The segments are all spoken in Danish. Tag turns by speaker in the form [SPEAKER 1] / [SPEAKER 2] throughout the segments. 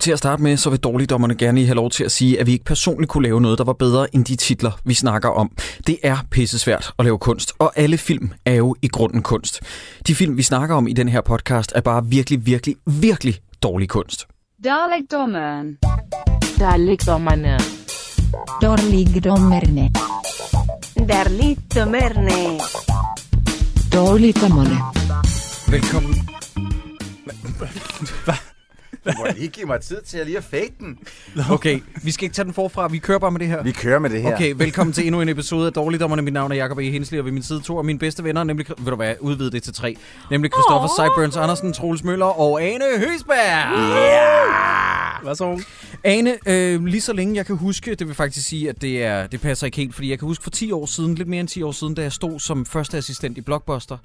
[SPEAKER 1] Til at starte med, så vil dårligdommerne gerne have lov til at sige, at vi ikke personligt kunne lave noget, der var bedre end de titler, vi snakker om. Det er pissesvært at lave kunst, og alle film er jo i grunden kunst. De film, vi snakker om i den her podcast, er bare virkelig, virkelig, virkelig dårlig kunst.
[SPEAKER 2] Dalekdommeren.
[SPEAKER 3] Dalekdommerne.
[SPEAKER 4] Dårligdommerne.
[SPEAKER 5] Darligdommerne.
[SPEAKER 3] Dårligdommerne.
[SPEAKER 6] Velkommen.
[SPEAKER 7] Du må lige give mig tid til at lige at fake den.
[SPEAKER 6] Okay, vi skal ikke tage den forfra. Vi kører bare med det her.
[SPEAKER 7] Vi kører med det her.
[SPEAKER 6] Okay, velkommen til endnu en episode af Dårligdommerne. Mit navn er Jakob E. Hensli, og ved min side to af mine bedste venner, nemlig, ved du hvad, udvide det til tre, nemlig Christoffer Seiburns Andersen, Troels Møller og Ane Høsberg.
[SPEAKER 8] Hvad så?
[SPEAKER 6] Ane, øh, lige så længe jeg kan huske, det vil faktisk sige, at det, er, det passer ikke helt, fordi jeg kan huske for 10 år siden, lidt mere end 10 år siden, da jeg stod som første assistent i Blockbuster,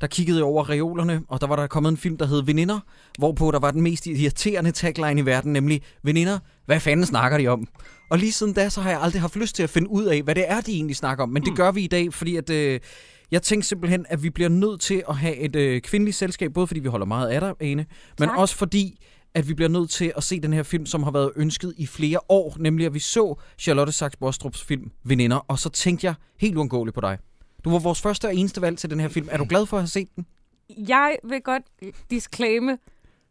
[SPEAKER 6] der kiggede jeg over reolerne, og der var der kommet en film, der hed Veninder, hvorpå der var den mest irriterende tagline i verden, nemlig Veninder, hvad fanden snakker de om? Og lige siden da, så har jeg aldrig haft lyst til at finde ud af, hvad det er, de egentlig snakker om, men det gør vi i dag, fordi at... Øh, jeg tænkte simpelthen, at vi bliver nødt til at have et øh, kvindeligt selskab, både fordi vi holder meget af dig, Ane, men
[SPEAKER 5] Tak.
[SPEAKER 6] også fordi, at vi bliver nødt til at se den her film, som har været ønsket i flere år, nemlig at vi så Charlotte Sachs Bostrup's film Veninder, og så tænkte jeg helt uundgåeligt på dig. Du var vores første og eneste valg til den her film. Er du glad for at have set den?
[SPEAKER 9] Jeg vil godt disclaime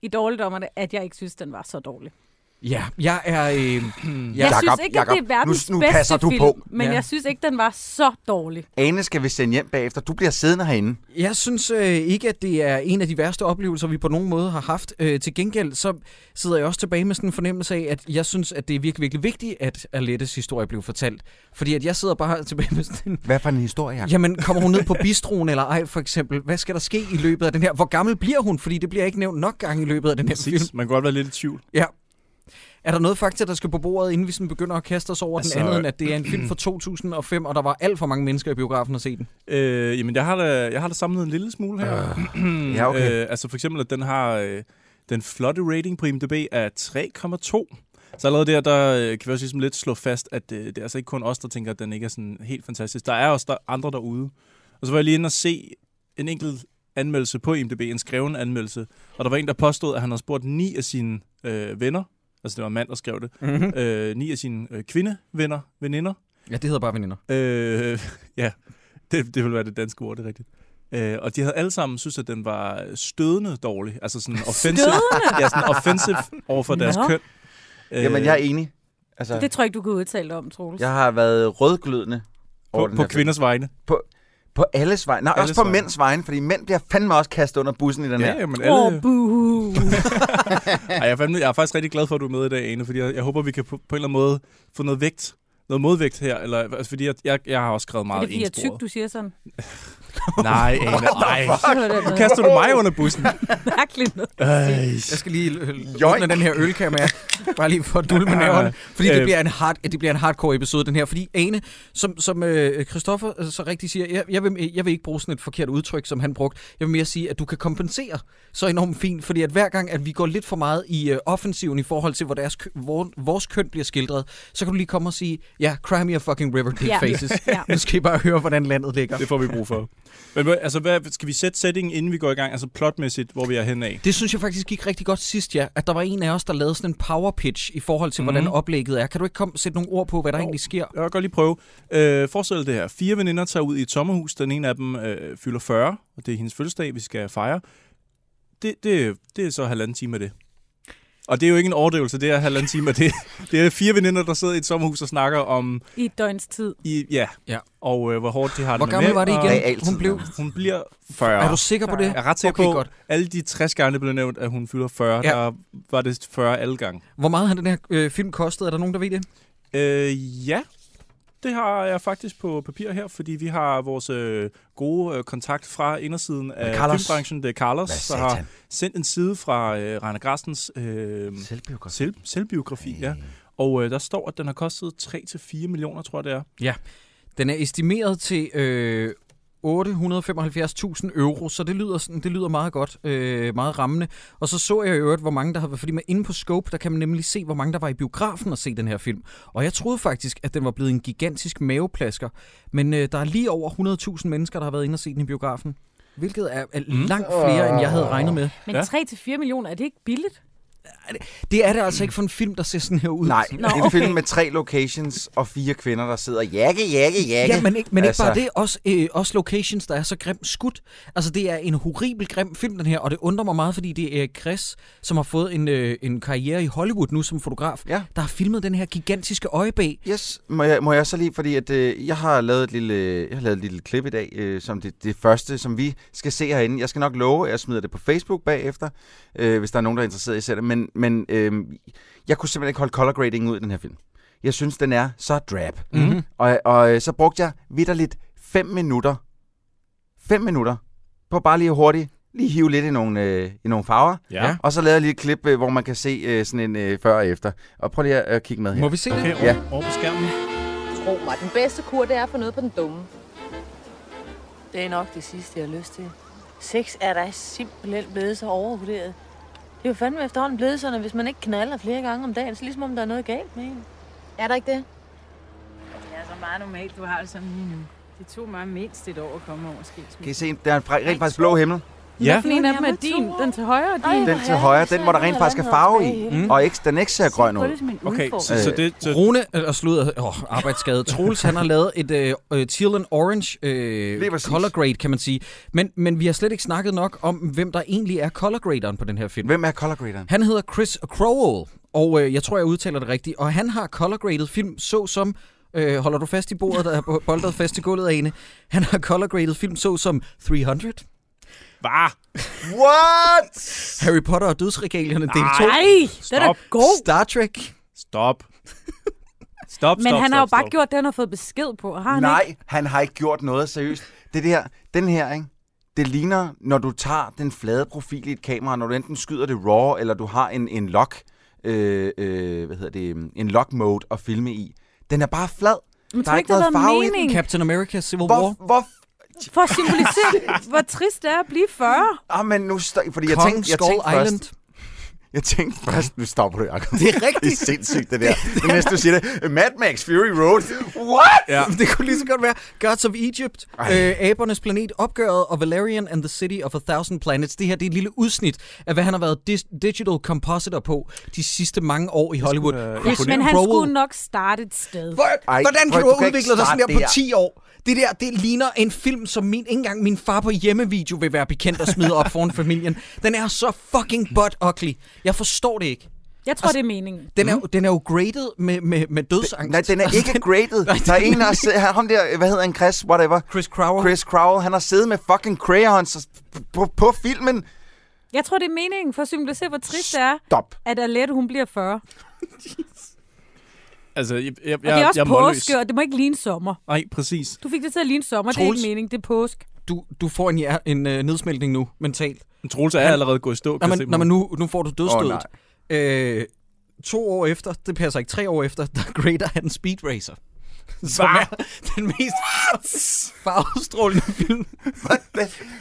[SPEAKER 9] i dårligdommerne, at jeg ikke synes, den var så dårlig.
[SPEAKER 6] Ja, jeg er... Øh, jeg,
[SPEAKER 9] Jeg
[SPEAKER 7] Jakob,
[SPEAKER 9] synes ikke, at det
[SPEAKER 7] Jakob,
[SPEAKER 9] er verdens
[SPEAKER 7] nu- nu
[SPEAKER 9] bedste
[SPEAKER 7] passer du
[SPEAKER 9] film,
[SPEAKER 7] på.
[SPEAKER 9] men
[SPEAKER 6] Ja.
[SPEAKER 9] jeg synes ikke, den var så dårlig.
[SPEAKER 7] Ane skal vi sende hjem bagefter. Du bliver siddende herinde.
[SPEAKER 6] jeg synes øh, ikke, at det er en af de værste oplevelser, vi på nogen måde har haft. Øh, til gengæld så sidder jeg også tilbage med sådan en fornemmelse af, at jeg synes, at det er virkelig, virkelig vigtigt, at Alettes historie blev fortalt. Fordi at jeg sidder bare tilbage med sådan en
[SPEAKER 7] Hvad for en historie, Jacob?
[SPEAKER 6] Jamen, kommer hun ned på bistroen eller ej, for eksempel? Hvad skal der ske i løbet af den her? Hvor gammel bliver hun? Fordi det bliver ikke nævnt nok gange i løbet af den her Præcis. film.
[SPEAKER 8] Præcis. Man kan godt være lidt i tvivl.
[SPEAKER 6] Ja. Er der noget fakta, der skal på bordet, inden vi sådan begynder at kaste os over altså,
[SPEAKER 8] Altså,
[SPEAKER 6] den anden, end at det er en film fra 2005, og der var alt for mange mennesker i biografen at se den?
[SPEAKER 8] Øh, jamen, jeg har, da, jeg har da samlet en lille smule her. Øh,
[SPEAKER 7] Ah. ja, okay.
[SPEAKER 8] øh, altså for eksempel, at den har øh, den flotte rating på IMDb er 3,2. Så allerede der, der øh, kan vi også ligesom lidt slå fast, at øh, det er altså ikke kun os, der tænker, at den ikke er sådan helt fantastisk. Der er også der andre derude. Og så var jeg lige inde og se en enkelt anmeldelse på IMDb, en skreven anmeldelse. Og der var en, der påstod, at han havde spurgt ni af sine øh, venner, altså det var en mand, der skrev det,
[SPEAKER 6] Mm-hmm.
[SPEAKER 8] øh, ni af sine øh, kvindevenner, veninder,
[SPEAKER 6] Ja, det hedder bare veninder.
[SPEAKER 8] Øh, ja, det, det vil være det danske ord, det er rigtigt. Øh, og de havde alle sammen synes at den var stødende dårlig. Altså sådan offensive, ja, sådan offensive over for deres
[SPEAKER 9] Nå.
[SPEAKER 8] køn. øh,
[SPEAKER 7] Jamen, jeg er enig. Altså,
[SPEAKER 9] Det tror jeg ikke, du kan udtale dig om, Troels.
[SPEAKER 7] jeg har været rødglødende over
[SPEAKER 8] på,
[SPEAKER 7] den
[SPEAKER 8] på
[SPEAKER 7] her film.
[SPEAKER 8] kvinders vegne.
[SPEAKER 7] På alles vegne. Nej,
[SPEAKER 8] Alles
[SPEAKER 7] også på
[SPEAKER 8] vegne.
[SPEAKER 7] mænds vegne, fordi mænd bliver fandme også kastet under bussen i den
[SPEAKER 8] Ja,
[SPEAKER 7] her.
[SPEAKER 8] jamen, alle,
[SPEAKER 9] Åh, buhu.
[SPEAKER 8] ej, jeg, er fandme, jeg er faktisk rigtig glad for, at du er med i dag, Ane, fordi jeg, jeg håber, vi kan på, på en eller anden måde få noget vægt. Noget modvægt her, eller, altså, fordi jeg, jeg, jeg har også skrevet
[SPEAKER 9] Er
[SPEAKER 8] meget
[SPEAKER 9] det fordi, jeg er
[SPEAKER 8] ensporet.
[SPEAKER 9] tyk, du siger sådan?
[SPEAKER 8] Nej, Ane, nej.
[SPEAKER 9] Så er det
[SPEAKER 8] Nu
[SPEAKER 9] noget
[SPEAKER 8] kaster du mig under bussen.
[SPEAKER 9] mærkeligt noget.
[SPEAKER 6] Jeg skal lige øh,
[SPEAKER 7] Joik.
[SPEAKER 6] åbne den her ølkamme af, bare lige for at dulme med nævnerne, fordi det
[SPEAKER 8] Øh.
[SPEAKER 6] bliver, en hard, det bliver en hardcore episode, den her. Fordi Ane, som, som øh, Christoffer øh, så rigtigt siger, jeg, jeg, vil, jeg vil ikke bruge sådan et forkert udtryk, som han brugte. Jeg vil mere sige, at du kan kompensere så enormt fint, fordi at hver gang, at vi går lidt for meget i øh, offensiven i forhold til, hvor, deres, kø- hvor vores køn bliver skildret, så kan du lige komme og sige, ja, cry me a fucking river, dick
[SPEAKER 9] Ja.
[SPEAKER 6] faces.
[SPEAKER 9] Ja.
[SPEAKER 6] Nu skal I bare høre, hvordan landet ligger.
[SPEAKER 8] Det får vi brug for. Men hvad- altså, hvad, skal vi sætte settingen, inden vi går i gang? Altså plotmæssigt, hvor vi er henad?
[SPEAKER 6] Det synes jeg faktisk gik rigtig godt sidst, ja. At der var en af os, der lavede sådan en power pitch i forhold til, mm. hvordan
[SPEAKER 8] Mhm.
[SPEAKER 6] oplægget er. Kan du ikke komme, sætte nogle ord på, hvad der egentlig sker?
[SPEAKER 8] Jeg kan godt lige prøve. Øh, forestil dig det her. Fire veninder tager ud i et sommerhus. Den ene af dem øh, fylder 40, og det er hendes fødselsdag, vi skal fejre. Det, det, det er så halvanden time af det. Og det er jo ikke en overdrivelse, det er halvanden time af det. Det er fire veninder, der sidder i et sommerhus og snakker om,
[SPEAKER 9] I et døgns tid.
[SPEAKER 8] i, ja,
[SPEAKER 6] Ja.
[SPEAKER 8] og øh, hvor hårdt de har
[SPEAKER 6] Hvor
[SPEAKER 8] det
[SPEAKER 6] gammel
[SPEAKER 8] med.
[SPEAKER 6] var det
[SPEAKER 8] og-
[SPEAKER 6] igen?
[SPEAKER 7] Realtid.
[SPEAKER 6] Hun blev...
[SPEAKER 8] Hun bliver 40.
[SPEAKER 6] Er du sikker på det?
[SPEAKER 8] jeg er ret sikker
[SPEAKER 6] Okay,
[SPEAKER 8] på,
[SPEAKER 6] godt.
[SPEAKER 8] alle de 60 gange, det blev nævnt, at hun fylder 40,
[SPEAKER 6] Ja.
[SPEAKER 8] ja. der var det 40 alle gange.
[SPEAKER 6] Hvor meget har den her øh, film kostet? Er der nogen, der ved det?
[SPEAKER 8] Øh, ja. Det har jeg faktisk på papir her, fordi vi har vores øh, gode øh, kontakt fra indersiden af
[SPEAKER 7] Carlos?
[SPEAKER 8] filmbranchen. Det er Carlos,
[SPEAKER 7] Hvad
[SPEAKER 8] der
[SPEAKER 7] satan?
[SPEAKER 8] har sendt en side fra øh, Rainer Grassens øh,
[SPEAKER 7] Selvbiografi.
[SPEAKER 8] selv, selvbiografi. Ja. Og øh, der står, at den har kostet 3-4 millioner, tror jeg det er.
[SPEAKER 6] Den er estimeret til... Øh 875.000 euro, så det lyder, sådan, det lyder meget godt, øh, meget rammende. Og så så jeg i øvrigt, hvor mange der har været, fordi man inde på Scope, der kan man nemlig se, hvor mange der var i biografen og se den her film. Og jeg troede faktisk, at den var blevet en gigantisk maveplasker, men øh, der er lige over 100.000 mennesker, der har været inde og set den i biografen. Hvilket er, er langt flere, end jeg havde regnet med.
[SPEAKER 9] Men
[SPEAKER 8] Ja.
[SPEAKER 9] 3-4 millioner, er det ikke billigt?
[SPEAKER 6] Det er det altså ikke for en film, der ser sådan her ud.
[SPEAKER 7] Nej,
[SPEAKER 9] Nå,
[SPEAKER 7] Nå, en
[SPEAKER 9] okay.
[SPEAKER 7] film med tre locations og fire kvinder, der sidder jakke, jakke, jakke.
[SPEAKER 6] Ja, men ikke, men altså...
[SPEAKER 7] Altså-
[SPEAKER 6] ikke bare det. Også, øh, også locations, der er så grimt skudt. Altså, det er en horribel grim film, den her. Og det undrer mig meget, fordi det er Erik Chris, som har fået en, øh, en karriere i Hollywood nu som fotograf,
[SPEAKER 7] Ja.
[SPEAKER 6] der har filmet den her gigantiske øjebæg.
[SPEAKER 7] Yes, må jeg, må jeg så lige, fordi at, øh, jeg, har lavet et lille, jeg har lavet et lille klip i dag, øh, som det, det første, som vi skal se herinde. Jeg skal nok love, at jeg smider det på Facebook bagefter, øh, hvis der er nogen, der er interesseret i at se det. Men, men øh, jeg kunne simpelthen ikke holde color grading ud i den her film. Jeg synes, den er så drab.
[SPEAKER 6] Mm-hmm.
[SPEAKER 7] Og, og øh, så brugte jeg vidderligt 5 minutter. 5 minutter. På bare lige hurtigt. Lige hive lidt i nogle, øh, i nogle farver.
[SPEAKER 8] Ja.
[SPEAKER 7] Og så lavede jeg lige et klip, øh, hvor man kan se øh, sådan en øh, før og efter. Og prøv lige at øh, kigge med her.
[SPEAKER 6] Må vi se det?
[SPEAKER 8] Okay,
[SPEAKER 7] Ja.
[SPEAKER 8] over, over på skærmen.
[SPEAKER 4] Tro mig, den bedste kur, det er for noget på den dumme.
[SPEAKER 5] Det er nok det sidste, jeg har lyst til. Sex er da simpelthen blevet så overvurderet. Det er jo fandme efterhånden blevet sådan, at hvis man ikke knaller flere gange om dagen, så ligesom om der er noget galt med en.
[SPEAKER 4] Er der ikke det?
[SPEAKER 5] Det er så meget normalt, du har det sådan lige nu. Det tog mig mindst et år at komme over
[SPEAKER 7] Kan I
[SPEAKER 5] skilsmissen.
[SPEAKER 7] se, der er en fra- rent faktisk blå himmel.
[SPEAKER 8] Ja.
[SPEAKER 9] Hvilken en af dem er din? Den til højre er din?
[SPEAKER 7] Den til højre, den hvor der rent faktisk er farve i.
[SPEAKER 8] Mm.
[SPEAKER 7] Og ikke, den ikke ser grøn ud.
[SPEAKER 8] Okay, så,
[SPEAKER 7] Øh,
[SPEAKER 8] så det... Så,
[SPEAKER 6] Rune, eller sludder, åh, arbejdsskade. Troels, han har lavet et øh, øh, teal and orange
[SPEAKER 7] Lige
[SPEAKER 6] øh,
[SPEAKER 7] præcis.
[SPEAKER 6] color grade, kan man sige. Men, men vi har slet ikke snakket nok om, hvem der egentlig er color graderen på den her film.
[SPEAKER 7] Hvem er color graderen?
[SPEAKER 6] Han hedder Chris Crowell, og øh, jeg tror, jeg udtaler det rigtigt. Og han har color graded film, såsom... Øh, holder du fast i bordet, der er bo- boldet fast i gulvet af ene. Han har color graded film, såsom 300,
[SPEAKER 8] Bah,
[SPEAKER 7] What?
[SPEAKER 6] Harry Potter og dødsregalierne del 2,
[SPEAKER 9] Nej, den er
[SPEAKER 8] Stop.
[SPEAKER 7] Oh!
[SPEAKER 9] god.
[SPEAKER 6] Star Trek.
[SPEAKER 8] stop. Stop,
[SPEAKER 9] Men
[SPEAKER 8] stop,
[SPEAKER 9] han
[SPEAKER 8] stop,
[SPEAKER 9] har jo bare
[SPEAKER 8] stop.
[SPEAKER 9] gjort det, han har fået besked på. Har han ikke?
[SPEAKER 7] Nej, han har ikke gjort noget seriøst. Det der, den her, ikke? Det ligner, når du tager den flade profil i et kamera, når du enten skyder det raw, eller du har en, en lock, øh, øh, hvad hedder det, en lock mode at filme i. Den er bare flad. Der
[SPEAKER 9] Men tror
[SPEAKER 7] er
[SPEAKER 9] du
[SPEAKER 7] ikke
[SPEAKER 9] ikke, der har
[SPEAKER 7] noget farve
[SPEAKER 9] været
[SPEAKER 7] i den.
[SPEAKER 9] mening?
[SPEAKER 6] Captain America Civil War.
[SPEAKER 7] Hvor, hvor,
[SPEAKER 9] For at symbolisere, hvor trist det er at blive 40.
[SPEAKER 7] ah, men nu støj, fordi jeg
[SPEAKER 6] Kong
[SPEAKER 7] tænkte, jeg
[SPEAKER 6] Skull
[SPEAKER 7] tænkte
[SPEAKER 6] Island.
[SPEAKER 7] først, jeg tænkte først, nu stopper du, Jacob.
[SPEAKER 6] Det er rigtigt.
[SPEAKER 7] Det er sindssygt, det der. Det næste, du siger det, Mad Max Fury Road. What?
[SPEAKER 8] Ja.
[SPEAKER 6] Det kunne lige så godt være Gods of Egypt,
[SPEAKER 7] Ej.
[SPEAKER 6] øh, Abernes Planet, Opgøret og Valerian and the City of a Thousand Planets. Det her det er et lille udsnit af, hvad han har været dis- digital compositor på de sidste mange år i Hollywood.
[SPEAKER 7] øh,
[SPEAKER 8] være
[SPEAKER 6] Chris
[SPEAKER 9] Men han
[SPEAKER 6] Crowell.
[SPEAKER 9] skulle nok starte et sted.
[SPEAKER 6] Hvor,
[SPEAKER 7] Ej,
[SPEAKER 6] hvordan kan
[SPEAKER 7] prøv,
[SPEAKER 6] du
[SPEAKER 7] du
[SPEAKER 6] have
[SPEAKER 7] kan ikke
[SPEAKER 6] udviklet dig sådan der
[SPEAKER 7] starte
[SPEAKER 6] på
[SPEAKER 7] der.
[SPEAKER 6] 10 år? Det der, det ligner en film, som min, ikke engang min far på hjemmevideo vil være bekendt og smide op foran familien. Den er så fucking butt ugly. Jeg forstår det ikke.
[SPEAKER 9] Jeg
[SPEAKER 7] Altså-
[SPEAKER 9] tror, det er meningen.
[SPEAKER 6] Den er, mm. den er jo graded med, med, med dødsangst.
[SPEAKER 7] Nej, den er ikke graded. Der er en, der har siddet- ham der, hvad hedder han, Chris, whatever.
[SPEAKER 6] Chris Crowell.
[SPEAKER 7] Chris Crowell, han har siddet med fucking crayons og- på, på filmen.
[SPEAKER 9] Jeg tror, det er meningen for at symbolisere, hvor trist det er,
[SPEAKER 7] Stop.
[SPEAKER 9] at Alette, hun bliver 40. Og
[SPEAKER 8] Altså, jeg, jeg,
[SPEAKER 9] det er
[SPEAKER 8] jeg, jeg
[SPEAKER 9] også
[SPEAKER 8] er målløs.
[SPEAKER 9] påske, og det må ikke ligne sommer.
[SPEAKER 8] Nej, præcis.
[SPEAKER 9] Du fik det til at ligne sommer, det er
[SPEAKER 6] Troels.
[SPEAKER 9] ikke meningen, det er påske.
[SPEAKER 6] Du, du får en, hjer- en øh, nedsmeltning nu, mentalt.
[SPEAKER 8] Men Troels er allerede gået i stå.
[SPEAKER 6] Nå,
[SPEAKER 8] kan jeg se
[SPEAKER 6] men,
[SPEAKER 8] på
[SPEAKER 6] nå, men
[SPEAKER 8] ham.
[SPEAKER 6] nu, nu får du dødstødet.
[SPEAKER 7] Åh,
[SPEAKER 6] Oh, øh, to år efter, det passer ikke, tre år efter, der grader han Speed Racer. Som er den mest farvestrålende film.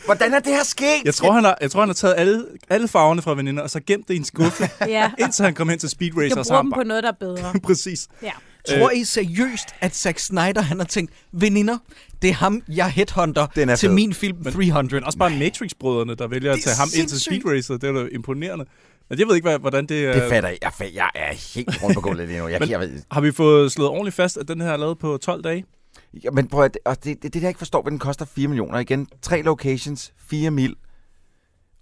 [SPEAKER 7] Hvordan er det her sket?
[SPEAKER 8] Jeg tror, han har, jeg tror, han har taget alle, alle farverne fra veninder, og så gemt det i en skuffe,
[SPEAKER 9] Ja,
[SPEAKER 8] indtil han kom hen til Speed
[SPEAKER 9] jeg
[SPEAKER 8] Racer. og så
[SPEAKER 9] bruger
[SPEAKER 8] har
[SPEAKER 9] dem
[SPEAKER 8] han
[SPEAKER 9] på noget, der er bedre.
[SPEAKER 8] bare- Præcis.
[SPEAKER 9] Ja.
[SPEAKER 6] Tror
[SPEAKER 8] Øh.
[SPEAKER 6] I seriøst, at Zack Snyder han har tænkt, veninder, det er ham, jeg headhunter
[SPEAKER 7] Den er
[SPEAKER 6] til
[SPEAKER 7] fed."
[SPEAKER 6] min film 300.
[SPEAKER 8] Men også bare Matrix-brødrene, der vælger at
[SPEAKER 6] Det er
[SPEAKER 8] tage ham ind til
[SPEAKER 6] sindssygt.
[SPEAKER 8] Speed Racer. Det er jo imponerende. Men jeg ved ikke, hvad- hvordan det...
[SPEAKER 7] Det
[SPEAKER 8] øh,
[SPEAKER 7] fatter jeg. Jeg, fa- jeg er helt rundt på gulvet lige nu. Jeg,
[SPEAKER 8] Men-
[SPEAKER 7] jeg ved.
[SPEAKER 8] Har vi fået slået ordentligt fast, at den her er lavet på 12 dage?
[SPEAKER 7] Ja, men prøv at, og det, det, det, jeg ikke forstår, hvad den koster 4 millioner. Igen, tre locations, 4 mil.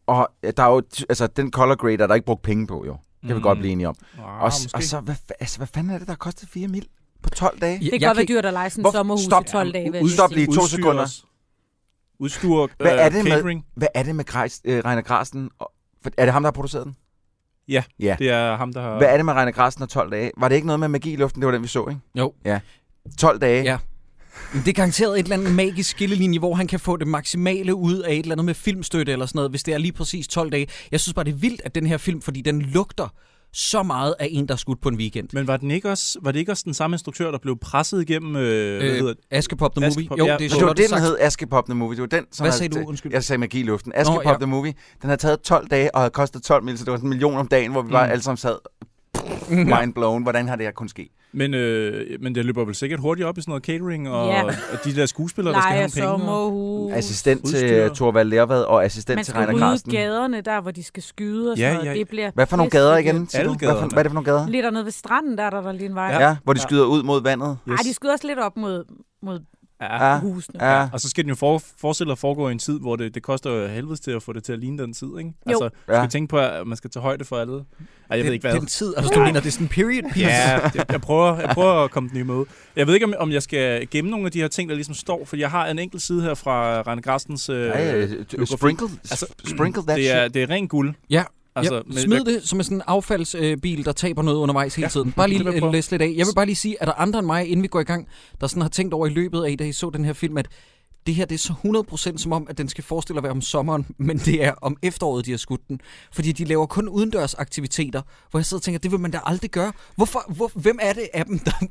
[SPEAKER 7] Og øh, der er jo, altså, den color grader, er der ikke brugt penge på, jo. Det kan vi
[SPEAKER 8] Mm.
[SPEAKER 7] godt blive enige om.
[SPEAKER 8] Ah,
[SPEAKER 7] Og, s- og så, hvad, fa- altså, hvad fanden er det, der har kostet 4 mil på 12 dage?
[SPEAKER 9] Det kan godt være dyrt at lege sådan
[SPEAKER 7] Hvor-
[SPEAKER 9] et sommerhus
[SPEAKER 7] Stop.
[SPEAKER 9] i 12 dage. vil jeg lige
[SPEAKER 7] Udstop
[SPEAKER 9] sige.
[SPEAKER 7] lige to sekunder.
[SPEAKER 8] Udstyr, øh,
[SPEAKER 7] Hvad er det med-
[SPEAKER 8] catering.
[SPEAKER 7] Hvad er det med Greis, øh, Reiner Grasten? Og, for, er det ham, der har produceret den? Ja.
[SPEAKER 8] Det er ham, der har...
[SPEAKER 7] Hvad er det med Reiner Grasten og 12 dage? Var det ikke noget med magi i luften? Det var den, vi så, ikke?
[SPEAKER 6] Jo.
[SPEAKER 7] Ja. 12 dage.
[SPEAKER 6] Ja. Men Det er garanteret et eller andet magisk skillelinje, hvor han kan få det maksimale ud af et eller andet med filmstøtte eller sådan noget, hvis det er lige præcis 12 dage. Jeg synes bare, det er vildt, at den her film, fordi den lugter så meget af en, der er skudt på en weekend.
[SPEAKER 8] Men var, den ikke også, var det ikke også den samme instruktør, der blev presset igennem... Øh, øh, hvad hedder det?
[SPEAKER 6] Askepop the Movie.
[SPEAKER 8] Askepop,
[SPEAKER 6] jo,
[SPEAKER 8] ja.
[SPEAKER 6] det er
[SPEAKER 7] Men det var
[SPEAKER 6] sjovt
[SPEAKER 7] det, den
[SPEAKER 6] sagt.
[SPEAKER 7] hed Askepop The Movie. Det var den, som
[SPEAKER 6] Hvad
[SPEAKER 7] havde-
[SPEAKER 6] sagde du? Undskyld.
[SPEAKER 7] Jeg sagde magi i luften. Askepop
[SPEAKER 6] Nå, ja.
[SPEAKER 7] The Movie. Den havde taget 12 dage og havde kostet 12 mil, så det var sådan en million om dagen, hvor vi bare
[SPEAKER 6] Mm.
[SPEAKER 7] alle sammen sad. mind blown. Hvordan har det her kun sket?
[SPEAKER 8] Men, øh, men det løber vel sikkert hurtigt op i sådan noget catering, og,
[SPEAKER 9] Ja.
[SPEAKER 8] yeah. og de der skuespillere, der skal have
[SPEAKER 9] Lejer
[SPEAKER 8] nogle penge. og-
[SPEAKER 9] sommerhus.
[SPEAKER 8] Altså,
[SPEAKER 7] Assistent
[SPEAKER 8] Udstyr.
[SPEAKER 7] til Thorvald Lervad og assistent
[SPEAKER 9] Uh, Man
[SPEAKER 7] til
[SPEAKER 9] skal
[SPEAKER 7] Reiner
[SPEAKER 9] rydde
[SPEAKER 7] Karsten.
[SPEAKER 9] gaderne der, hvor de skal skyde og sådan
[SPEAKER 8] Ja,
[SPEAKER 9] noget.
[SPEAKER 8] ja.
[SPEAKER 9] Det bliver
[SPEAKER 7] Hvad for nogle
[SPEAKER 9] pisse
[SPEAKER 7] gader
[SPEAKER 9] fedt.
[SPEAKER 7] igen? siger
[SPEAKER 8] Alle
[SPEAKER 7] du? Hvad, for,
[SPEAKER 8] gaderne.
[SPEAKER 7] hvad er det for nogle gader?
[SPEAKER 9] Lidt dernede ved stranden, der er der, der lige en vej. Ja.
[SPEAKER 7] Ja, hvor de skyder ud mod vandet.
[SPEAKER 9] Ej, de skyder også lidt op mod, mod
[SPEAKER 8] Ja.
[SPEAKER 7] Ja,
[SPEAKER 9] husene.
[SPEAKER 7] ja.
[SPEAKER 8] Og så skal den jo for, forestille at foregå i en tid, hvor det, det koster jo helvedes til at få det til at ligne den tid, ikke?
[SPEAKER 9] Jo.
[SPEAKER 8] Altså, man
[SPEAKER 7] Ja.
[SPEAKER 8] skal tænke på, at man skal tage højde for alle. Ej, jeg ved ikke hvad.
[SPEAKER 6] Den tid, altså du mener, det er sådan en period piece.
[SPEAKER 8] Ja, jeg, jeg, prøver, jeg prøver at komme den i møde. Jeg ved ikke, om, om jeg skal gemme nogle af de her ting, der ligesom står, for jeg har en enkelt side her fra Rane Grastens... Øh,
[SPEAKER 7] Ej, øh,
[SPEAKER 8] biografi.
[SPEAKER 7] sprinkle,
[SPEAKER 8] Altså,
[SPEAKER 7] sprinkle that
[SPEAKER 8] det, er,
[SPEAKER 7] shit.
[SPEAKER 8] det er ren guld.
[SPEAKER 6] Ja.
[SPEAKER 8] Altså,
[SPEAKER 6] ja,
[SPEAKER 8] men-
[SPEAKER 6] smid det som en sådan affaldsbil, der taber noget undervejs hele
[SPEAKER 8] Ja,
[SPEAKER 6] tiden. Bare
[SPEAKER 8] det vil
[SPEAKER 6] lige
[SPEAKER 8] jeg prøve.
[SPEAKER 6] øh, læs lidt af. Jeg vil bare lige sige, at der andre end mig, inden vi går i gang, der sådan har tænkt over i løbet af, da I så den her film, at det her det er så 100% som om, at den skal forestille at være om sommeren, men det er om efteråret, de har skudt den. Fordi de laver kun udendørs aktiviteter, hvor jeg sidder og tænker, det vil man da aldrig gøre. Hvorfor, hvor, hvem er det af dem, der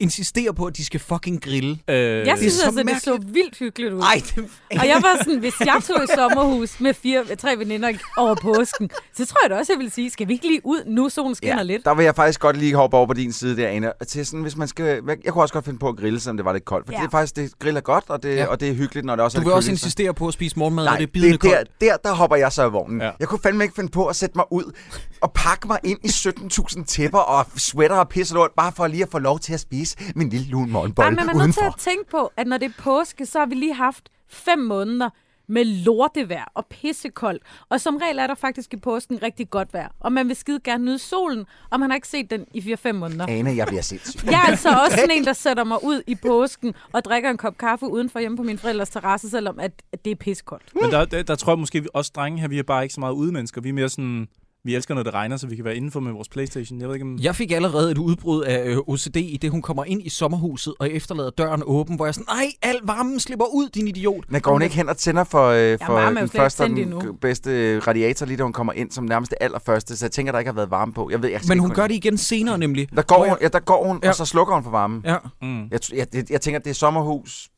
[SPEAKER 6] insisterer på, at de skal fucking grille?
[SPEAKER 8] Øh,
[SPEAKER 9] Jeg synes
[SPEAKER 6] så
[SPEAKER 9] altså, det så
[SPEAKER 6] mærkeligt.
[SPEAKER 9] vildt hyggeligt ud.
[SPEAKER 6] Ej, det,
[SPEAKER 9] Og jeg var sådan, hvis jeg tog i sommerhus med fire, tre veninder over påsken, så tror jeg da også, jeg ville sige, skal vi ikke lige ud nu, solen skinner lidt?
[SPEAKER 7] Der vil jeg faktisk godt lige hoppe over på din side der, Anna. Til sådan, hvis man skal, jeg kunne også godt finde på at grille, selvom det var lidt koldt. For
[SPEAKER 9] Ja.
[SPEAKER 7] det er faktisk, det griller godt, og det,
[SPEAKER 6] Ja.
[SPEAKER 7] og det er hyggeligt, når det også
[SPEAKER 6] du
[SPEAKER 7] er
[SPEAKER 6] vil
[SPEAKER 7] lidt
[SPEAKER 6] også
[SPEAKER 7] køligt, så-
[SPEAKER 6] insistere på at spise morgenmad,
[SPEAKER 7] Nej,
[SPEAKER 6] og det er bidende
[SPEAKER 7] det er
[SPEAKER 6] koldt.
[SPEAKER 7] der, der, der hopper jeg så af vognen. Ja.
[SPEAKER 8] Ja.
[SPEAKER 7] Jeg kunne fandme ikke finde på at sætte mig ud og pakke mig ind i 17.000 tæpper og sweater og pisse lort, bare for lige at få lov til at spise min lille lun
[SPEAKER 9] Ej,
[SPEAKER 7] morgenbolle
[SPEAKER 9] men man er nødt til
[SPEAKER 7] udenfor.
[SPEAKER 9] at tænke på, at når det er påske, så har vi lige haft fem måneder med lortevejr og pissekoldt. Og som regel er der faktisk i påsken rigtig godt vejr. Og man vil skide gerne nyde solen, og man har ikke set den i 4-5 måneder.
[SPEAKER 7] Anna, jeg bliver sindssyg.
[SPEAKER 9] Jeg er altså også sådan en, der sætter mig ud i påsken og drikker en kop kaffe udenfor hjemme på min forældres terrasse, selvom at, at det er pissekoldt.
[SPEAKER 8] Men der, der, der tror jeg måske, vi, os drenge her, vi er bare ikke så meget ude mennesker. Vi er mere sådan, vi elsker, når det regner, så vi kan være indenfor med vores Playstation. Jeg ved ikke, om...
[SPEAKER 6] Jeg fik allerede et udbrud af øh, OCD, i det hun kommer ind i sommerhuset og efterlader døren åben, hvor jeg er sådan, nej, al varmen slipper ud, din idiot.
[SPEAKER 7] Men går hun ikke hen og tænder for, øh, for
[SPEAKER 9] varmen er jo
[SPEAKER 7] den
[SPEAKER 9] slet ikke
[SPEAKER 7] første og
[SPEAKER 9] tændt
[SPEAKER 7] den
[SPEAKER 9] endnu.
[SPEAKER 7] g- bedste øh, radiator, lige da hun kommer ind som nærmest det allerførste, så jeg tænker, der ikke har været varme på. Jeg ved, jeg skal
[SPEAKER 6] Men
[SPEAKER 7] ikke
[SPEAKER 6] hun
[SPEAKER 7] kunne-
[SPEAKER 6] gør det igen senere nemlig.
[SPEAKER 7] Der går
[SPEAKER 6] Hvor
[SPEAKER 7] hun, ja, der går hun ja.
[SPEAKER 6] Ja.
[SPEAKER 7] og så slukker hun for varmen. Ja.
[SPEAKER 6] Jeg, ja.
[SPEAKER 8] Mm.
[SPEAKER 7] Jeg, t- jeg, jeg, jeg tænker, det er sommerhus.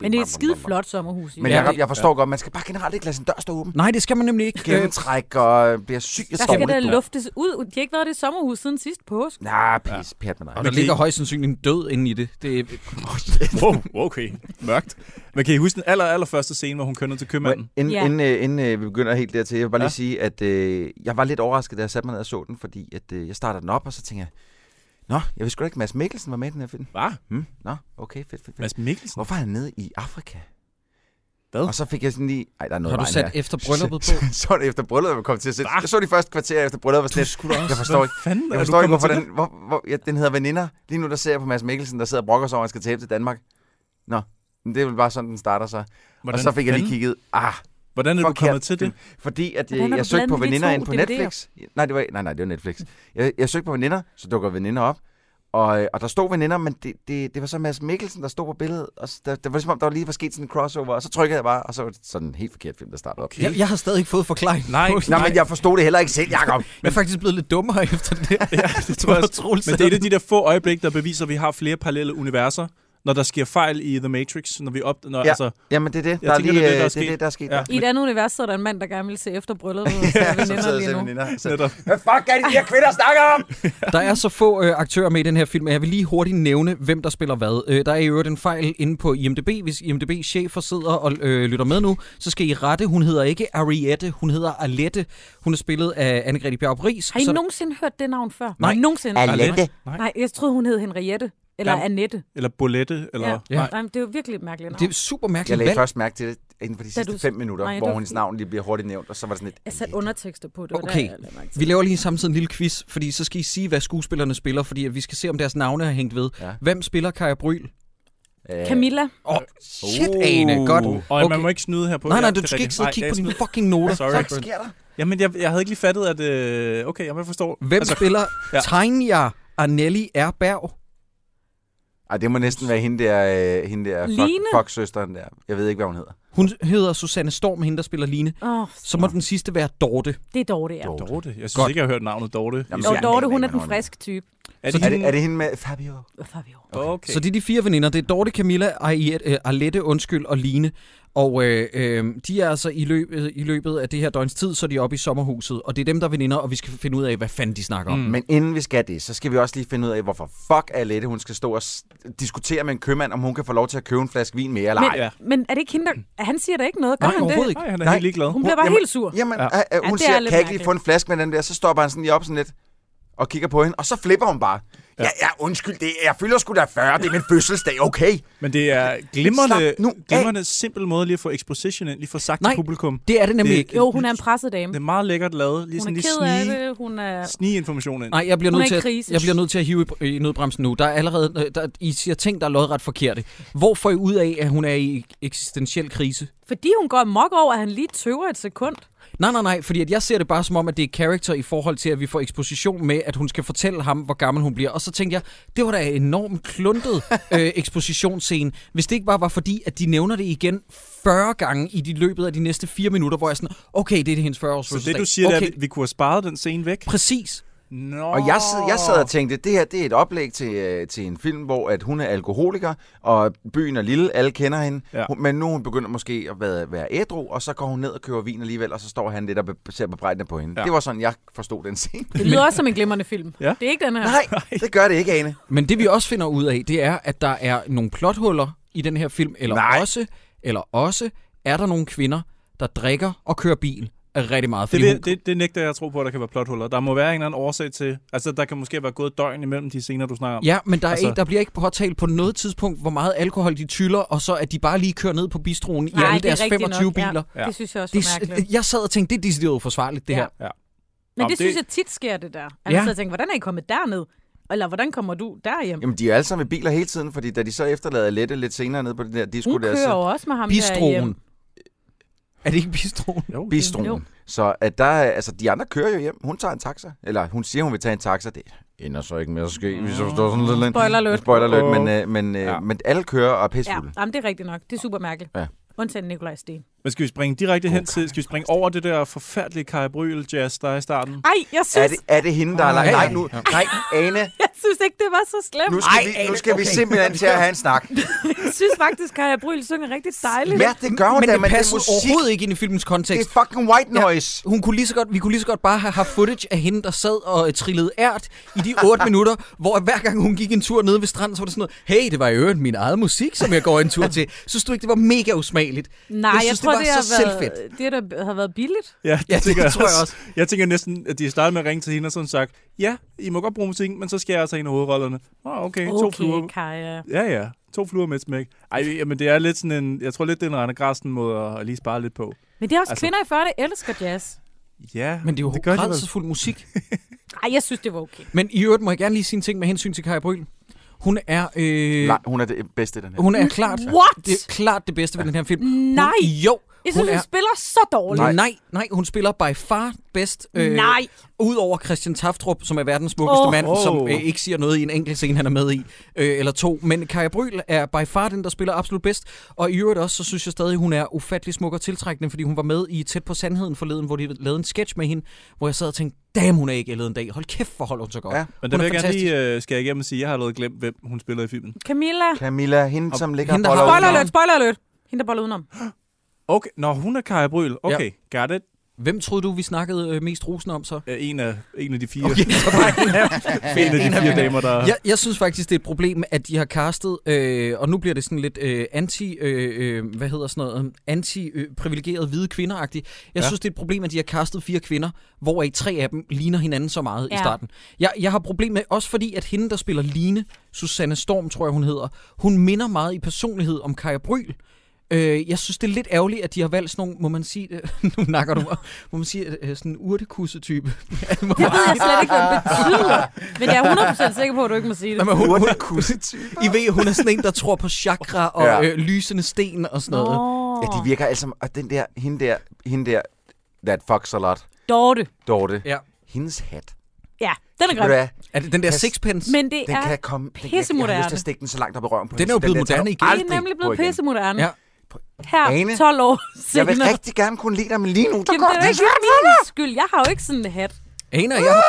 [SPEAKER 9] Men det er et skide flot sommerhus.
[SPEAKER 7] Men
[SPEAKER 9] ja.
[SPEAKER 7] Jacob, jeg forstår godt, man skal bare generelt ikke lade sin dør stå åben.
[SPEAKER 6] Nej, det skal man nemlig ikke. Øh,
[SPEAKER 7] Gennemtræk og øh, bliver syg og
[SPEAKER 9] Der skal
[SPEAKER 7] dårlig.
[SPEAKER 9] det luftes ud. De har ikke været i det sommerhus siden sidst påske.
[SPEAKER 7] Nej, pis, pjat med
[SPEAKER 6] og
[SPEAKER 7] dig.
[SPEAKER 6] der
[SPEAKER 8] Men det-
[SPEAKER 6] ligger højst sandsynligt en død inde i det. det er,
[SPEAKER 8] Wow, okay. Mørkt. Men kan I huske den aller, aller første scene, hvor hun kører ned til
[SPEAKER 7] Må jeg-
[SPEAKER 8] købmanden?
[SPEAKER 7] Inden, ja.
[SPEAKER 9] Ja.
[SPEAKER 7] inden, øh, inden øh, vi begynder helt dertil, jeg vil bare lige
[SPEAKER 8] Ja.
[SPEAKER 7] sige, at øh, jeg var lidt overrasket, da jeg satte mig ned og så den, fordi at, øh, jeg starter den op, og så tænker jeg, Nå, jeg vidste sgu da ikke, Mads Mikkelsen var med i den her film.
[SPEAKER 8] Hvad?
[SPEAKER 7] Hmm? Nå, okay, fedt, fedt, fedt.
[SPEAKER 8] Mads Mikkelsen?
[SPEAKER 7] Hvorfor er han nede i Afrika?
[SPEAKER 8] Hvad?
[SPEAKER 7] Og så fik jeg sådan lige... Ej, der er noget
[SPEAKER 6] har du
[SPEAKER 7] vejen
[SPEAKER 6] sat
[SPEAKER 7] her.
[SPEAKER 6] efter brylluppet
[SPEAKER 7] Så,
[SPEAKER 6] på?
[SPEAKER 7] så, så det efter brylluppet, jeg kom til at sætte.
[SPEAKER 8] Hva?
[SPEAKER 7] Jeg så de første kvarter efter brylluppet, var slet, jeg forstår
[SPEAKER 8] Hvad
[SPEAKER 7] ikke.
[SPEAKER 8] Fanden,
[SPEAKER 7] Jeg
[SPEAKER 8] er
[SPEAKER 7] forstår
[SPEAKER 8] du
[SPEAKER 7] ikke,
[SPEAKER 8] kommet
[SPEAKER 7] hvorfor
[SPEAKER 8] til
[SPEAKER 7] den, hvor, hvor, ja, den hedder Veninder. Lige nu der ser jeg på Mads Mikkelsen, der sidder og brokker sig over, at han skal tabe til Danmark. Nå, men det er vel bare sådan, den starter så.
[SPEAKER 8] det?
[SPEAKER 7] Hvordan og så fik jeg lige
[SPEAKER 8] fanden-
[SPEAKER 7] kigget. Ah,
[SPEAKER 8] Hvordan er du
[SPEAKER 7] Forkert
[SPEAKER 8] kommet til det?
[SPEAKER 7] Fordi at, øh,
[SPEAKER 9] Hvordan har
[SPEAKER 7] jeg
[SPEAKER 9] du
[SPEAKER 7] søgte på
[SPEAKER 9] blandet de
[SPEAKER 7] veninder
[SPEAKER 9] to
[SPEAKER 7] ind på
[SPEAKER 9] DVD'er?
[SPEAKER 7] Netflix. Nej, det var, nej, nej, det var Netflix. Jeg, jeg søgte på veninder, så dukker veninder op. Og, øh, og der stod veninder, men det, det, det var så Mads Mikkelsen, der stod på billedet. Og s- der, det var ligesom om, der var lige var sket sådan en crossover. Og så trykkede jeg bare, og så var det sådan en helt forkert film, der startede op. Okay.
[SPEAKER 6] Jeg, jeg har stadig ikke fået forklaring.
[SPEAKER 8] Nej,
[SPEAKER 7] Nej, men jeg forstod det heller ikke selv, Jacob.
[SPEAKER 6] Jeg er faktisk blevet lidt dummere efter det.
[SPEAKER 8] ja, det tror jeg. også. Men det er et af de der få øjeblik, der beviser, at vi har flere parallelle universer. Når der sker fejl i The Matrix, når vi op... Når,
[SPEAKER 7] Ja.
[SPEAKER 8] altså,
[SPEAKER 7] Jamen, det er det.
[SPEAKER 8] Jeg
[SPEAKER 7] Der er
[SPEAKER 8] tænker,
[SPEAKER 7] lige,
[SPEAKER 8] det er det,
[SPEAKER 7] øh,
[SPEAKER 8] der er
[SPEAKER 7] det, er
[SPEAKER 8] sket.
[SPEAKER 7] det, der er sket.
[SPEAKER 8] Ja.
[SPEAKER 7] der.
[SPEAKER 9] I et andet univers så er der en mand, der gerne vil se efter brylluppet. Og
[SPEAKER 7] Ja, så sidder
[SPEAKER 9] ja,
[SPEAKER 7] jeg til
[SPEAKER 9] lige nu.
[SPEAKER 7] veninder. Så,
[SPEAKER 8] netop.
[SPEAKER 7] Hvad fuck er det, de her kvinder snakker om?
[SPEAKER 6] Der er så få øh, aktører med i den her film, at jeg vil lige hurtigt nævne, hvem der spiller hvad. Øh, der er i øvrigt en fejl inde på IMDb. Hvis IMDb-chefer sidder og øh, lytter med nu, så skal I rette. Hun hedder ikke Ariette, hun hedder Alette. Hun er spillet af Anne-Grethe Bjarup Ries.
[SPEAKER 9] Har I
[SPEAKER 6] så-
[SPEAKER 9] nogensinde hørt det navn før?
[SPEAKER 6] Nej.
[SPEAKER 9] Nogensinde?
[SPEAKER 7] Alette.
[SPEAKER 9] Nej, jeg troede, hun hed Henriette. Eller
[SPEAKER 8] Ja.
[SPEAKER 9] Annette.
[SPEAKER 8] Eller Bolette, eller...
[SPEAKER 9] Ja.
[SPEAKER 8] Nej.
[SPEAKER 9] Nej, men det er jo virkelig et mærkeligt navn.
[SPEAKER 6] Det er super
[SPEAKER 7] Jeg
[SPEAKER 6] mærkeligt
[SPEAKER 7] lagde
[SPEAKER 6] valg.
[SPEAKER 7] først mærke til det inden for de sidste
[SPEAKER 9] du-
[SPEAKER 7] fem minutter,
[SPEAKER 9] Nej, Altså, det
[SPEAKER 7] hvor
[SPEAKER 9] var
[SPEAKER 7] hendes
[SPEAKER 9] fint.
[SPEAKER 7] navn lige bliver hurtigt nævnt, og så var det sådan lidt...
[SPEAKER 9] Jeg satte undertekster på, det var
[SPEAKER 6] Okay.
[SPEAKER 9] der, jeg lagde mærke til.
[SPEAKER 6] Vi laver lige samtidig en lille quiz, fordi så skal I sige, hvad skuespillerne spiller, fordi at vi skal se, om deres navne har hængt ved.
[SPEAKER 7] Ja.
[SPEAKER 6] Ja. Hvem spiller Kaja Bryl?
[SPEAKER 7] Øh, uh.
[SPEAKER 9] Camilla,
[SPEAKER 6] Åh, oh, shit, Ane. Godt.
[SPEAKER 8] Oh. Og
[SPEAKER 6] Okay.
[SPEAKER 8] man må ikke snyde her på.
[SPEAKER 6] Nej, nej,
[SPEAKER 8] Ja,
[SPEAKER 6] du
[SPEAKER 8] det er
[SPEAKER 6] skal ikke
[SPEAKER 8] rigtigt.
[SPEAKER 6] sidde og
[SPEAKER 8] Nej,
[SPEAKER 6] kigge
[SPEAKER 8] det
[SPEAKER 6] på
[SPEAKER 8] er
[SPEAKER 6] dine
[SPEAKER 8] sådan-
[SPEAKER 6] fucking noter.
[SPEAKER 8] Sorry.
[SPEAKER 7] Hvad sker der?
[SPEAKER 8] Jamen, jeg, jeg havde ikke lige fattet, at... Øh, okay, jamen, jeg forstår.
[SPEAKER 6] Hvem altså, spiller
[SPEAKER 8] ja.
[SPEAKER 6] ja. Tanja Arnelli R. Berg?
[SPEAKER 7] Ej, det må næsten være hende der, øh, hende der
[SPEAKER 9] Line?
[SPEAKER 7] fuck, søsteren der. Jeg ved ikke, hvad hun hedder.
[SPEAKER 6] Hun hedder Susanne Storm, hende der spiller Line.
[SPEAKER 9] oh,
[SPEAKER 6] Så må den sidste være Dorte.
[SPEAKER 9] det er Dorte, ja.
[SPEAKER 7] Dorte.
[SPEAKER 8] Dorte. Jeg synes
[SPEAKER 6] Godt.
[SPEAKER 8] ikke, jeg har hørt navnet Dorte.
[SPEAKER 7] Jamen,
[SPEAKER 8] Jamen,
[SPEAKER 9] Jo,
[SPEAKER 7] Jeg
[SPEAKER 9] Dorte,
[SPEAKER 7] aner ikke,
[SPEAKER 9] hun er den
[SPEAKER 7] hvad hun er.
[SPEAKER 9] friske type.
[SPEAKER 8] er
[SPEAKER 7] Er
[SPEAKER 8] det,
[SPEAKER 7] det, er det hende med Fabio?
[SPEAKER 9] Hvorfor er vi over?
[SPEAKER 8] Okay.
[SPEAKER 6] Så det er de fire veninder. Det er Dorte, Camilla, Ariette, øh, Arlette, undskyld, og Line. Og øh, øh, de er altså i løbet, i løbet af det her døgns tid, så er de oppe i sommerhuset, og det er dem, der er veninder, og vi skal finde ud af, hvad fanden de snakker om.
[SPEAKER 8] Mm.
[SPEAKER 7] Men inden vi skal det, så skal vi også lige finde ud af, hvorfor fuck Alette, hun skal stå og s- diskutere med en købmand, om hun kan få lov til at købe en flaske vin mere eller
[SPEAKER 9] Men-
[SPEAKER 7] ej.
[SPEAKER 8] Ja.
[SPEAKER 9] Men er det ikke hende, der... Han siger da ikke noget, gør
[SPEAKER 6] Nej,
[SPEAKER 9] han
[SPEAKER 6] overhovedet
[SPEAKER 9] det?
[SPEAKER 6] ikke.
[SPEAKER 8] Nej, han er
[SPEAKER 7] Nej.
[SPEAKER 8] helt ligeglad.
[SPEAKER 9] Hun bliver bare
[SPEAKER 7] Jamen-
[SPEAKER 9] helt sur.
[SPEAKER 7] Jamen,
[SPEAKER 8] Ja.
[SPEAKER 7] ja. øh, øh,
[SPEAKER 9] Ja,
[SPEAKER 7] hun
[SPEAKER 9] det
[SPEAKER 7] ja, siger,
[SPEAKER 9] er
[SPEAKER 7] kan
[SPEAKER 9] lidt
[SPEAKER 7] jeg ikke lige
[SPEAKER 9] mærkeligt.
[SPEAKER 7] få en flaske med den der? Så stopper han sådan lige op sådan lidt og kigger på hende, og så flipper hun bare. Ja, ja, undskyld, det, jeg fylder sgu da 40, det er min fødselsdag, okay?
[SPEAKER 8] Men det er glimrende,
[SPEAKER 7] Slap nu af.
[SPEAKER 8] glimrende simpel måde lige at få exposition ind, lige få sagt
[SPEAKER 6] Nej.
[SPEAKER 8] til publikum.
[SPEAKER 6] Det er det nemlig
[SPEAKER 8] Det-
[SPEAKER 6] ikke.
[SPEAKER 9] Jo, hun er en presset dame.
[SPEAKER 8] Det er meget lækkert lavet, lige
[SPEAKER 9] Hun er
[SPEAKER 8] sådan lige
[SPEAKER 9] ked af
[SPEAKER 8] snige,
[SPEAKER 9] det. Hun er...
[SPEAKER 8] snige information ind.
[SPEAKER 6] Nej, jeg bliver,
[SPEAKER 9] Hun er
[SPEAKER 6] nødt
[SPEAKER 9] i
[SPEAKER 6] til at,
[SPEAKER 9] krise.
[SPEAKER 6] jeg bliver nødt til at hive i br- i nødbremsen nu. Der er allerede, øh, der, I siger ting, der er lodret forkerte. Hvor får I ud af, at hun er i eksistentiel krise?
[SPEAKER 9] Fordi hun går mok over, at han lige tøver et sekund.
[SPEAKER 6] Nej, nej, nej, fordi at jeg ser det bare som om, at det er character i forhold til, at vi får eksposition med, at hun skal fortælle ham, hvor gammel hun bliver. Og så tænkte jeg, det var da en enormt kluntet øh, ekspositionsscene, hvis det ikke bare var fordi, at de nævner det igen 40 gange i de løbet af de næste 4 minutter, hvor jeg sådan, okay, det er det hendes 40 års
[SPEAKER 8] Så det, du siger, okay.
[SPEAKER 6] okay,
[SPEAKER 8] det er, at vi, vi kunne have sparet den scene væk?
[SPEAKER 6] Præcis.
[SPEAKER 8] Nå.
[SPEAKER 7] Og jeg, sad, jeg sad og tænkte, det her det er et oplæg til, øh, til en film, hvor at hun er alkoholiker, og byen er lille, alle kender hende.
[SPEAKER 8] Ja.
[SPEAKER 7] Ja. Hun, men nu er hun begynder måske at være, være ædru, og så går hun ned og køber vin alligevel, og så står han lidt og be- ser bebrejdende på hende.
[SPEAKER 8] Ja.
[SPEAKER 7] Ja. Det var sådan, jeg forstod den scene.
[SPEAKER 9] Det lyder også som en glimrende film.
[SPEAKER 8] Ja.
[SPEAKER 9] Det er ikke den her.
[SPEAKER 7] Nej, det gør det ikke, Ane.
[SPEAKER 6] Men det vi også finder ud af, det er, at der er nogle plothuller i den her film, eller
[SPEAKER 7] Nej.
[SPEAKER 6] også, eller også er der nogle kvinder, der drikker og kører bil rigtig meget.
[SPEAKER 8] Det,
[SPEAKER 6] Fordi hun,
[SPEAKER 8] det, det, det nægter jeg at tro på, at der kan være plothuller. Der må være en eller anden årsag til... Altså, der kan måske være gået et døgn imellem de scener, du snakker om.
[SPEAKER 6] Ja, men der, er
[SPEAKER 8] Altså-
[SPEAKER 6] altså... ikke, der bliver ikke påtalt på noget tidspunkt, hvor meget alkohol de tyller, og så at de bare lige kører ned på bistroen i alle
[SPEAKER 9] det er
[SPEAKER 6] deres
[SPEAKER 9] rigtigt
[SPEAKER 6] 25
[SPEAKER 9] nok.
[SPEAKER 6] biler.
[SPEAKER 9] Ja. Det synes jeg også
[SPEAKER 6] Det,
[SPEAKER 9] var mærkeligt.
[SPEAKER 6] er- jeg sad og tænkte, det er decideret uforsvarligt, det
[SPEAKER 9] Ja.
[SPEAKER 6] her.
[SPEAKER 9] Men
[SPEAKER 8] Nå,
[SPEAKER 9] det
[SPEAKER 8] det-
[SPEAKER 9] synes jeg tit sker, det der. At
[SPEAKER 6] Ja.
[SPEAKER 9] man sidder og tænker, hvordan er I kommet derned? Eller hvordan kommer du derhjem?
[SPEAKER 7] Jamen, de er alle sammen med biler hele tiden, fordi da de så efterlader Lette lidt senere ned på den der disco,
[SPEAKER 9] Hun
[SPEAKER 7] der,
[SPEAKER 9] kører jo
[SPEAKER 7] så
[SPEAKER 9] også med ham derhjem.
[SPEAKER 6] Bistroen. Er det ikke bistroen?
[SPEAKER 8] Jo.
[SPEAKER 7] bistroen.
[SPEAKER 9] Jo.
[SPEAKER 7] Så at der, er- altså, de andre kører jo hjem. Hun tager en taxa, eller hun siger, hun vil tage en taxa. Det ender så ikke med at ske, hvis jeg forstår sådan lidt.
[SPEAKER 9] Spoiler alert.
[SPEAKER 7] Spoiler alert,
[SPEAKER 8] Åh.
[SPEAKER 7] men, øh, men, øh,
[SPEAKER 8] Ja.
[SPEAKER 7] men alle kører og er
[SPEAKER 9] Ja,
[SPEAKER 7] pissefulde.
[SPEAKER 9] jamen, det er rigtigt nok. Det er super mærkeligt.
[SPEAKER 7] Ja.
[SPEAKER 9] Undtagen Nikolaj Sten.
[SPEAKER 8] Men skal vi springe direkte hen til... Skal vi springe over det der forfærdelige Kai Bryl jazz, der er i starten?
[SPEAKER 9] Ej, jeg
[SPEAKER 7] Er
[SPEAKER 9] synes,
[SPEAKER 7] det, er det hende, der har lagt...
[SPEAKER 6] Ja, ja,
[SPEAKER 7] Nej, nu, nej, Ane,
[SPEAKER 9] jeg synes ikke, det var så slemt.
[SPEAKER 7] nu skal, vi, nu skal vi simpelthen til at have en snak.
[SPEAKER 9] Jeg synes faktisk, at Bryl synger rigtig dejligt.
[SPEAKER 7] Ja, det gør hun
[SPEAKER 6] Men
[SPEAKER 7] da,
[SPEAKER 6] det
[SPEAKER 7] men det
[SPEAKER 6] passer
[SPEAKER 7] er musik.
[SPEAKER 6] overhovedet ikke ind i filmens
[SPEAKER 7] Det
[SPEAKER 6] kontekst.
[SPEAKER 7] er fucking white noise.
[SPEAKER 6] Hun kunne lige så godt, vi kunne lige så godt bare have haft footage af hende, der sad og øh, trillede ært i de 8 minutter, hvor hver gang hun gik en tur nede ved stranden, så var det sådan noget, hey, det var i øvrigt min eget musik, som jeg går en tur til. Synes du ikke, det var mega usmageligt?
[SPEAKER 9] Nej, jeg,
[SPEAKER 6] synes,
[SPEAKER 9] tror,
[SPEAKER 6] det var
[SPEAKER 9] det,
[SPEAKER 6] så
[SPEAKER 9] har
[SPEAKER 6] selvfedt.
[SPEAKER 9] været, det der har været billigt.
[SPEAKER 8] Ja,
[SPEAKER 6] Ja, det
[SPEAKER 8] tænker
[SPEAKER 6] tror jeg også.
[SPEAKER 8] Jeg tænker næsten, at de startede med at ringe til hende og sådan sagt, ja, I må godt bruge musikken, men så skal jeg altså en af hovedrollerne. Åh, oh, okay, to fluer.
[SPEAKER 9] Okay, Kaja.
[SPEAKER 8] Ja, ja. To fluer med et smæk. Ej, men det er lidt sådan en... Jeg tror lidt, det er en Rane Grasten måde at lige spare lidt på.
[SPEAKER 9] Men det er også
[SPEAKER 8] Altså-
[SPEAKER 9] altså, kvinder i 40, der elsker jazz.
[SPEAKER 8] Ja,
[SPEAKER 6] Men det er jo det
[SPEAKER 8] gør de vel.
[SPEAKER 6] rædselsfuld musik.
[SPEAKER 9] Ej, jeg synes, det var okay.
[SPEAKER 6] Men i øvrigt må jeg gerne lige sige en ting med hensyn til Kaja Bryl. Hun er, øh,
[SPEAKER 7] Nej, hun er det bedste, den her.
[SPEAKER 6] hun er klart,
[SPEAKER 9] What?
[SPEAKER 6] det, er klart det bedste ved den her film.
[SPEAKER 9] Nej.
[SPEAKER 6] Hun, jo,
[SPEAKER 9] Jeg
[SPEAKER 6] hun
[SPEAKER 9] synes, hun,
[SPEAKER 6] er...
[SPEAKER 9] hun spiller så dårligt.
[SPEAKER 6] Nej. nej, nej, hun spiller by far bedst. øh,
[SPEAKER 9] Nej.
[SPEAKER 6] Udover Christian Taftrup, som er verdens smukkeste
[SPEAKER 9] Åh.
[SPEAKER 6] mand, som
[SPEAKER 8] Åh.
[SPEAKER 6] øh, ikke siger noget i en enkelt scene, han er med i, øh, eller to. Men Kaja Bryl er by far den, der spiller absolut bedst. Og i øvrigt også, så synes jeg stadig, hun er ufattelig smuk og tiltrækkende, fordi hun var med i Tæt på Sandheden forleden, hvor de lavede en sketch med hende, hvor jeg sad og tænkte, damn, hun er ikke ældet en dag. Hold kæft, hvor holder hun så godt.
[SPEAKER 7] Ja,
[SPEAKER 8] Men der
[SPEAKER 6] Hun
[SPEAKER 8] vil
[SPEAKER 6] er
[SPEAKER 8] jeg gerne
[SPEAKER 6] fantastisk.
[SPEAKER 8] lige øh, skære igennem og sige, at jeg har allerede glemt, hvem hun spiller i filmen.
[SPEAKER 9] Camilla.
[SPEAKER 7] Camilla, hende, som ligger
[SPEAKER 6] hende, der
[SPEAKER 7] og
[SPEAKER 6] har-
[SPEAKER 7] boller
[SPEAKER 9] Spoiler
[SPEAKER 7] ud.
[SPEAKER 9] alert, spoiler alert. Hende, der boller udenom.
[SPEAKER 8] Okay, når hun er Kaja Bryl. Okay, ja. got it.
[SPEAKER 6] Hvem troede du, vi snakkede øh, mest rosen om så?
[SPEAKER 8] Øh, En af, en af de fire. Okay, en af de fire damer, der...
[SPEAKER 6] Jeg, jeg synes faktisk, det er et problem, at de har castet, øh, og nu bliver det sådan lidt øh, anti, øh, øh, hvad hedder sådan noget, øh, anti-privilegerede hvide kvinderagtigt. Jeg
[SPEAKER 8] Ja.
[SPEAKER 6] ja. synes, det er et problem, at de har castet fire kvinder, hvoraf tre af dem ligner hinanden så meget ja.
[SPEAKER 9] Ja.
[SPEAKER 6] i starten. Jeg, jeg har problem med, også fordi, at hende, der spiller Line, Susanne Storm, tror jeg, hun hedder, hun minder meget i personlighed om Kaja Bryl. Øh, jeg synes, det er lidt ærgerligt, at de har valgt sådan nogle, må man sige det, nu nakker du mig, må man sige, øh, sådan en urtekusse-type.
[SPEAKER 9] Det ved jeg slet ikke, hvad det betyder. Men jeg er 100% sikker på, at du ikke må sige det.
[SPEAKER 6] Jamen, hun, hun,
[SPEAKER 7] Urtekusse-type.
[SPEAKER 6] I ved, hun er sådan en, der tror på chakra og
[SPEAKER 7] Ja.
[SPEAKER 6] ja. øh, lysende sten og sådan noget.
[SPEAKER 9] Åh,
[SPEAKER 7] Ja, de virker alle sammen... Og den der, hende der, hende der, that fucks a lot,
[SPEAKER 9] Dorte.
[SPEAKER 7] Dorte.
[SPEAKER 6] Ja.
[SPEAKER 7] Hendes hat.
[SPEAKER 9] Ja, den er
[SPEAKER 7] Ved
[SPEAKER 9] grim.
[SPEAKER 7] du hvad?
[SPEAKER 6] Er det den der
[SPEAKER 7] Pas-
[SPEAKER 6] sixpence?
[SPEAKER 9] Men det
[SPEAKER 7] Den
[SPEAKER 9] er,
[SPEAKER 7] kan komme... Den, jeg, jeg har lyst til
[SPEAKER 9] pissemoderne.
[SPEAKER 7] at stikke den så langt op i røven på
[SPEAKER 6] Den er jo blevet moderne igen.
[SPEAKER 9] det er nemlig blevet pissemoderne.
[SPEAKER 6] Ja.
[SPEAKER 9] Her,
[SPEAKER 7] Ane,
[SPEAKER 9] 12 år
[SPEAKER 7] Jeg vil
[SPEAKER 9] senere.
[SPEAKER 7] rigtig gerne kunne lide dig, men lige nu, der
[SPEAKER 9] Jamen,
[SPEAKER 7] går
[SPEAKER 9] det er
[SPEAKER 7] det
[SPEAKER 9] jo ikke min skyld. Jeg har jo ikke sådan en hat.
[SPEAKER 6] Aner jeg?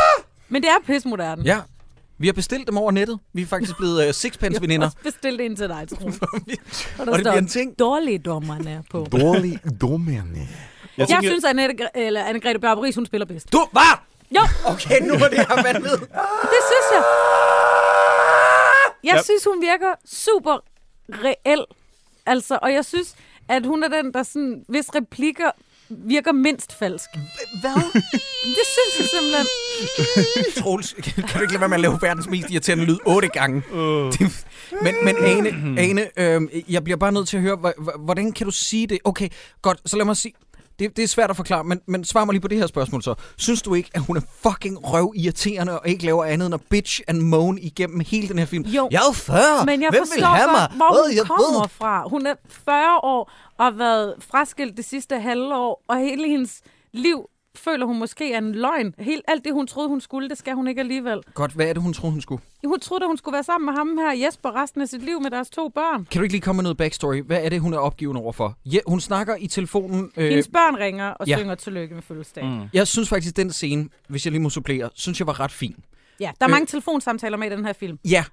[SPEAKER 9] Men det er pissemoderne.
[SPEAKER 6] Ja. Vi har bestilt dem over nettet. Vi er faktisk blevet uh, sixpence-veninder.
[SPEAKER 9] også bestilt en til dig, Troels. Og
[SPEAKER 6] Og
[SPEAKER 9] der
[SPEAKER 6] det bliver en
[SPEAKER 9] står
[SPEAKER 6] ting.
[SPEAKER 9] dårligdommerne på.
[SPEAKER 7] Dårlig dommerne.
[SPEAKER 9] Jeg, jeg synes, at Annette, Gre- eller Anne-Grethe Barberis, hun spiller bedst.
[SPEAKER 6] Du, hvad?
[SPEAKER 9] Jo,
[SPEAKER 6] Okay, nu var det her vanvittigt.
[SPEAKER 9] det synes jeg. Jeg
[SPEAKER 8] Ja.
[SPEAKER 9] synes, hun virker super reel. Altså, og jeg synes, at hun er den, der sådan, hvis replikker virker mindst falsk.
[SPEAKER 6] Hvad?
[SPEAKER 9] Det synes jeg simpelthen.
[SPEAKER 6] Troels, kan du ikke lade være med at lave verdens mest irriterende lyd otte gange? Det- men, men Ane, Ane øh, jeg bliver bare nødt til at høre, hv- hv- hvordan kan du sige det? Okay, godt, så lad mig sige... Det, det er svært at forklare, men, men svar mig lige på det her spørgsmål så. Synes du ikke, at hun er fucking røvirriterende og ikke laver andet end at bitch and moan igennem hele den her film?
[SPEAKER 9] Jo.
[SPEAKER 6] Jeg er jo 40!
[SPEAKER 9] Men jeg
[SPEAKER 6] Hvem vil
[SPEAKER 9] forstår
[SPEAKER 6] have
[SPEAKER 9] godt,
[SPEAKER 6] mig?
[SPEAKER 9] hvor hun
[SPEAKER 6] jeg
[SPEAKER 9] kommer
[SPEAKER 6] ved.
[SPEAKER 9] fra. Hun er 40 år og har været fraskilt det sidste halve år, og hele hendes liv føler hun måske er en løgn. Helt alt det, hun troede, hun skulle, det skal hun ikke alligevel.
[SPEAKER 6] Godt, hvad er det, hun troede, hun skulle?
[SPEAKER 9] Hun troede, at hun skulle være sammen med ham her, Jesper, resten af sit liv med deres to børn.
[SPEAKER 6] Kan du ikke lige komme med noget backstory? Hvad er det, hun er opgiven overfor? Ja, hun snakker i telefonen... øh,
[SPEAKER 9] Hendes børn ringer og
[SPEAKER 6] ja.
[SPEAKER 9] ja. synger tillykke med fødselsdagen. Mm.
[SPEAKER 6] Jeg synes faktisk, den scene, hvis jeg lige må supplere, synes jeg var ret fin.
[SPEAKER 9] Ja, der er
[SPEAKER 6] Øh.
[SPEAKER 9] mange telefonsamtaler med i den her film.
[SPEAKER 6] Ja,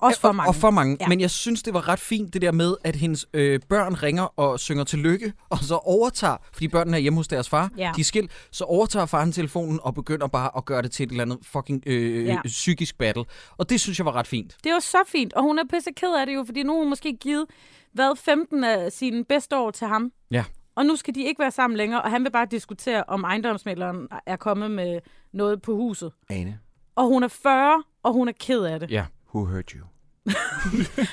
[SPEAKER 9] Også for
[SPEAKER 6] og,
[SPEAKER 9] mange.
[SPEAKER 6] Og for mange. Ja.
[SPEAKER 9] Ja.
[SPEAKER 6] Men jeg synes, det var ret fint, det der med, at hendes øh, børn ringer og synger tillykke, og så overtager, fordi børnene er hjemme hos deres far,
[SPEAKER 9] Ja.
[SPEAKER 6] de er skilt, så overtager faren telefonen og begynder bare at gøre det til et eller andet fucking øh, ja.
[SPEAKER 9] Ja.
[SPEAKER 6] psykisk battle. Og det synes jeg var ret fint.
[SPEAKER 9] Det er jo så fint, og hun er pisse ked af det jo, fordi nu har hun måske givet, hvad, 15 af sine bedste år til ham.
[SPEAKER 6] Ja.
[SPEAKER 9] Og nu skal de ikke være sammen længere, og han vil bare diskutere, om ejendomsmælderen er kommet med noget på huset.
[SPEAKER 7] Ane,
[SPEAKER 9] Og hun er 40, og hun er ked af det.
[SPEAKER 6] Ja.
[SPEAKER 7] who hurt you?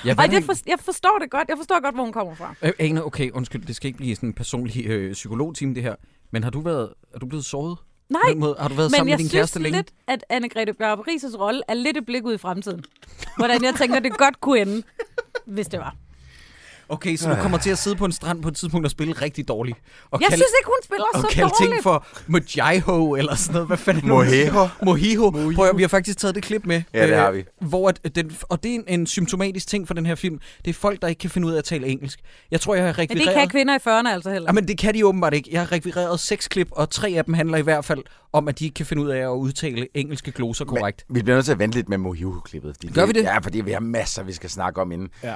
[SPEAKER 6] Ja,
[SPEAKER 9] Og det for, jeg forstår det godt. Jeg forstår godt, hvor hun kommer fra.
[SPEAKER 6] Øh, Ane, okay, undskyld, det skal ikke blive sådan en personlig øh, psykologtime, det her. Men har du været, er du blevet såret? På den
[SPEAKER 9] Nej,
[SPEAKER 6] måde, har du været
[SPEAKER 9] men
[SPEAKER 6] sammen med
[SPEAKER 9] jeg
[SPEAKER 6] din
[SPEAKER 9] synes
[SPEAKER 6] kæreste længe?
[SPEAKER 9] lidt, at Anne-Grethe Bjarup Rises rolle er lidt et blik ud i fremtiden. Hvordan jeg tænker, det godt kunne ende, hvis det var.
[SPEAKER 6] Okay,
[SPEAKER 8] Øh.
[SPEAKER 6] så du kommer til at sidde på en strand på et tidspunkt og spille rigtig dårligt. Og
[SPEAKER 9] Jeg
[SPEAKER 6] kalde-
[SPEAKER 9] synes ikke, hun spiller
[SPEAKER 6] og
[SPEAKER 9] så
[SPEAKER 6] kalde ting
[SPEAKER 9] dårligt.
[SPEAKER 6] for Mojiho eller sådan noget. Hvad fanden?
[SPEAKER 7] Mojiho.
[SPEAKER 6] Mojiho. Prøv at, høre, vi har faktisk taget det klip med.
[SPEAKER 7] Ja, det har vi.
[SPEAKER 6] Øh, hvor at den, og det er en, en symptomatisk ting for den her film. Det er folk, der ikke kan finde ud af at tale engelsk. Jeg tror, jeg har
[SPEAKER 9] Men
[SPEAKER 6] rekvireret...
[SPEAKER 9] det kan kvinder i 40'erne altså heller.
[SPEAKER 6] Ja, men det kan de åbenbart ikke. Jeg har rekvireret seks klip, og tre af dem handler i hvert fald om, at de ikke kan finde ud af at udtale engelske gloser korrekt.
[SPEAKER 7] Vi bliver nødt til at vente lidt med Mohihu-klippet. fordi
[SPEAKER 6] Gør vi det?
[SPEAKER 7] Ja, fordi vi har masser, vi skal snakke om inden.
[SPEAKER 8] Ja.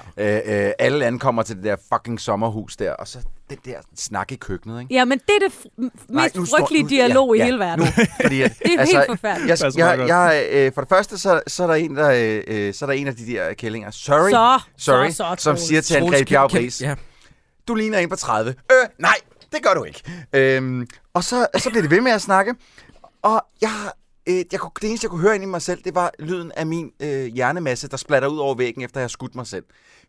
[SPEAKER 7] Øh, øh, alle ankommer til det der fucking sommerhus der, og så den der snak i køkkenet, ikke?
[SPEAKER 9] Ja, men det er det f- m- mest
[SPEAKER 7] nu står-
[SPEAKER 9] frygtelige
[SPEAKER 7] nu-
[SPEAKER 9] dialog
[SPEAKER 7] ja,
[SPEAKER 9] i
[SPEAKER 7] ja,
[SPEAKER 9] hele verden.
[SPEAKER 7] Nu, fordi, at, altså,
[SPEAKER 9] Det er helt forfærdeligt.
[SPEAKER 7] Jeg,
[SPEAKER 8] Passer
[SPEAKER 7] jeg,
[SPEAKER 8] meget
[SPEAKER 7] jeg,
[SPEAKER 8] godt.
[SPEAKER 7] øh, for det første, så, så, er der en, der, øh, øh, så er der en af de der kællinger, sorry,
[SPEAKER 9] Så,
[SPEAKER 7] sorry
[SPEAKER 9] så, så,
[SPEAKER 7] som
[SPEAKER 9] Troels.
[SPEAKER 7] siger til
[SPEAKER 6] Troels,
[SPEAKER 7] Angreb
[SPEAKER 6] kan-
[SPEAKER 7] Bjerg
[SPEAKER 6] kan-
[SPEAKER 7] Ries,
[SPEAKER 6] Ja.
[SPEAKER 7] du ligner en på 30. Øh, nej, det gør du ikke. Øhm, og så, så bliver det ved med at snakke. Og jeg, øh, jeg kunne, det eneste, jeg kunne høre ind i mig selv, det var lyden af min øh, hjernemasse, der splatter ud over væggen, efter jeg har skudt mig selv.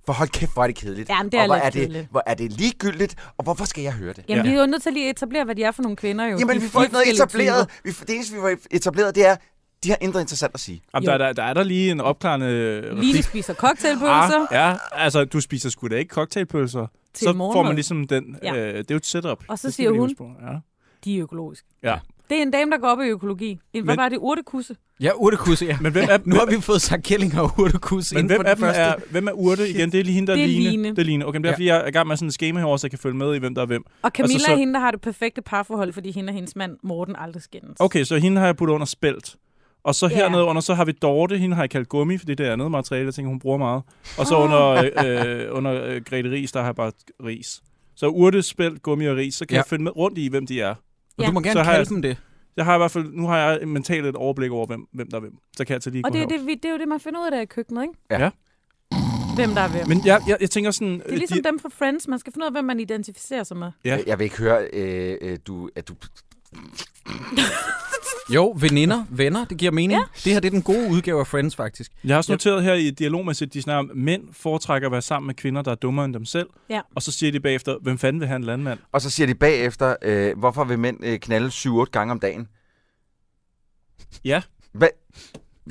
[SPEAKER 7] For hold kæft, hvor er det kedeligt.
[SPEAKER 9] Jamen, det er
[SPEAKER 7] og hvor
[SPEAKER 9] lidt
[SPEAKER 7] er det,
[SPEAKER 9] kedeligt.
[SPEAKER 7] hvor er det ligegyldigt, og hvorfor skal jeg høre det?
[SPEAKER 9] Jamen,
[SPEAKER 8] Ja.
[SPEAKER 9] vi er jo nødt til at lige at etablere, hvad de er for nogle kvinder jo.
[SPEAKER 7] Jamen,
[SPEAKER 9] De
[SPEAKER 7] vi får ikke noget
[SPEAKER 9] forskellige
[SPEAKER 7] etableret.
[SPEAKER 9] typer.
[SPEAKER 7] Vi, får- det eneste, vi får etableret, det er, de har intet interessant at sige.
[SPEAKER 8] Jamen, der, er- der, der er der lige en opklarende øh,
[SPEAKER 9] Line
[SPEAKER 8] replik.
[SPEAKER 9] spiser cocktailpølser. Ah.
[SPEAKER 8] ja, altså, du spiser sgu da ikke cocktailpølser.
[SPEAKER 9] Til
[SPEAKER 8] så
[SPEAKER 9] morgenmad.
[SPEAKER 8] får man ligesom den,
[SPEAKER 9] Ja.
[SPEAKER 8] ja. øh, det er jo et setup.
[SPEAKER 9] Og så
[SPEAKER 8] Det skal
[SPEAKER 9] siger
[SPEAKER 8] vi lige
[SPEAKER 9] hun-
[SPEAKER 8] huske på, Ja.
[SPEAKER 9] De er økologiske.
[SPEAKER 8] ja.
[SPEAKER 9] Det er en dame, der går op i økologi. En, hvad
[SPEAKER 8] Men-
[SPEAKER 9] var det? Urtekusse?
[SPEAKER 6] Ja, urtekusse, ja.
[SPEAKER 8] Men hvem er,
[SPEAKER 6] Nu har vi fået sagt kællinger og urtekusse
[SPEAKER 8] Men
[SPEAKER 6] inden
[SPEAKER 8] hvem
[SPEAKER 6] for
[SPEAKER 8] af,
[SPEAKER 6] den
[SPEAKER 8] dem
[SPEAKER 6] første.
[SPEAKER 8] er, hvem er urte igen? Det er lige hende, der
[SPEAKER 9] Det er
[SPEAKER 8] Line.
[SPEAKER 9] Line.
[SPEAKER 8] Det er Line. Okay, men det er,
[SPEAKER 6] Ja.
[SPEAKER 8] fordi jeg er i gang med sådan et schema herovre, så jeg kan følge med i, hvem der er hvem.
[SPEAKER 9] Og Camilla altså,
[SPEAKER 8] så-
[SPEAKER 9] er hende, der har det perfekte parforhold, fordi hende og hendes mand Morten aldrig skændes.
[SPEAKER 8] Okay, så hende har jeg puttet under spelt. Og så
[SPEAKER 9] Ja.
[SPEAKER 8] hernede under, så har vi Dorte. Hende har jeg kaldt gummi, fordi det er andet materiale, jeg tænker, hun bruger meget. Og
[SPEAKER 9] Ah.
[SPEAKER 8] så under, øh, øh, under øh, Grete Ris, der har jeg bare ris. Så urte, spelt, gummi og ris, så kan
[SPEAKER 6] Ja.
[SPEAKER 8] ja. jeg følge med rundt i, hvem de er.
[SPEAKER 6] Og Du må gerne
[SPEAKER 8] Så har jeg-
[SPEAKER 6] kalde dem det.
[SPEAKER 8] Jeg har i hvert fald, nu har jeg mentalt et overblik over, hvem, hvem der er hvem. Så kan jeg til lige
[SPEAKER 9] Og
[SPEAKER 8] gå
[SPEAKER 9] det er,
[SPEAKER 8] herop.
[SPEAKER 9] det, vi, det er jo det, man finder ud af i køkkenet, ikke?
[SPEAKER 7] Ja.
[SPEAKER 9] Hvem der er hvem.
[SPEAKER 8] Men jeg, jeg, jeg tænker sådan... øh,
[SPEAKER 9] Det er ligesom dem fra Friends. Man skal finde ud af, hvem man identificerer sig med.
[SPEAKER 8] Ja.
[SPEAKER 7] Jeg, jeg vil ikke høre, øh, øh, du, at du...
[SPEAKER 6] Jo, veninder, venner, det giver mening. Ja. Det her det er den gode udgave af Friends, faktisk.
[SPEAKER 8] Jeg har også noteret her i dialogmæssigt, at de snakker om, at mænd foretrækker at være sammen med kvinder, der er dummere end dem selv.
[SPEAKER 9] Ja.
[SPEAKER 8] Og så siger de bagefter, hvem fanden vil have en landmand?
[SPEAKER 7] Og så siger de bagefter, øh, hvorfor vil mænd øh, knalde 7-8 gange om dagen?
[SPEAKER 8] Ja.
[SPEAKER 7] Hvad?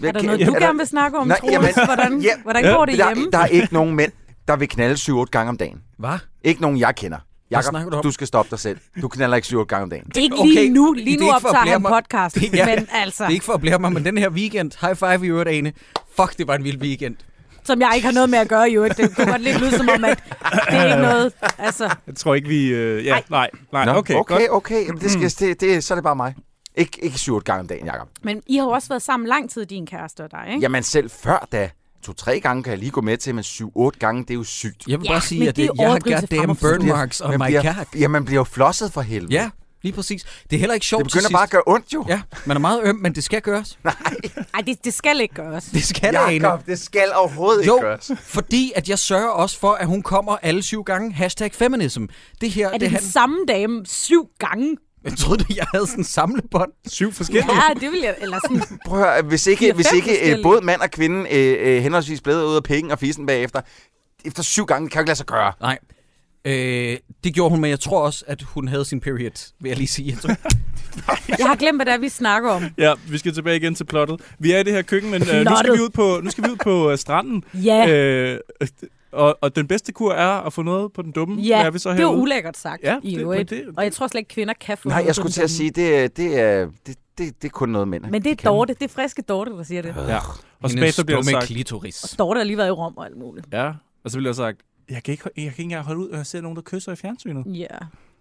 [SPEAKER 9] Er der noget, du
[SPEAKER 8] Jamen, er
[SPEAKER 9] gerne vil snakke om,
[SPEAKER 7] Nej,
[SPEAKER 9] Troels?
[SPEAKER 7] jamen-
[SPEAKER 9] Hvordan,
[SPEAKER 7] Ja,
[SPEAKER 9] hvordan
[SPEAKER 8] ja,
[SPEAKER 9] går det
[SPEAKER 7] der,
[SPEAKER 9] hjemme?
[SPEAKER 7] der er ikke nogen mænd, der vil knalde 7-8 gange om dagen.
[SPEAKER 6] Hvad?
[SPEAKER 7] Ikke nogen, jeg kender.
[SPEAKER 6] snakker du
[SPEAKER 7] Jakob,
[SPEAKER 6] om?
[SPEAKER 7] du skal stoppe dig selv. Du knaller ikke 7-8 gange om dagen.
[SPEAKER 9] Ikke
[SPEAKER 6] Okay,
[SPEAKER 9] lige nu.
[SPEAKER 6] det er
[SPEAKER 9] Lige
[SPEAKER 6] ikke
[SPEAKER 9] nu
[SPEAKER 6] for at
[SPEAKER 9] optager
[SPEAKER 6] blære
[SPEAKER 9] han
[SPEAKER 6] mig.
[SPEAKER 9] podcast.
[SPEAKER 6] Det- ja.
[SPEAKER 9] Men altså,
[SPEAKER 6] Det er ikke for at blære mig, men den her weekend, high five i øvrigt, Ane. Fuck, det var en vild weekend.
[SPEAKER 9] som jeg ikke har noget med at gøre i øvrigt. Det kunne godt lidt lyde som om, at det er ikke noget. Altså,
[SPEAKER 8] Jeg tror ikke, vi... Øh, ja, nej, nej,
[SPEAKER 7] Nå,
[SPEAKER 8] okay,
[SPEAKER 7] okay,
[SPEAKER 8] godt.
[SPEAKER 6] Mm.
[SPEAKER 7] okay. Jamen, det skal, det, det, så er det bare mig. Ikke, ikke syv otte gange om dagen, Jacob.
[SPEAKER 9] Men I har jo også været sammen lang tid, din kæreste og dig, ikke?
[SPEAKER 7] Jamen selv før da, to-tre gange kan jeg lige gå med til, men syv-otte gange, det er jo sygt.
[SPEAKER 6] Jeg vil
[SPEAKER 9] Ja,
[SPEAKER 6] bare sige,
[SPEAKER 9] men
[SPEAKER 6] at
[SPEAKER 9] det er
[SPEAKER 6] det, jeg har
[SPEAKER 9] overdrivelse frem
[SPEAKER 6] goddamn
[SPEAKER 9] og tilbage.
[SPEAKER 6] burn marks on
[SPEAKER 7] man,
[SPEAKER 6] my
[SPEAKER 7] bliver,
[SPEAKER 6] cat.
[SPEAKER 7] ja, man bliver jo flosset for helvede.
[SPEAKER 6] Ja, lige præcis. Det er heller ikke sjovt
[SPEAKER 7] Det begynder
[SPEAKER 6] til
[SPEAKER 7] bare at
[SPEAKER 6] sidst.
[SPEAKER 7] gøre ondt jo.
[SPEAKER 6] Ja, man er meget øm, men det skal gøres.
[SPEAKER 9] Ej, det, det skal ikke gøres.
[SPEAKER 6] Det skal det, Ane.
[SPEAKER 7] Jakob, det skal overhovedet ikke
[SPEAKER 6] Jo,
[SPEAKER 7] gøres.
[SPEAKER 6] fordi at jeg sørger også for, at hun kommer alle syv gange. Hashtag feminism. Det her,
[SPEAKER 9] Er det,
[SPEAKER 6] det
[SPEAKER 9] den
[SPEAKER 6] han...
[SPEAKER 9] samme dame syv gange?
[SPEAKER 6] Jeg troede, jeg havde sådan en samlebånd.
[SPEAKER 8] Syv forskellige.
[SPEAKER 9] Ja, det vil jeg... Eller sådan,
[SPEAKER 7] Prøv at høre, hvis ikke,
[SPEAKER 9] Fire,
[SPEAKER 7] hvis
[SPEAKER 9] fem
[SPEAKER 7] ikke øh,
[SPEAKER 9] forskellige.
[SPEAKER 7] både mand og kvinde øh, øh, henholdsvis blæder ud af penge og fissen bagefter, efter syv gange, det kan jo ikke lade sig gøre.
[SPEAKER 6] Nej. Øh, det gjorde hun, men jeg tror også, at hun havde sin period, vil jeg lige sige. Jeg tror,
[SPEAKER 9] jeg har glemt, hvad det er, vi snakker om.
[SPEAKER 8] Ja, vi skal tilbage igen til plottet. Vi er i det her køkken, men øh, nu skal
[SPEAKER 9] Plottet.
[SPEAKER 8] vi ud på, nu skal vi ud på øh, stranden.
[SPEAKER 9] Ja, øh,
[SPEAKER 8] Øh, og, og den bedste kur er at få noget på den dumme.
[SPEAKER 9] ja
[SPEAKER 8] Hvad er vi så
[SPEAKER 9] det var
[SPEAKER 8] herude?
[SPEAKER 9] ulækkert sagt
[SPEAKER 8] Ja,
[SPEAKER 9] ja, i
[SPEAKER 8] det-
[SPEAKER 9] øvrigt.
[SPEAKER 8] men det-
[SPEAKER 9] Og jeg tror slet ikke, kvinder kan få
[SPEAKER 7] Nej,
[SPEAKER 9] noget
[SPEAKER 7] jeg
[SPEAKER 9] på
[SPEAKER 7] skulle
[SPEAKER 9] den
[SPEAKER 7] til at
[SPEAKER 9] samme.
[SPEAKER 7] sige, det, er- det, er, det, det, det er kun noget mænd.
[SPEAKER 9] Men det er Dorte, det er friske Dorte, der siger det.
[SPEAKER 8] Ja. Og
[SPEAKER 6] hendes
[SPEAKER 8] spacer bliver
[SPEAKER 6] dumme
[SPEAKER 8] sagt.
[SPEAKER 6] klitoris.
[SPEAKER 9] Dorte har lige været i Rom og alt muligt.
[SPEAKER 8] Ja. Og så bliver der sagt, jeg kan, ikke, jeg kan ikke engang holde ud, når jeg ser nogen, der kysser i fjernsynet.
[SPEAKER 9] Ja.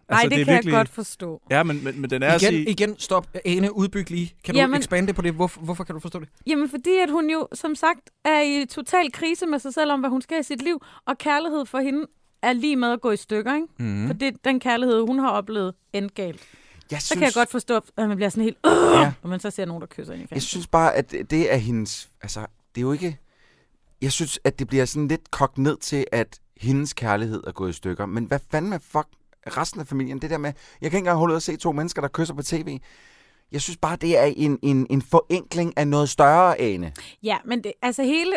[SPEAKER 9] Nej, det,
[SPEAKER 8] Altså, det er
[SPEAKER 9] det kan
[SPEAKER 8] virkelig-
[SPEAKER 9] jeg godt forstå.
[SPEAKER 8] Ja, men, men, men den er at
[SPEAKER 6] Igen,
[SPEAKER 8] sige...
[SPEAKER 6] igen, stop. Ane, udbyg lige. Kan du
[SPEAKER 9] Jamen-
[SPEAKER 6] ekspande på det? Hvorfor, hvorfor kan du forstå det?
[SPEAKER 9] Jamen, fordi at hun jo, som sagt, er i total krise med sig selv om, hvad hun skal i sit liv. Og kærlighed for hende er lige med at gå i stykker, ikke?
[SPEAKER 8] Mhm.
[SPEAKER 9] Mm. For det, den kærlighed, hun har oplevet, endte galt.
[SPEAKER 7] jeg
[SPEAKER 9] Så kan jeg godt forstå, at man bliver sådan helt... Øh, ja. Og man så ser nogen, der kysser ind i
[SPEAKER 7] Jeg
[SPEAKER 9] fanden.
[SPEAKER 7] synes bare, at det er hendes... Altså, det er jo ikke... Jeg synes, at det bliver sådan lidt kogt ned til, at hendes kærlighed er gået i stykker. Men hvad fanden med fuck resten af familien? Det der med, jeg kan ikke engang holde ud at se to mennesker, der kysser på tv. Jeg synes bare, det er en, en, en forenkling af noget større, Ane.
[SPEAKER 9] Ja, men det, altså hele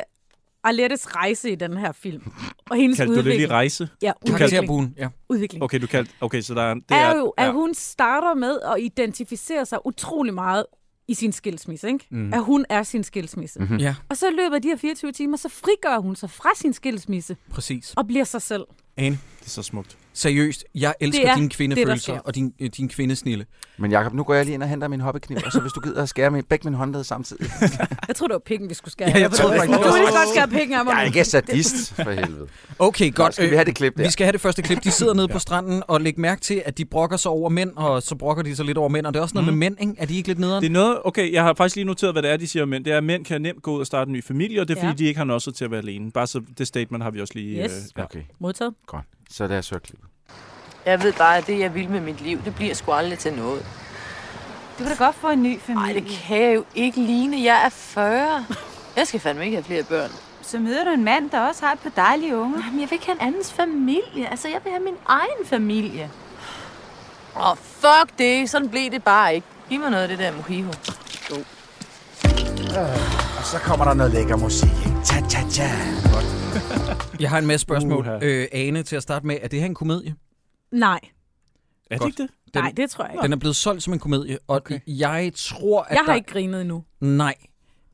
[SPEAKER 9] Arlettes rejse i den her film, og hendes
[SPEAKER 8] Kaldte du det
[SPEAKER 9] udvikling...
[SPEAKER 8] lige rejse?
[SPEAKER 9] Ja, udvikling.
[SPEAKER 6] Karakterbuen, ja.
[SPEAKER 9] udvikling.
[SPEAKER 8] Okay, du kaldte... Okay, så der er... Det
[SPEAKER 9] er jo, at
[SPEAKER 8] ja.
[SPEAKER 9] hun starter med at identificere sig utrolig meget i sin skilsmisse, ikke?
[SPEAKER 8] Mhm.
[SPEAKER 9] Mm. At hun er sin skilsmisse. Mm-hmm.
[SPEAKER 6] Ja,
[SPEAKER 9] Og så i løbet af de her 24 timer, så frigør hun sig fra sin skilsmisse
[SPEAKER 6] præcis.
[SPEAKER 9] og bliver sig selv.
[SPEAKER 6] Ane,
[SPEAKER 8] Det er så smukt.
[SPEAKER 6] seriøst, jeg
[SPEAKER 9] Det
[SPEAKER 6] elsker
[SPEAKER 9] er
[SPEAKER 6] dine
[SPEAKER 9] det, der sker.
[SPEAKER 6] kvindefølelser og din, øh, din kvindesnille.
[SPEAKER 7] Men Jakob, nu går jeg lige ind og henter min hobbykniv, og så hvis du gider at skære min, begge mine håndled samtidig.
[SPEAKER 9] Jeg tror, det var pikken, vi skulle skære.
[SPEAKER 6] Ja, jeg
[SPEAKER 9] af.
[SPEAKER 6] troede faktisk
[SPEAKER 9] Du vil
[SPEAKER 6] også.
[SPEAKER 9] lige godt skære pikken af mig.
[SPEAKER 7] Jeg er ikke sadist, for helvede.
[SPEAKER 6] Okay, godt.
[SPEAKER 7] skal vi
[SPEAKER 6] Øh,
[SPEAKER 7] have det klip der?
[SPEAKER 6] Vi skal have det første klip. De sidder nede på stranden og lægger mærke til, at de brokker sig over mænd, og så brokker de sig lidt over mænd. Og det er også noget med mænd, ikke? Er de ikke lidt nederen?
[SPEAKER 8] Det er noget... Okay, jeg har faktisk lige noteret, hvad det er, de siger om mænd. Det er, at mænd kan nemt gå ud og starte en ny familie, og det er, fordi
[SPEAKER 9] Ja.
[SPEAKER 8] de ikke har noget til at være alene. Bare så det statement har vi også lige... øh,
[SPEAKER 9] Yes.
[SPEAKER 8] ja.
[SPEAKER 7] Okay,
[SPEAKER 9] Modtaget.
[SPEAKER 7] godt. Så lad os høre klippet.
[SPEAKER 5] Jeg ved bare, at det, jeg vil med mit liv, det bliver sgu aldrig til noget.
[SPEAKER 10] Du kan da godt få en ny familie.
[SPEAKER 5] Nej, det kan jeg jo ikke ligne. Jeg er 40. Jeg skal fandme ikke have flere børn.
[SPEAKER 10] Så møder du en mand, der også har et par dejlige unger.
[SPEAKER 11] Jamen, jeg vil ikke have en andens familie. Altså, jeg vil have min egen familie.
[SPEAKER 5] Åh, fuck det. Sådan blev det bare ikke. Giv mig noget af det der mojito.
[SPEAKER 7] Og så kommer der noget lækker musik. Ta, ta, ta.
[SPEAKER 6] Jeg har en masse spørgsmål.
[SPEAKER 8] Uha.
[SPEAKER 6] Øh, Ane, til at starte med, er det her en komedie?
[SPEAKER 9] Nej,
[SPEAKER 8] Er det
[SPEAKER 6] Godt.
[SPEAKER 8] ikke det?
[SPEAKER 9] nej, det tror jeg ikke.
[SPEAKER 6] Den er blevet solgt som en komedie, og okay. jeg tror, at
[SPEAKER 9] Jeg har
[SPEAKER 6] der...
[SPEAKER 9] ikke grinet endnu.
[SPEAKER 6] Nej.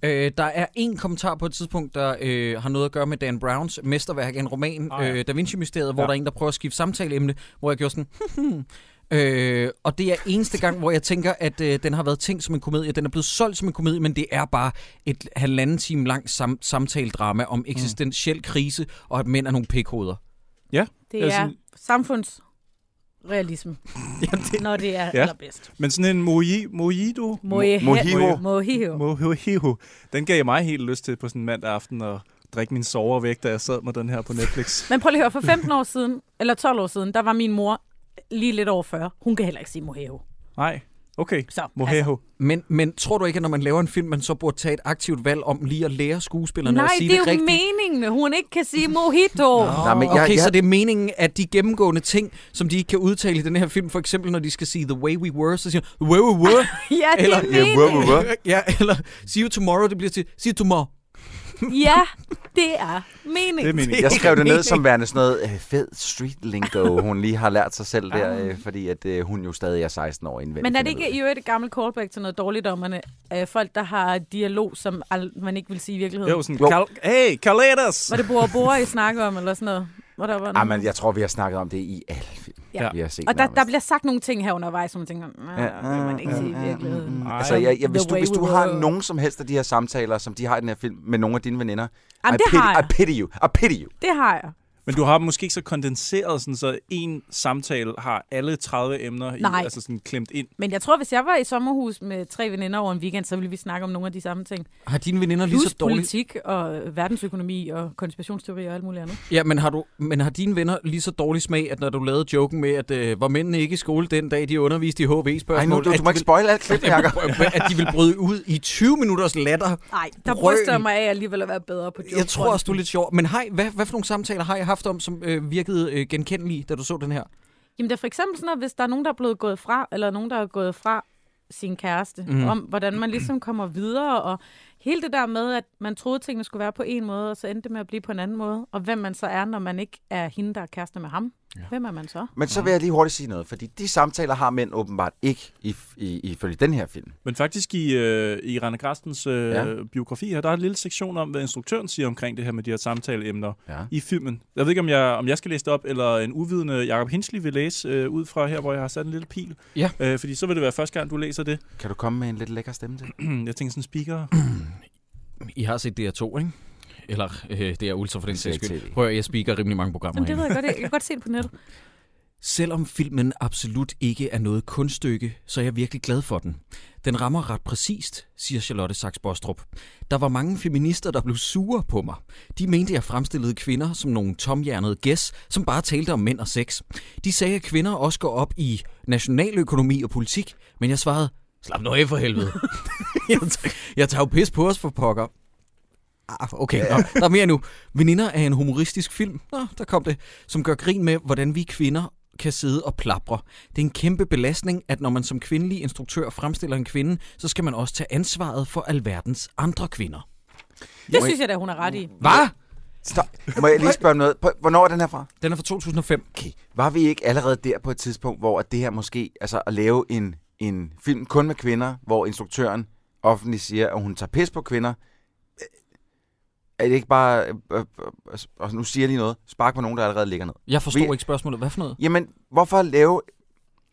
[SPEAKER 6] Øh, der er en kommentar på et tidspunkt, der øh, har noget at gøre med Dan Browns mesterværk, en roman,
[SPEAKER 8] Ah,
[SPEAKER 6] ah,
[SPEAKER 8] ja.
[SPEAKER 6] ja. øh, Da Vinci-mysteriet, hvor
[SPEAKER 8] Ja.
[SPEAKER 6] der er en, der prøver at skifte samtaleemne, hvor jeg gjorde sådan... "Hmm, Øh, og det er eneste gang, hvor jeg tænker, at øh, den har været tænkt som en komedie. Den er blevet solgt som en komedie, men det er bare et halvanden time langt sam- samtaledrama
[SPEAKER 8] Mm.
[SPEAKER 6] om eksistentiel krise, og at mænd er nogle pikhoveder.
[SPEAKER 9] Det
[SPEAKER 8] Eller
[SPEAKER 9] er
[SPEAKER 8] sådan-
[SPEAKER 9] samfundsrealisme, når det er
[SPEAKER 8] Ja.
[SPEAKER 9] allerbedst.
[SPEAKER 8] Men sådan en moji, mojito...
[SPEAKER 9] Mohe-
[SPEAKER 7] Mojito.
[SPEAKER 9] Mojito.
[SPEAKER 8] Mojito. Den gav mig helt lyst til på sådan en mandag aften at drikke min sover væk, da jeg sad med den her på Netflix.
[SPEAKER 9] Men prøv lige at høre, for 15 år siden, eller 12 år siden, der var min mor lige lidt over 40. Hun kan heller ikke sige mojito.
[SPEAKER 8] Nej. Okay.
[SPEAKER 9] Så, altså,
[SPEAKER 8] Mojito.
[SPEAKER 6] Men, men tror du ikke, at når man laver en film, man så burde tage et aktivt valg om lige at lære skuespillerne
[SPEAKER 9] Nej,
[SPEAKER 6] at sige
[SPEAKER 9] det er jo
[SPEAKER 6] rigtigt?
[SPEAKER 9] meningen, at hun ikke kan sige mojito.
[SPEAKER 7] Nej, men jeg,
[SPEAKER 6] okay,
[SPEAKER 7] jeg,
[SPEAKER 6] så det er meningen, at de gennemgående ting, som de ikke kan udtale i den her film, for eksempel når de skal sige The Way We Were, så siger de, way we were.
[SPEAKER 9] ja, det
[SPEAKER 6] Eller-
[SPEAKER 9] er
[SPEAKER 7] Ja, wuh, wuh,
[SPEAKER 9] meningen.
[SPEAKER 7] wuh.
[SPEAKER 6] ja, eller See you tomorrow, det bliver til See you tomorrow.
[SPEAKER 9] Ja, det er meningen.
[SPEAKER 8] Det er meningen.
[SPEAKER 7] Jeg skrev det ned som værende sådan noget øh, fed street lingo, hun lige har lært sig selv der, øh, fordi at øh, hun jo stadig er 16 år indvendigt.
[SPEAKER 9] Ah. Men er det
[SPEAKER 7] finder
[SPEAKER 9] ikke i øvrigt et gammelt callback til noget dårligdommerne? Øh, folk, der har dialog, som al- man ikke vil sige i virkeligheden.
[SPEAKER 8] Jo, sådan,
[SPEAKER 7] Jo.
[SPEAKER 8] Kal- hey, Carletas!
[SPEAKER 9] Var det Bora Bora, I snakker om, eller sådan noget? Hvor der var
[SPEAKER 7] ud af. Ej,
[SPEAKER 9] nogen-
[SPEAKER 7] Ah, men jeg tror, vi har snakket om det i alle film,
[SPEAKER 9] Ja.
[SPEAKER 7] vi har set
[SPEAKER 9] Og der, der
[SPEAKER 7] nærmest.
[SPEAKER 9] bliver sagt nogle ting her undervejs, som man tænker, nej, det vil man ikke sige i virkeligheden.
[SPEAKER 7] Altså, jeg, jeg, hvis,
[SPEAKER 9] The
[SPEAKER 7] du,
[SPEAKER 9] way
[SPEAKER 7] hvis
[SPEAKER 9] we
[SPEAKER 7] du har
[SPEAKER 9] were.
[SPEAKER 7] nogen som helst af de her samtaler, som de har i den her film med nogle af dine veninder,
[SPEAKER 9] Jamen,
[SPEAKER 7] I,
[SPEAKER 9] det
[SPEAKER 7] pity,
[SPEAKER 9] har jeg.
[SPEAKER 7] I pity you, I pity you.
[SPEAKER 9] Det har jeg.
[SPEAKER 8] Men du har dem måske ikke så kondenseret, sådan, så en samtale har alle 30 emner
[SPEAKER 9] Nej.
[SPEAKER 8] I, altså sådan, klemt ind.
[SPEAKER 9] Men jeg tror, hvis jeg var i sommerhus med tre veninder over en weekend, så ville vi snakke om nogle af de samme ting.
[SPEAKER 6] Har dine veninder lige
[SPEAKER 9] Plus
[SPEAKER 6] så dårligt...
[SPEAKER 9] politik og verdensøkonomi og konspirationsteori og alt muligt andet.
[SPEAKER 6] Ja, men har, du, men har dine venner lige så dårlig smag, at når du lavede joken med, at øh, var mændene ikke i skole den dag, de underviste i HV-spørgsmål,
[SPEAKER 7] Ej, nu, du,
[SPEAKER 6] at,
[SPEAKER 7] du må ikke spoil alt klip, Jacob.
[SPEAKER 6] at de ville bryde ud i 20 minutters latter?
[SPEAKER 9] Nej, der
[SPEAKER 6] Brøl.
[SPEAKER 9] bryster jeg mig af alligevel at være bedre på joke.
[SPEAKER 6] Jeg tror også, du er lidt sjov. Men hej, hvad, hvad for nogle samtaler har jeg haft om, som øh, virkede øh, genkendelige, da du så den her?
[SPEAKER 9] Jamen det er for eksempel sådan noget, hvis der er nogen, der er blevet gået fra, eller nogen, der er gået fra sin kæreste, mm. om hvordan man ligesom kommer videre, og hele det der med, at man troede, tingene skulle være på en måde, og så endte det med at blive på en anden måde, og hvem man så er, når man ikke er hende, der er kæreste med ham. Ja. Hvem er man så?
[SPEAKER 7] Men så vil jeg lige hurtigt sige noget, fordi de samtaler har mænd åbenbart ikke i, i, ifølge den her film.
[SPEAKER 8] Men faktisk i, øh, i Rane Grastens øh,
[SPEAKER 7] Ja.
[SPEAKER 8] ja. biografi her, der er en lille sektion om, hvad instruktøren siger omkring det her med de her samtaleemner
[SPEAKER 7] Ja.
[SPEAKER 8] i filmen. Jeg ved ikke, om jeg, om jeg skal læse det op, eller en uvidende Jacob Hinsley vil læse øh, ud fra her, hvor jeg har sat en lille pil.
[SPEAKER 6] Ja.
[SPEAKER 8] Øh, fordi så vil det være første gang, du læser det.
[SPEAKER 7] Kan du komme med en lidt lækker stemme til?
[SPEAKER 8] jeg tænker sådan speaker.
[SPEAKER 6] I har set DR2, ikke? Eller øh, det er Ultra for den
[SPEAKER 7] ser
[SPEAKER 6] sags
[SPEAKER 7] ikke
[SPEAKER 6] skyld.
[SPEAKER 7] TV.
[SPEAKER 6] Prøv at høre, jeg speaker rimelig mange programmer.
[SPEAKER 9] Jamen, det
[SPEAKER 6] herinde.
[SPEAKER 9] ved jeg godt, jeg kan godt se det på nettet.
[SPEAKER 6] Selvom filmen absolut ikke er noget kunststykke, så er jeg virkelig glad for den. Den rammer ret præcist, siger Charlotte Sachs Bostrup. Der var mange feminister, der blev sure på mig. De mente, jeg fremstillede kvinder som nogle tomhjernede gæs, som bare talte om mænd og sex. De sagde, at kvinder også går op i nationaløkonomi og politik, men jeg svarede, slap nu af for helvede. jeg, tager, jeg tager jo pis på os for pokker. Ah, okay, nå, der er mere nu. Veninder er en humoristisk film, nå, der kom det, som gør grin med, hvordan vi kvinder kan sidde og plapre. Det er en kæmpe belastning, at når man som kvindelig instruktør fremstiller en kvinde, så skal man også tage ansvaret for alverdens andre kvinder.
[SPEAKER 9] Det synes jeg da, hun er ret i.
[SPEAKER 6] Hvad?
[SPEAKER 7] Stop. Må jeg lige spørge om noget? Prøv- Hvornår er den her fra?
[SPEAKER 6] Den er fra 2005.
[SPEAKER 7] Okay. Var vi ikke allerede der på et tidspunkt, hvor at det her måske, altså at lave en, en film kun med kvinder, hvor instruktøren offentligt siger, at hun tager pis på kvinder, øh, er det ikke bare, øh, øh, øh, og nu siger jeg lige noget, spark på nogen, der allerede ligger ned.
[SPEAKER 6] Jeg forstår
[SPEAKER 7] Vi-
[SPEAKER 6] ikke spørgsmålet. Hvad for noget?
[SPEAKER 7] Jamen, hvorfor, lave,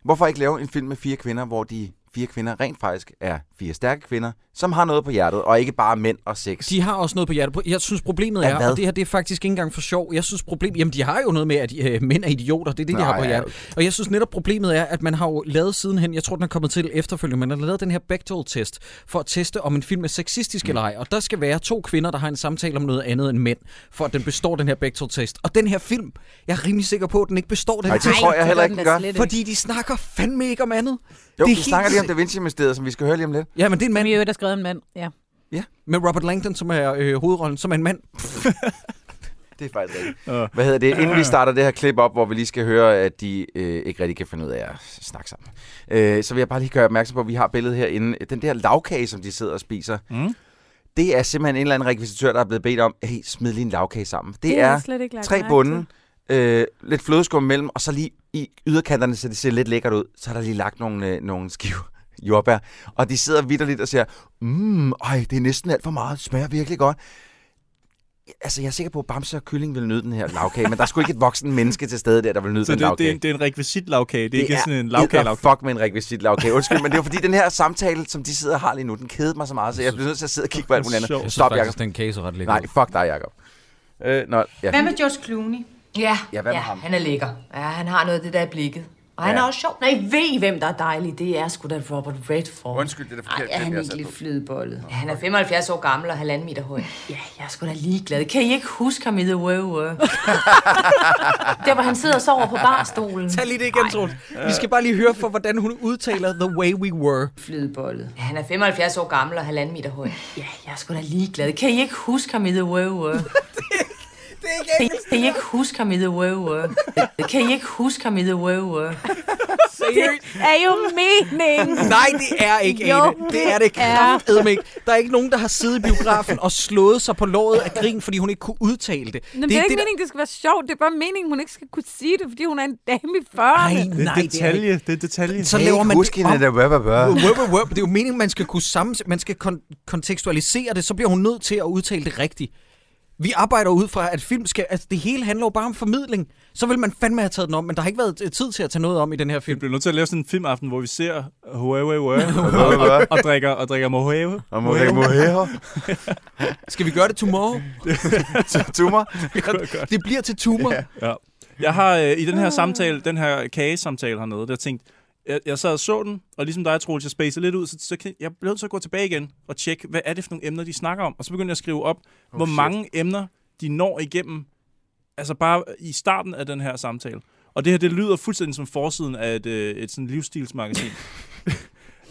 [SPEAKER 7] hvorfor ikke lave en film med fire kvinder, hvor de fire kvinder rent faktisk er fire stærke kvinder, som har noget på hjertet, og ikke bare mænd og sex?
[SPEAKER 6] De har også noget på hjertet. Jeg synes, problemet
[SPEAKER 7] Af
[SPEAKER 6] er,
[SPEAKER 7] hvad?
[SPEAKER 6] og det her det er faktisk ikke engang for sjov, jeg synes, problemet... Jamen, de har jo noget med, at øh, mænd er idioter. Det er det, de
[SPEAKER 7] Nå,
[SPEAKER 6] har på
[SPEAKER 7] ja,
[SPEAKER 6] hjertet. Og jeg synes netop, problemet er, at man har jo lavet sidenhen, jeg tror, den er kommet til efterfølgende, man har lavet den her Bechdel-test for at teste, om en film er sexistisk mm. eller ej. Og der skal være to kvinder, der har en samtale om noget andet end mænd, for at den består den her Bechdel-test. Og den her film, jeg er rimelig sikker på, at den ikke består den
[SPEAKER 7] Nej,
[SPEAKER 6] her
[SPEAKER 7] det tror jeg heller ikke, den gør.
[SPEAKER 9] slet ikke.
[SPEAKER 6] fordi de snakker fandme ikke om andet.
[SPEAKER 7] Jo,
[SPEAKER 6] det
[SPEAKER 7] vi
[SPEAKER 6] er
[SPEAKER 7] snakker
[SPEAKER 6] helt-
[SPEAKER 7] lige om Da Vinci-mysteriet, som vi skal høre lige om lidt.
[SPEAKER 6] Ja, men det er en
[SPEAKER 9] Men
[SPEAKER 6] mand
[SPEAKER 9] vi har skrevet en mand, ja.
[SPEAKER 6] med Robert Langdon, som er øh, hovedrollen, som er en mand.
[SPEAKER 7] Det er faktisk rigtigt. Hvad hedder det? Inden vi starter det her klip op, hvor vi lige skal høre, at de øh, ikke rigtig kan finde ud af at snakke sammen. Øh, så vil jeg bare lige gøre opmærksom på, at vi har billedet herinde. Den der lavkage, som de sidder og spiser,
[SPEAKER 8] Mm.
[SPEAKER 7] det er simpelthen en eller anden rekvisitør, der er blevet bedt om, hey, smid lige en lavkage sammen. Det,
[SPEAKER 9] Det
[SPEAKER 7] det
[SPEAKER 9] har
[SPEAKER 7] er
[SPEAKER 9] jeg slet ikke lagt
[SPEAKER 7] tre
[SPEAKER 9] mærke
[SPEAKER 7] bunde,
[SPEAKER 9] til.
[SPEAKER 7] øh, lidt flødeskum mellem, og så lige i yderkanterne, så det ser lidt lækkert ud. Så er der lige lagt nogle, øh, nogle skiver jordbær. Og de sidder vidderligt og siger, mmm, ej, det er næsten alt for meget. Det smager virkelig godt. Altså, jeg er sikker på, at Bamse og Kylling vil nyde den her lavkage, men der skulle ikke et voksen menneske til stede der, der vil nyde
[SPEAKER 8] Så
[SPEAKER 7] den
[SPEAKER 8] det, det,
[SPEAKER 7] lavkage.
[SPEAKER 8] er en, det er en rekvisitlavkage, det, det er ikke sådan en
[SPEAKER 7] edder-
[SPEAKER 8] lavkage-lavkage.
[SPEAKER 7] fuck med en rekvisit lavkage. Undskyld, men det var fordi, den her samtale, som de sidder og har lige nu, den kedede mig så meget, så jeg blev nødt til at sidde og kigge på alt muligt
[SPEAKER 8] Sjovt.
[SPEAKER 7] andet.
[SPEAKER 8] Jeg
[SPEAKER 7] Stop, Jacob.
[SPEAKER 6] den case ret lækker.
[SPEAKER 7] Nej, fuck dig, Jacob. Øh, nå, ja.
[SPEAKER 10] Hvad med George Clooney?
[SPEAKER 4] Ja,
[SPEAKER 7] Ja, hvad med ham?
[SPEAKER 4] han er lækker. Ja, han har noget af det der i blikket. Og han
[SPEAKER 7] Ja.
[SPEAKER 4] er også sjov. Nej, ved I, hvem der er dejlig? Det er sgu da Robert Redford.
[SPEAKER 7] Undskyld, det er det
[SPEAKER 2] Ej,
[SPEAKER 7] forkerte.
[SPEAKER 2] er
[SPEAKER 7] klip,
[SPEAKER 2] han
[SPEAKER 7] jeg har
[SPEAKER 2] ikke
[SPEAKER 7] sat
[SPEAKER 2] lidt
[SPEAKER 7] på.
[SPEAKER 2] flødebollet?
[SPEAKER 4] Ja, han er 75 år gammel og halvanden meter høj. Ja, jeg er sgu da ligeglad. Kan I ikke huske ham i The Wow Wow? der, hvor han sidder og sover på barstolen.
[SPEAKER 6] Tag lige det igen, Troels. Vi skal bare lige høre for, hvordan hun udtaler the way we were.
[SPEAKER 2] Flødebollet.
[SPEAKER 4] Ja, han er 75 år gammel og halvanden meter høj. Ja, jeg er sgu da ligeglad. Kan I ikke huske ham i The Wow Wow? Kan I- Kan I ikke huske ham i The Wow Wow? Kan I ikke huske ham i The Wow Wow?
[SPEAKER 9] Er jo mening!
[SPEAKER 6] Nej, det er ikke,
[SPEAKER 9] Jo,
[SPEAKER 6] Ane. Det er det kraftedme ikke. Der er ikke nogen, der har siddet i biografen og slået sig på låret af grin, fordi hun ikke kunne udtale det.
[SPEAKER 9] Jamen, det er ikke meningen, det skal være sjovt. Det er bare meningen, hun ikke skal kunne sige det, fordi hun er en dame i
[SPEAKER 6] der...
[SPEAKER 9] 40'erne.
[SPEAKER 8] Det
[SPEAKER 6] Ej,
[SPEAKER 8] er
[SPEAKER 6] nej,
[SPEAKER 8] en
[SPEAKER 6] det er ikke.
[SPEAKER 8] detalje, det er en detalje.
[SPEAKER 6] Så
[SPEAKER 7] Hey,
[SPEAKER 6] laver man
[SPEAKER 7] husk
[SPEAKER 6] det
[SPEAKER 7] hende,
[SPEAKER 6] om.
[SPEAKER 7] der web, web.
[SPEAKER 6] Wup, wup, wup. Det er jo meningen, man skal kunne sammen, man skal kon- kontekstualisere det, så bliver hun nødt til at udtale det rigtigt. Vi arbejder ud fra, at film skal... Altså, det hele handler jo bare om formidling. Så vil man fandme have taget den om, men der har ikke været øh, tid til at tage noget om i den her
[SPEAKER 8] Vi
[SPEAKER 6] film.
[SPEAKER 8] bliver nødt til at lave sådan en filmaften, hvor vi ser Huawei
[SPEAKER 7] Huawei,
[SPEAKER 8] og, og, og, drikker, og drikker Mojave.
[SPEAKER 7] Og må jeg må
[SPEAKER 6] Skal vi gøre det tomorrow?
[SPEAKER 7] Tumor.
[SPEAKER 6] det bliver til tumor.
[SPEAKER 7] Ja.
[SPEAKER 8] Ja. Jeg har øh, i den her samtale, den her kagesamtale hernede, der tænkt, jeg, jeg sad og så den, og ligesom dig, Troels, jeg spacede lidt ud, så, så kan- jeg blev nødt til at gå tilbage igen og tjekke, hvad er det for nogle emner, de snakker om. Og så begyndte jeg at skrive op, oh, hvor
[SPEAKER 7] shit.
[SPEAKER 8] shit. mange emner de når igennem, altså bare i starten af den her samtale. Og det her, det lyder fuldstændig som forsiden af et, øh, et sådan livsstilsmagasin.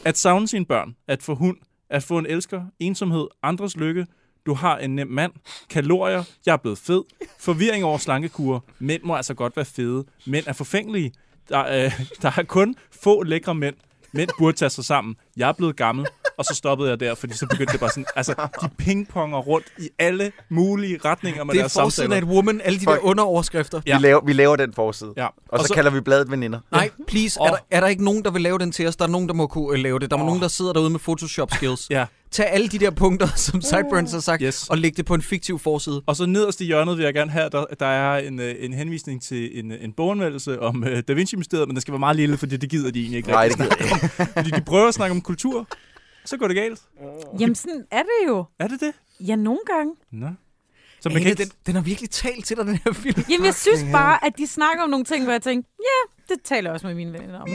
[SPEAKER 8] at savne sine børn, at få hund, at få en elsker, ensomhed, andres lykke, du har en nem mand, kalorier, jeg er blevet fed, forvirring over slankekure, mænd må altså godt være fede, mænd er forfængelige, der, øh, der er kun få lækre mænd, mænd burde tage sig sammen, jeg er blevet gammel, og så stoppede jeg der, fordi så begyndte det bare sådan, altså de pingponger rundt i alle mulige retninger med
[SPEAKER 6] Det er
[SPEAKER 8] deres
[SPEAKER 6] forsiden af
[SPEAKER 8] samtaler.
[SPEAKER 6] et woman, alle de der
[SPEAKER 7] Fuck.
[SPEAKER 6] underoverskrifter.
[SPEAKER 7] Ja. Vi, laver, vi laver den forside.
[SPEAKER 8] Ja.
[SPEAKER 7] Og, så, så kalder vi bladet veninder.
[SPEAKER 6] Nej, please, er der, er der ikke nogen, der vil lave den til os? Der er nogen, der må kunne øh, lave det. Der er oh. nogen, der sidder derude med Photoshop skills.
[SPEAKER 8] Ja.
[SPEAKER 6] Tag alle de der punkter, som Sideburns har sagt,
[SPEAKER 8] Yes.
[SPEAKER 6] og læg det på en fiktiv forside.
[SPEAKER 8] Og så nederst i hjørnet vil jeg gerne have, at der, der er en, øh, en henvisning til en, øh, en boganmeldelse om øh, Da Vinci-mysteriet, men den skal være meget lille, fordi det gider de egentlig ikke
[SPEAKER 7] Nej, det
[SPEAKER 8] rigtig
[SPEAKER 7] gider jeg ikke.
[SPEAKER 8] snakke om. Fordi de prøver at snakke om kultur, så går det galt.
[SPEAKER 9] Jamen, sådan er det jo.
[SPEAKER 8] Er det det?
[SPEAKER 9] Ja, nogle gange.
[SPEAKER 8] Nå. Så man
[SPEAKER 6] Ane,
[SPEAKER 8] kan ikke...
[SPEAKER 6] den, den har virkelig talt til dig, den her film.
[SPEAKER 9] Jamen, jeg synes bare, at de snakker om nogle ting, hvor jeg tænker, ja, yeah, det taler jeg også med mine venner om.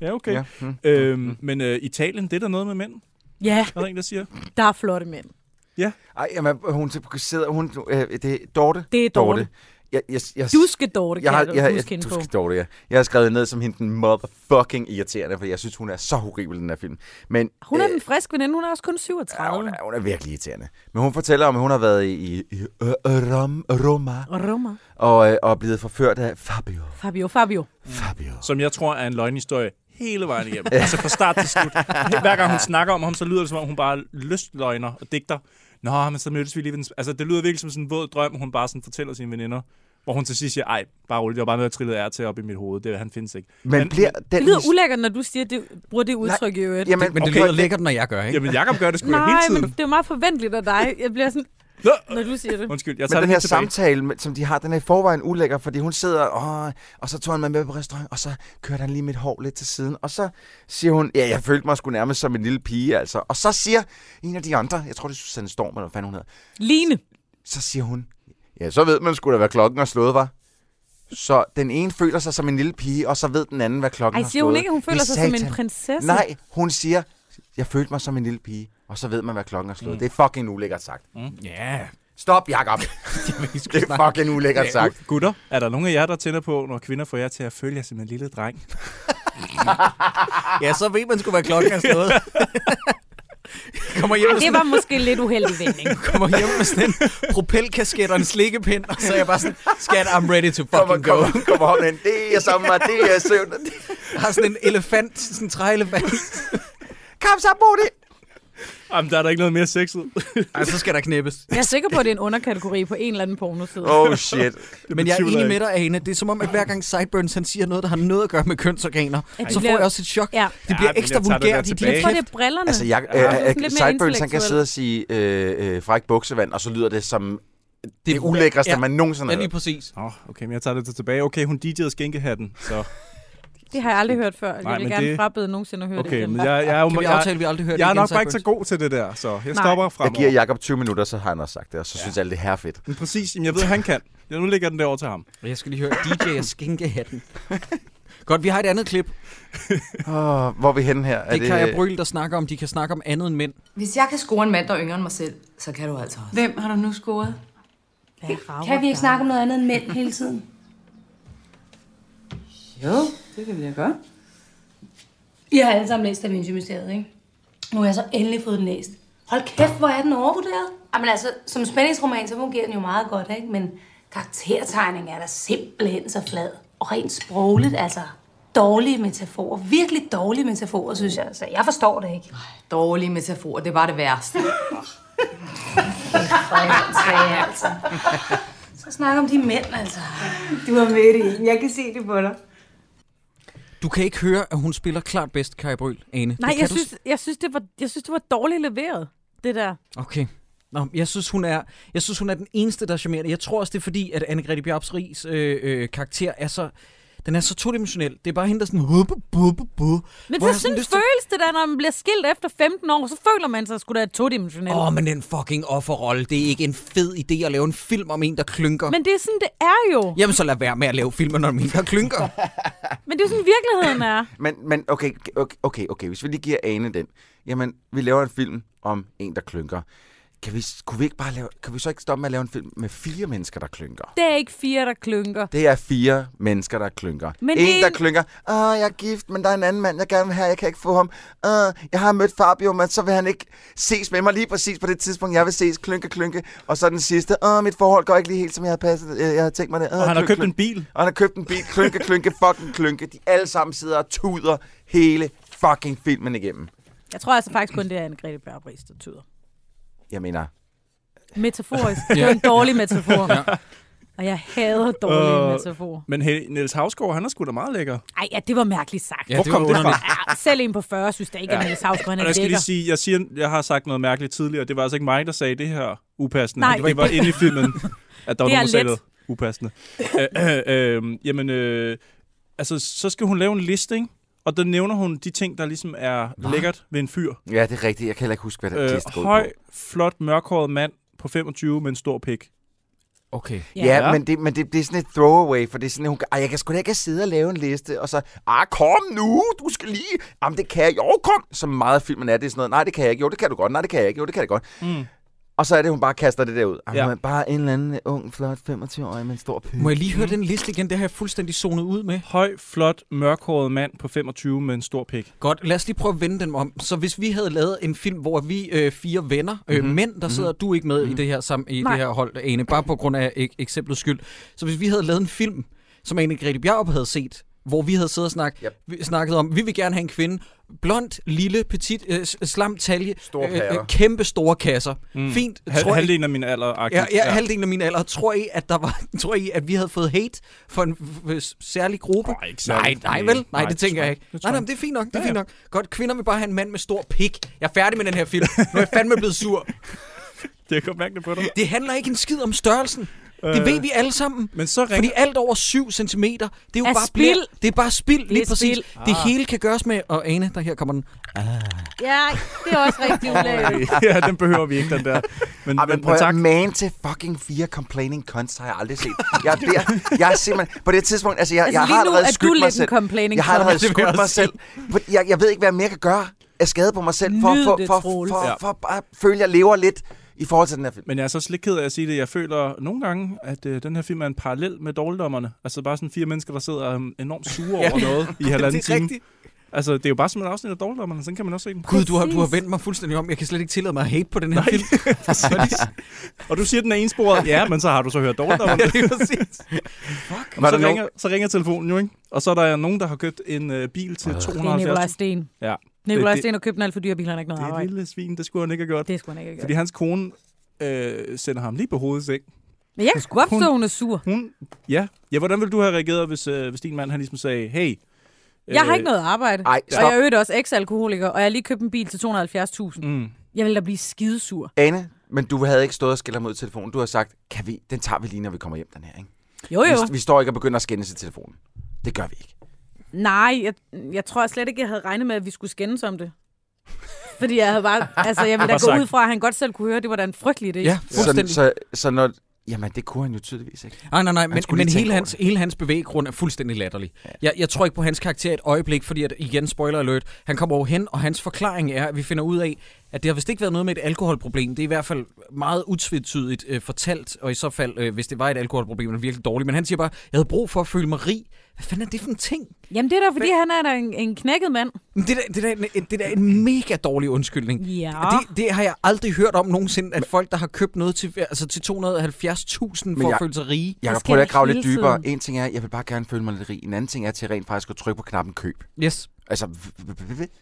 [SPEAKER 8] Ja, okay.
[SPEAKER 7] Ja.
[SPEAKER 8] Ja.
[SPEAKER 7] Mm.
[SPEAKER 8] Øhm, men øh, Italien, det er der noget med mænd,
[SPEAKER 9] Ja,
[SPEAKER 8] er der en, der siger.
[SPEAKER 9] der er flotte mænd.
[SPEAKER 7] Ej, jamen, hun sidder... Hun, øh, det er Dorte.
[SPEAKER 9] Det er Dorte.
[SPEAKER 7] Jeg, jeg, jeg,
[SPEAKER 9] Du skal Dorte, kan jeg,
[SPEAKER 7] jeg,
[SPEAKER 9] huske
[SPEAKER 7] jeg,
[SPEAKER 9] hende
[SPEAKER 7] du
[SPEAKER 9] på.
[SPEAKER 7] skal Dorte, ja. Jeg har skrevet ned som hende den motherfucking irriterende, for jeg synes, hun er så horribel, den her film. Men,
[SPEAKER 9] Hun er
[SPEAKER 7] øh,
[SPEAKER 9] den friske veninde, hun er også kun
[SPEAKER 7] Ja,
[SPEAKER 9] 37.
[SPEAKER 7] hun, er, hun er virkelig irriterende. Men hun fortæller om, at hun har været i, i øh, øh, Rom, Roma
[SPEAKER 9] Og rummer.
[SPEAKER 7] og, øh, og er blevet forført af Fabio.
[SPEAKER 9] Fabio, Fabio.
[SPEAKER 7] Fabio.
[SPEAKER 8] Som jeg tror er en løgnhistorie hele vejen igennem. altså fra start til slut. Hver gang hun snakker om ham, så lyder det som om, hun bare lystløgner og digter. Nå, men så mødtes vi lige ved den... Altså, det lyder virkelig som sådan en våd drøm, hun bare sådan fortæller sine veninder. Hvor hun til sidst siger, ej, bare roligt, jeg var bare noget, der trillede ær til op i mit hoved. Det, han findes ikke.
[SPEAKER 7] Men bliver den...
[SPEAKER 9] Det lyder ulækkert, når du siger, det, bruger det udtryk i øvrigt.
[SPEAKER 7] Jamen,
[SPEAKER 6] Men det
[SPEAKER 7] okay.
[SPEAKER 6] lyder lækkert, når jeg gør, ikke?
[SPEAKER 8] Jamen, Jacob gør det sgu da
[SPEAKER 9] Nej,
[SPEAKER 8] hele tiden.
[SPEAKER 9] men det er jo meget forventeligt af dig. Jeg bliver sådan,
[SPEAKER 8] Nå,
[SPEAKER 9] når du siger det.
[SPEAKER 8] Undskyld, jeg tager
[SPEAKER 7] Men den
[SPEAKER 8] det
[SPEAKER 7] her
[SPEAKER 8] helt tilbage.
[SPEAKER 7] samtale, med- som de har, den er i forvejen ulækker, fordi hun sidder, Åh, og så tog han mig med på restaurant, og så kørte han lige mit hår lidt til siden, og så siger hun, ja, jeg følte mig sgu nærmest som en lille pige, altså. Og så siger en af de andre, jeg tror, det er Susanne Storm, eller hvad fanden hun hedder,
[SPEAKER 9] Line.
[SPEAKER 7] så siger hun, ja, så ved man sgu da, hvad klokken har slået, var. Så den ene føler sig som en lille pige, og så ved den anden, hvad klokken
[SPEAKER 9] Ej,
[SPEAKER 7] har slået.
[SPEAKER 9] siger hun ikke, at hun
[SPEAKER 7] Det er
[SPEAKER 9] føler sig som en
[SPEAKER 7] satan.
[SPEAKER 9] prinsesse?
[SPEAKER 7] Nej, hun siger, jeg følte mig som en lille pige, og så ved man, hvad klokken har slået. Mm. Det er fucking ulækkert sagt.
[SPEAKER 6] Ja.
[SPEAKER 7] Stop, Jacob. det er fucking ulækkert sagt.
[SPEAKER 8] Gutter, er der nogen af jer, der tænder på, når kvinder får jer til at følge jer som en lille dreng?
[SPEAKER 6] Ja, så ved man sgu, hvad klokken er slået. kommer, hjem med
[SPEAKER 9] Det
[SPEAKER 6] sådan,
[SPEAKER 9] var måske lidt uheldig vending.
[SPEAKER 6] kommer hjem med sådan en propelkasket og en slikkepind, og så er jeg bare sådan, skat, I'm ready to
[SPEAKER 7] Kom,
[SPEAKER 6] fucking go.
[SPEAKER 7] kom, kom, kom ind. Det er jeg sammen med, det er jeg søvn.
[SPEAKER 6] Jeg har sådan en elefant, sådan en træelefant.
[SPEAKER 7] Kom så, Bodil.
[SPEAKER 8] Jamen, der er der ikke noget mere sexet.
[SPEAKER 6] Ej, så skal der knæppes.
[SPEAKER 9] Jeg er sikker på, at det er en underkategori på en eller anden pornoside.
[SPEAKER 7] Oh shit.
[SPEAKER 6] Men jeg er
[SPEAKER 8] betvivler jeg
[SPEAKER 6] enig med
[SPEAKER 8] ikke.
[SPEAKER 6] dig, Ane. Det er som om, at hver gang Sideburns han siger noget, der har noget at gøre med kønsorganer,
[SPEAKER 9] At det
[SPEAKER 6] så får
[SPEAKER 9] bliver-
[SPEAKER 6] jeg også et chok.
[SPEAKER 9] Ja.
[SPEAKER 6] Det bliver
[SPEAKER 8] Ja, men
[SPEAKER 6] ekstra
[SPEAKER 8] jeg tager det der
[SPEAKER 6] vulgært i
[SPEAKER 8] tilbage.
[SPEAKER 9] Jeg
[SPEAKER 6] din
[SPEAKER 9] tror,
[SPEAKER 6] kæft.
[SPEAKER 9] det er brillerne.
[SPEAKER 7] Altså, jeg,
[SPEAKER 9] Ja. Sådan lidt
[SPEAKER 7] øh,
[SPEAKER 9] mere
[SPEAKER 7] øh, Sideburns, han kan
[SPEAKER 9] intellektuel.
[SPEAKER 7] sidde og sige øh, øh, fræk buksevand, og så lyder det som det,
[SPEAKER 6] er-
[SPEAKER 7] ulækreste,
[SPEAKER 6] ja.
[SPEAKER 7] man nogensinde
[SPEAKER 6] Ja,
[SPEAKER 7] har
[SPEAKER 6] lige
[SPEAKER 7] hørt.
[SPEAKER 6] præcis.
[SPEAKER 8] Nå, okay, men jeg tager det til tilbage. Okay, hun DJ'ede skænkehatten, så...
[SPEAKER 9] Det har jeg aldrig hørt før.
[SPEAKER 8] Nej,
[SPEAKER 9] Jeg vil
[SPEAKER 8] men
[SPEAKER 9] gerne
[SPEAKER 8] det-
[SPEAKER 9] frabede nogensinde at høre det
[SPEAKER 8] Okay,
[SPEAKER 9] igen.
[SPEAKER 8] men jeg, jeg, er jo-
[SPEAKER 6] Kan vi
[SPEAKER 8] jeg,
[SPEAKER 6] aftale, at vi aldrig hører
[SPEAKER 8] jeg er
[SPEAKER 6] det igen,
[SPEAKER 8] nok bare ikke så
[SPEAKER 6] Sideburns?
[SPEAKER 8] god til det der, så jeg
[SPEAKER 9] Nej.
[SPEAKER 8] stopper fra
[SPEAKER 7] Jeg giver Jacob 20 minutter, så har han også sagt det, og så synes alle, det er herfedt.
[SPEAKER 8] Men præcis, jamen, jeg ved, at han kan. Jeg nu lægger jeg den derovre til ham.
[SPEAKER 6] Og Jeg skal lige høre DJ og skinkehatten. Godt, vi har et andet klip. Det
[SPEAKER 7] Åh, hvor er vi henne her?
[SPEAKER 6] er Kaja Bryl, der snakker om, de kan snakke om andet end mænd.
[SPEAKER 4] Hvis jeg kan score en mand, der er yngre end mig selv, så kan du altså også.
[SPEAKER 10] Hvem har du nu scoret?
[SPEAKER 2] Kan vi ikke snakke om noget andet end mænd hele tiden?
[SPEAKER 10] Jo, det kan vi da gøre.
[SPEAKER 2] I har alle sammen læst Da Vinci Mysteriet, ikke? Nu har jeg så endelig fået den læst. Hold kæft, hvor er den overvurderet. Jamen altså, som spændingsroman, så fungerer den jo meget godt, ikke? Men karaktertegning er der simpelthen så flad. Og rent sprogligt, altså dårlige metaforer. Virkelig dårlige metaforer, synes jeg. Så jeg forstår det ikke.
[SPEAKER 4] Dårlige metaforer, det var det værste.
[SPEAKER 2] Træ, altså. Så snak om de mænd, altså.
[SPEAKER 10] Du var med i en. Jeg kan se det på dig.
[SPEAKER 6] Du kan ikke høre, at hun spiller klart bedst, Kaja Bryl, Ane. Det
[SPEAKER 9] Nej,
[SPEAKER 6] kan
[SPEAKER 9] jeg
[SPEAKER 6] du s-
[SPEAKER 9] synes, jeg, synes, det var, jeg synes, det var dårligt leveret, det der.
[SPEAKER 6] Okay. Nå, jeg synes, hun er, jeg synes, hun er den eneste, der er charmerende. Jeg tror også, det er fordi, at Anne-Grethe Bjarps Ries øh, øh, karakter er så... Den er så todimensionel. Det er bare hende, der sådan... Buh, buh, buh, buh, buh,
[SPEAKER 9] Men så sådan føles det da, når man bliver skilt efter 15 år, så føler man sig sgu da todimensionel.
[SPEAKER 6] Åh, oh, men den fucking offerrolle. Det er ikke en fed idé at lave en film om en, der klynker.
[SPEAKER 9] Men det er sådan, det er jo.
[SPEAKER 6] Jamen, så lad være med at lave filmer om en, der klynker.
[SPEAKER 9] Men det er jo sådan, virkeligheden er.
[SPEAKER 7] Men, men okay, okay, okay, okay, hvis vi lige giver Ane den. Jamen, vi laver en film om en, der klynker. Kan vi, kunne vi ikke bare lave, kan vi så ikke stoppe med at lave en film med fire mennesker, der klynker?
[SPEAKER 9] Det er ikke fire, der klynker.
[SPEAKER 7] Det er fire mennesker, der klynker.
[SPEAKER 9] Men
[SPEAKER 7] en,
[SPEAKER 9] det er-
[SPEAKER 7] der klynker. Åh, jeg er gift, men der er en anden mand, jeg gerne vil have. Jeg kan ikke få ham. Åh, jeg har mødt Fabio, men så vil han ikke ses med mig lige præcis på det tidspunkt, jeg vil ses. Klynke, klynke. Og så den sidste. Åh, mit forhold går ikke lige helt, som jeg havde, passet, Øh, jeg havde tænkt mig det. Åh,
[SPEAKER 8] Og han har
[SPEAKER 7] klynke,
[SPEAKER 8] købt en
[SPEAKER 7] klynke."
[SPEAKER 8] bil.
[SPEAKER 7] Og han har købt en bil. Klynke, klynke, fucking klynke. De alle sammen sidder og tuder hele fucking filmen igennem.
[SPEAKER 9] Jeg tror altså faktisk kun, det er Anne-Grethe Bjørnbris, der tyder.
[SPEAKER 7] Jeg mener,
[SPEAKER 9] Metaforisk. Det er en dårlig metafor. Og jeg hader dårlige
[SPEAKER 8] Øh.
[SPEAKER 9] metaforer.
[SPEAKER 8] Men hey, Niels Havsgaard, han er sgu da meget lækker.
[SPEAKER 9] Ej, ja, det var mærkeligt sagt.
[SPEAKER 8] Hvor kom det fra?
[SPEAKER 9] Ja, selv en på 40 synes da ikke, at Niels Havsgaard han
[SPEAKER 8] Og
[SPEAKER 9] er
[SPEAKER 8] jeg skal
[SPEAKER 9] lækker.
[SPEAKER 8] lige sige, jeg, siger, jeg har sagt noget mærkeligt tidligere. Det var altså ikke mig, der sagde det her upassende.
[SPEAKER 9] Nej,
[SPEAKER 8] Nej, det var
[SPEAKER 9] det-
[SPEAKER 8] inde i filmen, at der var
[SPEAKER 9] Det er
[SPEAKER 8] nogen, der sagde
[SPEAKER 9] let.
[SPEAKER 8] noget upassende. Øh, øh, øh, jamen, øh, altså, så skal hun lave en liste, ikke? Og der nævner hun de ting, der ligesom er lækkert ved en fyr.
[SPEAKER 7] ja, det er rigtigt. Jeg kan heller ikke huske, hvad det er.
[SPEAKER 8] Øh, høj, flot, mørkhåret mand på 25 med en stor pik.
[SPEAKER 6] Okay.
[SPEAKER 7] Ja,
[SPEAKER 8] Ja.
[SPEAKER 7] men, det, men det, det er sådan et throwaway, for det er sådan, at hun, kan- Ej, jeg kan sgu da ikke sidde og lave en liste, og så, ah, kom nu, du skal lige, jamen det kan jeg, jo, kom, så meget af filmen er, det er sådan noget, nej, det kan jeg ikke, jo, det kan du godt, nej, det kan jeg ikke, jo, det kan jeg godt.
[SPEAKER 8] Mm.
[SPEAKER 7] Og så er det, hun bare kaster det der ud. Jamen,
[SPEAKER 8] Ja.
[SPEAKER 7] ja. bare en eller anden ung, flot 25-årig med en stor pyg.
[SPEAKER 6] Må jeg lige høre den liste igen? Det har jeg fuldstændig zonet ud med.
[SPEAKER 8] Høj, flot, mørkhåret mand på 25 med en stor pik.
[SPEAKER 6] Godt, lad os lige prøve at vende den om. Så hvis vi havde lavet en film, hvor vi øh, fire venner, øh,
[SPEAKER 7] Mhm.
[SPEAKER 6] mm-hmm. mænd, der sidder du er ikke med mm-hmm. i det her sammen i
[SPEAKER 9] Nej.
[SPEAKER 6] det her hold, Ane, bare på grund af ek- eksemplets skyld. Så hvis vi havde lavet en film, som Ane Grete Bjarup havde set, hvor vi havde siddet og snak,
[SPEAKER 7] Yep.
[SPEAKER 6] vi, snakket om, vi vil gerne have en kvinde, blond, lille, petit, øh, s- slam talje, øh,
[SPEAKER 7] Store patter.
[SPEAKER 6] kæmpe store kasser. Mm. Fint.
[SPEAKER 8] Hal-
[SPEAKER 6] tror I-
[SPEAKER 8] halvdelen af min alder.
[SPEAKER 6] Ja, ja, ja, halvdelen af min alder. Tror I, at, der var, tror I, at vi havde fået hate for en f- f- særlig gruppe?
[SPEAKER 8] Nej, ikke
[SPEAKER 6] nej,
[SPEAKER 8] særlig.
[SPEAKER 6] nej,
[SPEAKER 8] Nej,
[SPEAKER 6] vel? Nej, nej det
[SPEAKER 8] det
[SPEAKER 6] tænker
[SPEAKER 8] tror
[SPEAKER 6] jeg
[SPEAKER 8] jeg-
[SPEAKER 6] ikke.
[SPEAKER 8] det tror
[SPEAKER 6] Nej, nej,
[SPEAKER 8] jeg.
[SPEAKER 6] men det er fint nok, det er
[SPEAKER 8] Ja,
[SPEAKER 6] fint
[SPEAKER 8] ja.
[SPEAKER 6] nok. Godt, kvinder vil bare have en mand med stor pik. Jeg er færdig med den her film. Nu er jeg fandme blevet sur.
[SPEAKER 8] Det kan jeg mærke det på dig.
[SPEAKER 6] Det handler ikke en skid om størrelsen. Det ved vi alle sammen.
[SPEAKER 8] Øh. Men så ringer...
[SPEAKER 6] Fordi alt over 7 cm, det er jo
[SPEAKER 9] Er
[SPEAKER 6] bare
[SPEAKER 9] spild.
[SPEAKER 6] bliver- Det er bare spild, lige
[SPEAKER 9] er
[SPEAKER 6] præcis.
[SPEAKER 9] spild.
[SPEAKER 6] Det
[SPEAKER 8] Ah.
[SPEAKER 6] hele kan gøres med... Og Ane, der her kommer den.
[SPEAKER 9] Ja, det er også rigtig ulækkert.
[SPEAKER 8] Øh, ja, den behøver vi ikke, den der. Men,
[SPEAKER 7] Ej, men prøv at man til fucking fire complaining cunts har jeg aldrig set. Jeg, der, jeg er simpelthen... På det tidspunkt, altså jeg,
[SPEAKER 9] Altså,
[SPEAKER 7] jeg
[SPEAKER 9] lige
[SPEAKER 7] har
[SPEAKER 9] nu
[SPEAKER 7] allerede
[SPEAKER 9] er du
[SPEAKER 7] skyldt mig
[SPEAKER 9] lidt en
[SPEAKER 7] selv.
[SPEAKER 9] complaining
[SPEAKER 7] Jeg har
[SPEAKER 9] cunt.
[SPEAKER 7] allerede
[SPEAKER 9] Det vil jeg
[SPEAKER 7] skyldt mig
[SPEAKER 9] også sige.
[SPEAKER 7] selv. For Jeg, jeg ved ikke, hvad jeg mere kan gøre af skade på mig selv, for,
[SPEAKER 9] Nyd
[SPEAKER 7] for,
[SPEAKER 9] det,
[SPEAKER 7] for, for,
[SPEAKER 9] Troels.
[SPEAKER 7] for,
[SPEAKER 8] Ja.
[SPEAKER 7] for bare at føle, at jeg lever lidt i forhold til den her film.
[SPEAKER 8] Men jeg er så også lidt ked af at sige det. Jeg føler nogle gange, at øh, den her film er en parallel med dårligdommerne. Altså bare sådan fire mennesker, der sidder um, enormt sure over noget i halvanden
[SPEAKER 6] det er
[SPEAKER 8] time.
[SPEAKER 6] rigtigt.
[SPEAKER 8] Altså, det er jo bare som en afsnit af dårligdommerne. Sådan kan man også se den.
[SPEAKER 6] Gud, du har, du har vendt mig fuldstændig om. Jeg kan slet ikke tillade mig at hate på den her film.
[SPEAKER 8] Og du siger, den er ensporet. Ja, men så har du så hørt dårligdommerne.
[SPEAKER 6] det er præcis.
[SPEAKER 8] Men så,
[SPEAKER 7] der
[SPEAKER 8] ringer, så ringer telefonen jo, ikke? Og så er der nogen, der har købt en øh, bil til 270.000.
[SPEAKER 9] Det er Nikolaj Sten.
[SPEAKER 8] Ja.
[SPEAKER 9] Nikolaj
[SPEAKER 8] det-
[SPEAKER 9] Sten har købt en alt for dyr bil, han har ikke noget
[SPEAKER 8] Det er et
[SPEAKER 9] arbejde.
[SPEAKER 8] lille svin, det skulle han ikke have gjort.
[SPEAKER 9] Det skulle han ikke
[SPEAKER 8] Fordi
[SPEAKER 9] gøre.
[SPEAKER 8] hans kone øh, sender ham lige på hovedet, ikke?
[SPEAKER 9] Men jeg kan sgu godt forstå,
[SPEAKER 8] Hun-
[SPEAKER 9] hun er sur.
[SPEAKER 8] Hun, ja. ja, hvordan ville du have reageret, hvis, øh, hvis din mand han ligesom sagde, hey...
[SPEAKER 9] Jeg
[SPEAKER 8] Øh,
[SPEAKER 9] har ikke noget arbejde.
[SPEAKER 7] Ej,
[SPEAKER 9] Og
[SPEAKER 7] stop.
[SPEAKER 9] jeg er i øvrigt også eks-alkoholiker, og jeg har lige købt en bil til 270.000.
[SPEAKER 8] Mm,
[SPEAKER 9] Jeg vil da blive skidesur.
[SPEAKER 7] Ane, men du havde ikke stået og skældt ham ud i telefonen. Du har sagt, kan vi, den tager vi lige, når vi kommer hjem, den her. Ikke?
[SPEAKER 9] Jo, jo.
[SPEAKER 7] Vi, vi står ikke og begynder at skændes i telefonen. Det gør vi ikke.
[SPEAKER 9] Nej, jeg, jeg tror slet ikke, jeg havde regnet med, at vi skulle skændes om det. Fordi jeg havde bare... Altså, jeg ville da
[SPEAKER 8] Bare
[SPEAKER 9] gå
[SPEAKER 8] sagt.
[SPEAKER 9] ud fra, at han godt selv kunne høre, at det var da en frygtelig idé.
[SPEAKER 6] Ja,
[SPEAKER 7] Så,
[SPEAKER 6] fuldstændig.
[SPEAKER 7] så, så når... Jamen, det kunne han jo tydeligvis ikke.
[SPEAKER 6] Ah, Nej, nej, nej, men,
[SPEAKER 7] skulle lige
[SPEAKER 6] men
[SPEAKER 7] tænke
[SPEAKER 6] hele,
[SPEAKER 7] over
[SPEAKER 6] hans, hele hans bevæggrund er fuldstændig latterlig. Ja. Jeg, jeg tror ikke på hans karakter et øjeblik, fordi at, igen, spoiler alert, han kommer over hen, og hans forklaring er, at vi finder ud af, at det har vist ikke været noget med et alkoholproblem. Det er i hvert fald meget utvetydigt øh, fortalt, og i så fald, øh, hvis det var et alkoholproblem, er det virkelig dårligt. Men han siger bare, jeg havde brug for at føle mig rig. Hvad fanden er det for en ting?
[SPEAKER 9] Jamen, det er da, fordi han er da en, en knækket mand.
[SPEAKER 6] Men Det er da- det er da en- det er da en mega dårlig undskyldning.
[SPEAKER 9] Ja.
[SPEAKER 6] Det, det har jeg aldrig hørt om nogensinde, at folk, der har købt noget til, altså til 270.000 for
[SPEAKER 7] jeg-
[SPEAKER 6] at føle sig rige.
[SPEAKER 7] Jeg kan
[SPEAKER 9] skal
[SPEAKER 7] prøve at
[SPEAKER 9] det
[SPEAKER 7] grave lidt
[SPEAKER 9] hele
[SPEAKER 7] dybere.
[SPEAKER 9] tiden.
[SPEAKER 7] En ting er, jeg vil bare gerne føle mig lidt rig. En anden ting er til rent faktisk at trykke på knappen køb.
[SPEAKER 6] Yes.
[SPEAKER 7] Altså, v- v- v- v-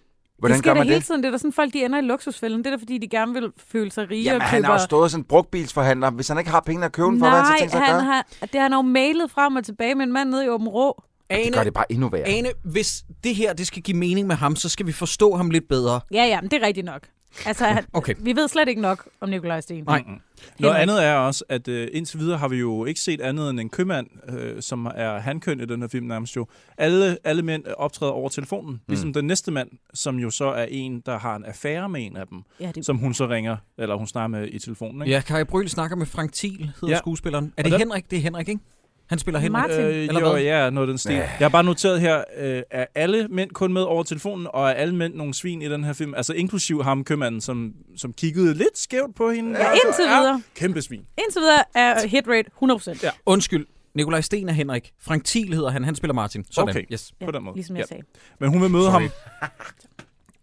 [SPEAKER 7] hvordan
[SPEAKER 9] Hvordan det sker
[SPEAKER 7] gør
[SPEAKER 9] da
[SPEAKER 7] man
[SPEAKER 9] hele
[SPEAKER 7] det?
[SPEAKER 9] tiden. Det er da sådan, folk de ender i luksusfælden. Det er da, fordi de gerne vil føle sig rige
[SPEAKER 7] Jamen,
[SPEAKER 9] og
[SPEAKER 7] han
[SPEAKER 9] køber...
[SPEAKER 7] har jo stået som brugtbilsforhandler. Hvis han ikke har penge at købe den for, hvad har han så
[SPEAKER 9] Nej,
[SPEAKER 7] tænkt sig at
[SPEAKER 9] han
[SPEAKER 7] gøre?
[SPEAKER 9] har, det har han jo mailet frem og tilbage med en mand nede i Åben Rå.
[SPEAKER 7] Det gør det bare endnu værre.
[SPEAKER 6] Ane, hvis det her det skal give mening med ham, så skal vi forstå ham lidt bedre.
[SPEAKER 9] Ja, ja, men det er rigtigt nok. Altså, han,
[SPEAKER 6] Okay.
[SPEAKER 9] okay. vi ved slet ikke nok om Nikolaj Sten.
[SPEAKER 6] Nej.
[SPEAKER 8] mm, Noget
[SPEAKER 9] Henrik.
[SPEAKER 8] andet er også, at øh, indtil videre har vi jo ikke set andet end en købmand, øh, som er handkøn i den her film nærmest jo. Alle, alle mænd øh, optræder over telefonen, mm. ligesom den næste mand, som jo så er en, der har en affære med en af dem,
[SPEAKER 9] Ja, det,
[SPEAKER 8] som hun så ringer, eller hun snakker med i telefonen. Ikke?
[SPEAKER 6] Ja, Kai Bryl snakker med Frank Thiel, hedder
[SPEAKER 8] Ja.
[SPEAKER 6] ja. skuespilleren. Er
[SPEAKER 8] Og
[SPEAKER 6] det
[SPEAKER 8] der-
[SPEAKER 6] Henrik? Det er Henrik, ikke? Han spiller Henrik.
[SPEAKER 9] Martin.
[SPEAKER 8] Øh,
[SPEAKER 6] Eller
[SPEAKER 8] jo,
[SPEAKER 6] hvad?
[SPEAKER 8] ja, noget af den stil. Jeg har bare noteret her, øh, er alle mænd kun med over telefonen, og er alle mænd nogle svin i den her film? Altså inklusiv ham, købmanden, som, som kiggede lidt skævt på hende.
[SPEAKER 9] Ja,
[SPEAKER 8] Altså,
[SPEAKER 9] indtil
[SPEAKER 8] er
[SPEAKER 9] videre.
[SPEAKER 8] Kæmpe svin.
[SPEAKER 9] indtil videre er hit rate 100%.
[SPEAKER 8] Ja.
[SPEAKER 9] Ja.
[SPEAKER 6] Undskyld. Nikolaj Sten er Henrik. Frank Thiel hedder han. Han spiller Martin. Sådan.
[SPEAKER 8] Okay.
[SPEAKER 6] Yes.
[SPEAKER 8] På den måde.
[SPEAKER 9] Ligesom
[SPEAKER 8] Ja.
[SPEAKER 9] jeg sagde.
[SPEAKER 8] Men hun vil møde
[SPEAKER 6] Sorry.
[SPEAKER 8] ham.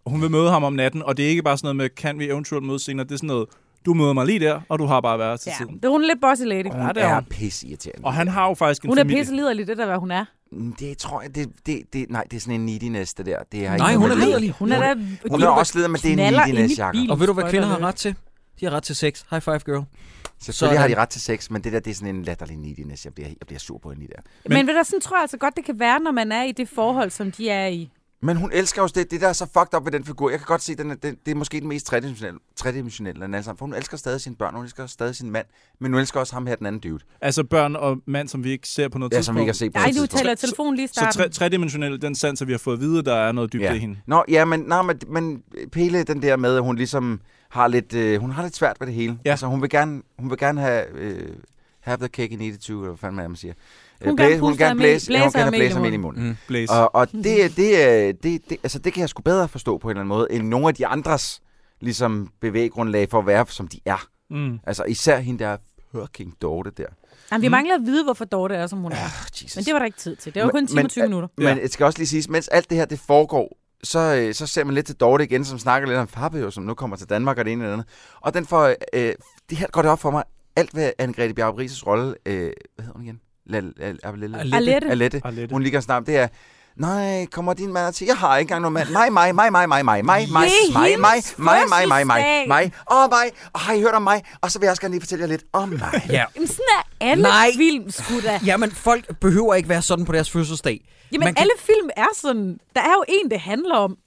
[SPEAKER 8] Hun vil møde ham om natten, og det er ikke bare sådan noget med, kan vi eventuelt mødes senere? Det er sådan noget, du møder mig lige der, og du har bare været til
[SPEAKER 9] Ja.
[SPEAKER 8] tiden.
[SPEAKER 9] Det er hun er lidt bossy lady.
[SPEAKER 8] Ja, det er
[SPEAKER 7] er
[SPEAKER 8] hun.
[SPEAKER 7] pisse irriterende.
[SPEAKER 8] Og han har jo faktisk en
[SPEAKER 9] Hun er
[SPEAKER 8] familie.
[SPEAKER 9] pisse liderlig, det der, hvad hun er.
[SPEAKER 7] Mm, Det tror jeg, det, det, det, nej, det er sådan en neediness, det der. Det er
[SPEAKER 6] Nej, hun er
[SPEAKER 9] Nej,
[SPEAKER 6] liderlig.
[SPEAKER 9] Hun er da...
[SPEAKER 7] Hun er også leder, men det er en
[SPEAKER 9] knaller inde i
[SPEAKER 7] neediness, Jacob.
[SPEAKER 9] bilen.
[SPEAKER 6] Og ved du, hvad kvinder har
[SPEAKER 9] Spoiler
[SPEAKER 6] ret til? De har ret til sex. High five, girl.
[SPEAKER 7] Selvfølgelig har de
[SPEAKER 6] Sådan.
[SPEAKER 7] ret til sex, men det der, det er sådan en latterlig neediness. Jeg bliver, jeg bliver sur på hende lige der.
[SPEAKER 9] Men, men ved du, sådan tror jeg altså godt, det kan være, når man er i det forhold, som de er i.
[SPEAKER 7] Men hun elsker også det, det der er så fucked up ved den figur. Jeg kan godt se, den er, den, det er måske den mest tredimensionelle, tredimensionelle af den alle sammen. For hun elsker stadig sine børn, hun elsker stadig sin mand, men hun elsker også ham her, den anden dude.
[SPEAKER 8] Altså børn og mand, som vi ikke ser på noget
[SPEAKER 7] Ja, som
[SPEAKER 8] tidspunkt.
[SPEAKER 7] vi ikke har set på
[SPEAKER 9] Nej,
[SPEAKER 7] noget
[SPEAKER 9] du
[SPEAKER 7] tidspunkt.
[SPEAKER 9] taler telefon lige i
[SPEAKER 8] Så
[SPEAKER 9] starten.
[SPEAKER 8] tre, tredimensionel, den sans, at vi har fået at vide, der er noget dybt
[SPEAKER 7] Ja.
[SPEAKER 8] i hende.
[SPEAKER 7] Nå, ja, men, nej, men, men Pele, den der med, at hun ligesom har lidt, øh, hun har lidt svært ved det hele.
[SPEAKER 8] Ja.
[SPEAKER 7] Altså, hun vil gerne, hun vil gerne have, øh, have the cake and eat it too, eller hvad fanden man siger. Øh,
[SPEAKER 9] Hun
[SPEAKER 7] blæ-
[SPEAKER 9] gerne
[SPEAKER 7] hun
[SPEAKER 9] puster
[SPEAKER 7] gerne
[SPEAKER 9] ham i-
[SPEAKER 7] blæse, ja, hun
[SPEAKER 9] blæser
[SPEAKER 7] gerne
[SPEAKER 9] ham
[SPEAKER 7] have
[SPEAKER 9] i
[SPEAKER 7] blæse ham
[SPEAKER 9] munden.
[SPEAKER 7] ind i munden.
[SPEAKER 6] Mm.
[SPEAKER 8] Blaze.
[SPEAKER 7] Og, og det, det, er- det, det, altså, det kan jeg sgu bedre forstå på en eller anden måde, end nogle af de andres ligesom, bevæggrundlag for at være, som de er.
[SPEAKER 8] Mm.
[SPEAKER 7] Altså især hende der fucking Dorte der.
[SPEAKER 9] Jamen, vi
[SPEAKER 8] Mhm.
[SPEAKER 9] mangler at vide, hvorfor Dorte er, som hun er.
[SPEAKER 7] Jesus.
[SPEAKER 9] Men det var der ikke tid til. Det var kun
[SPEAKER 7] Men-
[SPEAKER 9] 10 og 20
[SPEAKER 7] men-
[SPEAKER 9] minutter.
[SPEAKER 7] Men det skal også lige siges, mens alt det her det foregår, så, øh, så ser man lidt til Dorte igen, som snakker lidt om Fabio, som nu kommer til Danmark og det ene eller andet. Og den får, øh, det her går det op for mig, alt hvad Anne-Grethe Bjarup Rises rolle, øh, hvad hedder hun igen? Lal- Lal- Alette.
[SPEAKER 9] Alette.
[SPEAKER 7] Alette.
[SPEAKER 8] Alette.
[SPEAKER 7] Hun ligger snart, det er, nej, kommer din mand og til, jeg har ikke engang nogen mand. Mig, mig, mig, mig, mig, mig, mig, mig, mig,
[SPEAKER 9] Det er
[SPEAKER 7] mig, mig,
[SPEAKER 9] hendes
[SPEAKER 7] mig, mig, mig, mig,
[SPEAKER 9] fødselsdag.
[SPEAKER 7] mig, åh mig, og har I hørt om mig? Og så vil jeg også gerne lige fortælle jer lidt om mig.
[SPEAKER 6] Ja.
[SPEAKER 9] Jamen, sådan er alle
[SPEAKER 6] Nej.
[SPEAKER 9] film, sgu da.
[SPEAKER 6] Jamen, folk behøver ikke være sådan på deres fødselsdag.
[SPEAKER 9] Jamen,
[SPEAKER 6] Man kan-
[SPEAKER 9] alle film er sådan. Der er jo en, det handler om.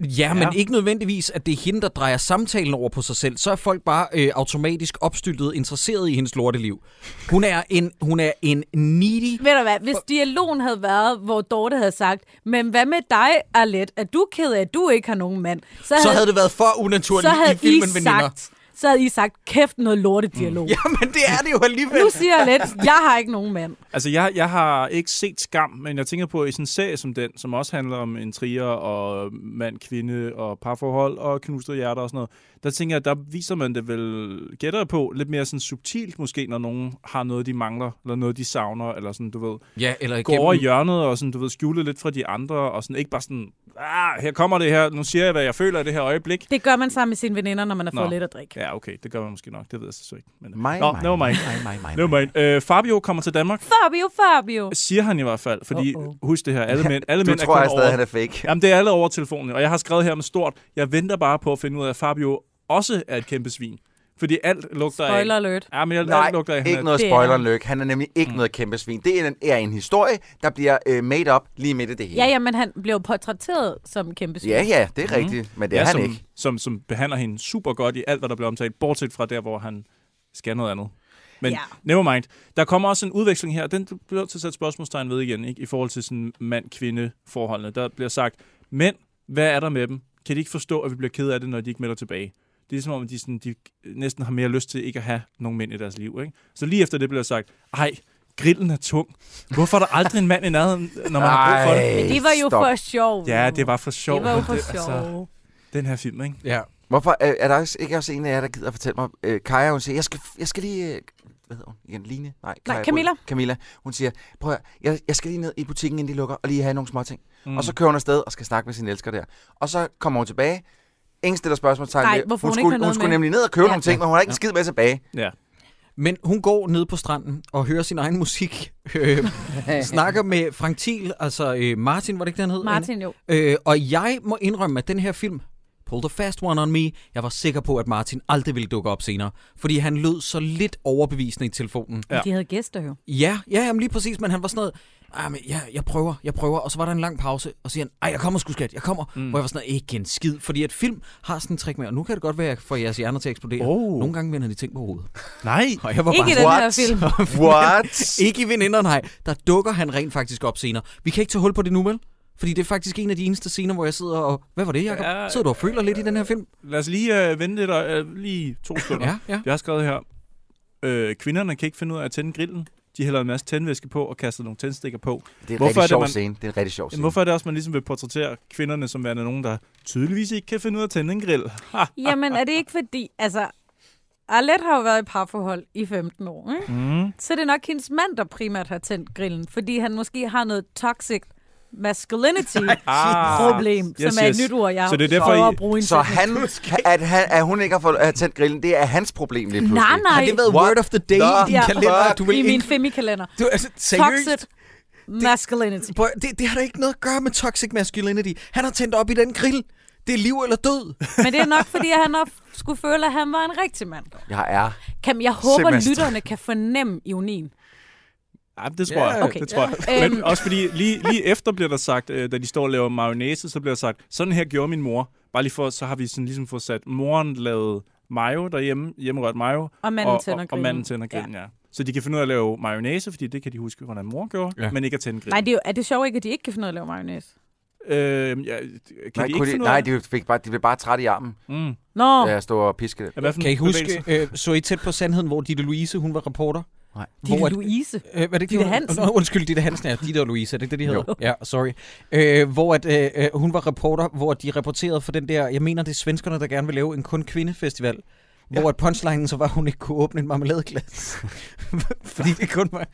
[SPEAKER 6] Ja, men
[SPEAKER 8] Ja.
[SPEAKER 6] ikke nødvendigvis, at det er hende, der drejer samtalen over på sig selv. Så er folk bare øh, automatisk opstyltet interesseret i hendes lorteliv. Hun er en, hun er en needy...
[SPEAKER 9] Ved du hvad, hvis dialogen havde været, hvor Dorte havde sagt, men hvad med dig, Arlette, er du ked af, at du ikke har nogen mand?
[SPEAKER 6] Så havde det været for
[SPEAKER 9] Øh, så
[SPEAKER 6] unaturligt
[SPEAKER 9] havde
[SPEAKER 6] i filmen,
[SPEAKER 9] I
[SPEAKER 6] veninder.
[SPEAKER 9] sagt, så havde I sagt, kæft noget lortedialog. Mm.
[SPEAKER 6] Jamen, det er det jo alligevel.
[SPEAKER 9] Nu siger Arlette, jeg har ikke nogen mand.
[SPEAKER 8] Altså, jeg, jeg har ikke set Skam, men jeg tænker på, at i sådan en serie som den, som også handler om intriger og mand, kvinde og parforhold og knuste hjerter og sådan noget, der tænker jeg, der viser man det vel, gætter jeg på, lidt mere sådan subtilt måske, når nogen har noget, de mangler, eller noget, de savner, eller sådan, du ved,
[SPEAKER 6] Ja, eller
[SPEAKER 8] gå over i
[SPEAKER 6] igennem...
[SPEAKER 8] hjørnet og sådan, du ved, skjule lidt fra de andre, og sådan ikke bare sådan, ah, her kommer det her, nu siger jeg, hvad jeg føler i det her øjeblik.
[SPEAKER 9] Det gør man sammen med sine veninder, når man har
[SPEAKER 8] Nå.
[SPEAKER 9] fået lidt at drikke.
[SPEAKER 8] Ja, okay, det gør man måske nok, det ved jeg så ikke. Men...
[SPEAKER 7] Mig,
[SPEAKER 8] Nå,
[SPEAKER 7] mig,
[SPEAKER 8] never mind.
[SPEAKER 7] mig, mig, mig.
[SPEAKER 8] Never mind. Øh, Fabio kommer til Danmark.
[SPEAKER 9] Fabio, Fabio.
[SPEAKER 8] Siger han i hvert fald, fordi
[SPEAKER 9] Uh-oh.
[SPEAKER 8] husk det her, alle mænd, alle
[SPEAKER 7] Du
[SPEAKER 8] mænd
[SPEAKER 7] tror
[SPEAKER 8] er
[SPEAKER 7] jeg
[SPEAKER 8] kun
[SPEAKER 7] stadig,
[SPEAKER 8] over.
[SPEAKER 7] han er fake.
[SPEAKER 8] Jamen, det er alle over telefonen, og jeg har skrevet her med stort, jeg venter bare på at finde ud af, at Fabio også er et kæmpe svin. Fordi alt lugter af...
[SPEAKER 9] Spoiler alert.
[SPEAKER 8] Ja, men jeg,
[SPEAKER 7] Nej,
[SPEAKER 8] alt lugter af, han
[SPEAKER 7] ikke
[SPEAKER 8] er-
[SPEAKER 7] noget
[SPEAKER 9] Det er
[SPEAKER 7] spoiler
[SPEAKER 9] han.
[SPEAKER 7] løk. Han er nemlig ikke mm. noget kæmpe svin. Det er en, er en historie, der bliver øh, made up lige midt i det hele.
[SPEAKER 9] Ja, ja, men han blev portrætteret som kæmpe svin.
[SPEAKER 7] ja, ja det er rigtigt, men det er
[SPEAKER 8] Mm. ja,
[SPEAKER 7] han
[SPEAKER 8] som,
[SPEAKER 7] ikke.
[SPEAKER 8] Som, som behandler hende super godt i alt, hvad der bliver omtalt, bortset fra der, hvor han skal noget andet. Men ja.
[SPEAKER 9] Ja.
[SPEAKER 8] never mind. Der kommer også en udveksling her, den bliver til at sætte spørgsmålstegn ved igen, ikke? i forhold til sådan mand-kvinde-forholdene. Der bliver sagt, men hvad er der med dem? Kan de ikke forstå, at vi bliver ked af det, når de ikke melder tilbage? Det er som om, at de, sådan, de næsten har mere lyst til ikke at have nogen mænd i deres liv. Ikke? Så lige efter det bliver sagt, ej, grillen er tung. Hvorfor er der aldrig en mand i nærheden, når man har brug for det?
[SPEAKER 7] Ej,
[SPEAKER 9] Men det var jo
[SPEAKER 7] stop.
[SPEAKER 9] for sjov.
[SPEAKER 8] Ja, det var for sjov.
[SPEAKER 9] Det var jo
[SPEAKER 8] men
[SPEAKER 9] for
[SPEAKER 8] det- altså,
[SPEAKER 9] sjov.
[SPEAKER 8] den her film, ikke?
[SPEAKER 6] Ja.
[SPEAKER 7] Hvorfor øh, er der også, ikke også en af jer, der gider at fortælle mig? Øh, Kaja, hun siger, jeg skal, jeg skal lige... Øh, hvad hedder hun? Igen, Line? Nej, Kaja,
[SPEAKER 9] Camilla.
[SPEAKER 7] Camilla. Hun siger, prøv at, høre, jeg, jeg skal lige ned i butikken, inden de lukker, og lige have nogle småting.
[SPEAKER 8] Mm.
[SPEAKER 7] Mm. Og så kører hun afsted og skal snakke med sin elsker der. Og så kommer hun tilbage. Ingen stiller spørgsmålstegn.
[SPEAKER 9] Nej,
[SPEAKER 7] ved-
[SPEAKER 9] hvorfor
[SPEAKER 7] hun,
[SPEAKER 9] hun ikke
[SPEAKER 7] skulle,
[SPEAKER 9] har noget
[SPEAKER 7] hun skulle
[SPEAKER 9] med.
[SPEAKER 7] nemlig ned og købe
[SPEAKER 9] Ja.
[SPEAKER 7] nogle ting, men hun har ikke en skid med tilbage.
[SPEAKER 8] Ja.
[SPEAKER 6] Men hun går ned på stranden og hører sin egen musik. Øh, snakker med Frank Thiel, altså øh, Martin, var det ikke, den hed?
[SPEAKER 9] Martin jo.
[SPEAKER 6] Øh, og jeg må indrømme, at den her film, Pull the fast one on me, jeg var sikker på, at Martin aldrig ville dukke op senere. Fordi han lød så lidt overbevisende i telefonen.
[SPEAKER 8] Ja.
[SPEAKER 9] De havde gæster jo.
[SPEAKER 6] Ja, ja, jamen lige præcis, men han var sådan noget, Ah, men jeg, jeg prøver, jeg prøver. Og så var der en lang pause, og så siger han, ej, jeg kommer sgu skat, jeg kommer. Mm. Hvor jeg var sådan, ikke en skid, fordi at film har sådan en trick med, og nu kan det godt være, at jeg får jeres hjerner til at eksplodere.
[SPEAKER 8] Oh.
[SPEAKER 6] Nogle gange vender de ting på hovedet.
[SPEAKER 8] Nej.
[SPEAKER 6] Og jeg var
[SPEAKER 9] Ikke i den
[SPEAKER 6] bare,
[SPEAKER 9] her film.
[SPEAKER 7] What?
[SPEAKER 6] ikke i veninder, nej. Der dukker han rent faktisk op senere. Vi kan ikke tage hul på det nu, vel? Fordi det er faktisk en af de eneste scener, hvor jeg sidder og... Hvad var det, Jacob?
[SPEAKER 8] Ja.
[SPEAKER 6] Sidder du og føler lidt i den her film?
[SPEAKER 8] Lad os lige øh, vente lidt og, øh, lige to sekunder.
[SPEAKER 6] Ja, ja.
[SPEAKER 8] Jeg har skrevet her, øh, kvinderne kan ikke finde ud af at tænde grillen. De hælder en masse tændvæske på og kaster nogle tændstikker på.
[SPEAKER 7] Det er en
[SPEAKER 8] Hvorfor
[SPEAKER 7] rigtig
[SPEAKER 8] er det,
[SPEAKER 7] sjov
[SPEAKER 8] man-
[SPEAKER 7] scene. Det er en rigtig sjov
[SPEAKER 8] Jamen,
[SPEAKER 7] scene.
[SPEAKER 8] hvorfor er det også, man ligesom vil portrættere kvinderne som værende nogen, der tydeligvis ikke kan finde ud af at tænde en grill? Ha.
[SPEAKER 9] Jamen, er det ikke fordi... Altså, Arlette har jo været i parforhold i 15 år, ikke?
[SPEAKER 8] Mm.
[SPEAKER 9] Så er det nok hendes mand, der primært har tændt grillen, fordi han måske har noget toxic masculinity-problem, ah,
[SPEAKER 8] yes,
[SPEAKER 9] som er et
[SPEAKER 8] yes.
[SPEAKER 9] nyt ord, jeg
[SPEAKER 8] Så det er derfor,
[SPEAKER 9] prøver
[SPEAKER 8] I-
[SPEAKER 9] at bruge i en
[SPEAKER 7] Så
[SPEAKER 9] sætning.
[SPEAKER 7] han, kan- at, han, at hun ikke har fået at tændt grillen, det er hans problem lige pludselig.
[SPEAKER 9] Nej, nej.
[SPEAKER 6] Har det været
[SPEAKER 7] What
[SPEAKER 6] word of the day i din
[SPEAKER 9] the
[SPEAKER 6] kalender?
[SPEAKER 7] fuck?
[SPEAKER 6] Du vil
[SPEAKER 9] I
[SPEAKER 6] ikke...
[SPEAKER 9] min femikalender.
[SPEAKER 6] Du, altså, seriøst?
[SPEAKER 9] Toxic masculinity.
[SPEAKER 6] Prøv, det, det har da ikke noget at gøre med toxic masculinity. Han har tændt op i den grill. Det er liv eller død.
[SPEAKER 9] Men det er nok, fordi han har skulle føle, at han var en rigtig mand.
[SPEAKER 7] Jeg er.
[SPEAKER 9] Kan, jeg håber,
[SPEAKER 7] Semester.
[SPEAKER 9] lytterne kan fornemme ironien.
[SPEAKER 8] Ja, det tror
[SPEAKER 6] Ja,
[SPEAKER 8] jeg.
[SPEAKER 9] okay.
[SPEAKER 8] Det tror
[SPEAKER 9] Ja.
[SPEAKER 8] jeg. Men
[SPEAKER 9] Øhm.
[SPEAKER 8] også fordi lige, lige efter bliver der sagt, øh, da de står og laver mayonnaise, så bliver der sagt, sådan her gjorde min mor. Bare lige for, så har vi sådan ligesom fået sat, moren lavede mayo derhjemme, hjemmerørt mayo,
[SPEAKER 9] Og manden
[SPEAKER 8] og,
[SPEAKER 9] tænder
[SPEAKER 8] og, og manden tænder grillen, ja. ja. Så de kan finde ud af at lave mayonnaise, fordi det kan de huske, hvordan mor gjorde,
[SPEAKER 6] Ja.
[SPEAKER 8] ja. men ikke at tænde
[SPEAKER 9] Nej,
[SPEAKER 8] grillen.
[SPEAKER 9] det er, jo, er det sjovt ikke, at de ikke kan finde ud af at lave mayonnaise?
[SPEAKER 8] Øh, ja,
[SPEAKER 7] Nej,
[SPEAKER 8] kan de
[SPEAKER 7] kunne
[SPEAKER 8] ikke
[SPEAKER 7] de,
[SPEAKER 8] finde ud
[SPEAKER 7] nej
[SPEAKER 8] af
[SPEAKER 7] de, fik bare, de blev bare træt i armen,
[SPEAKER 8] Mm.
[SPEAKER 9] Nå,
[SPEAKER 7] da jeg stod og piskede.
[SPEAKER 8] Ja, hvad for
[SPEAKER 6] Kan I
[SPEAKER 8] en bevægelse?
[SPEAKER 6] huske, øh, så I tæt på sandheden, hvor Ditte Louise, hun var reporter?
[SPEAKER 7] Nej.
[SPEAKER 9] det
[SPEAKER 6] Hvor
[SPEAKER 9] er
[SPEAKER 6] at-
[SPEAKER 9] Louise.
[SPEAKER 6] Øh, var det ikke
[SPEAKER 9] Ditte
[SPEAKER 6] det, hun-
[SPEAKER 9] Hansen.
[SPEAKER 6] Nå, undskyld, Ditte Hansen, ja. Ditte og Louise, er det ikke det, de hedder? Ja, sorry. Øh, hvor at, øh, øh, hun var reporter, hvor de rapporterede for den der, jeg mener, det er svenskerne, der gerne vil lave en kun kvindefestival. Hvor at punchlinen så var, at hun ikke kunne åbne en marmeladeglas. Fordi det kun var...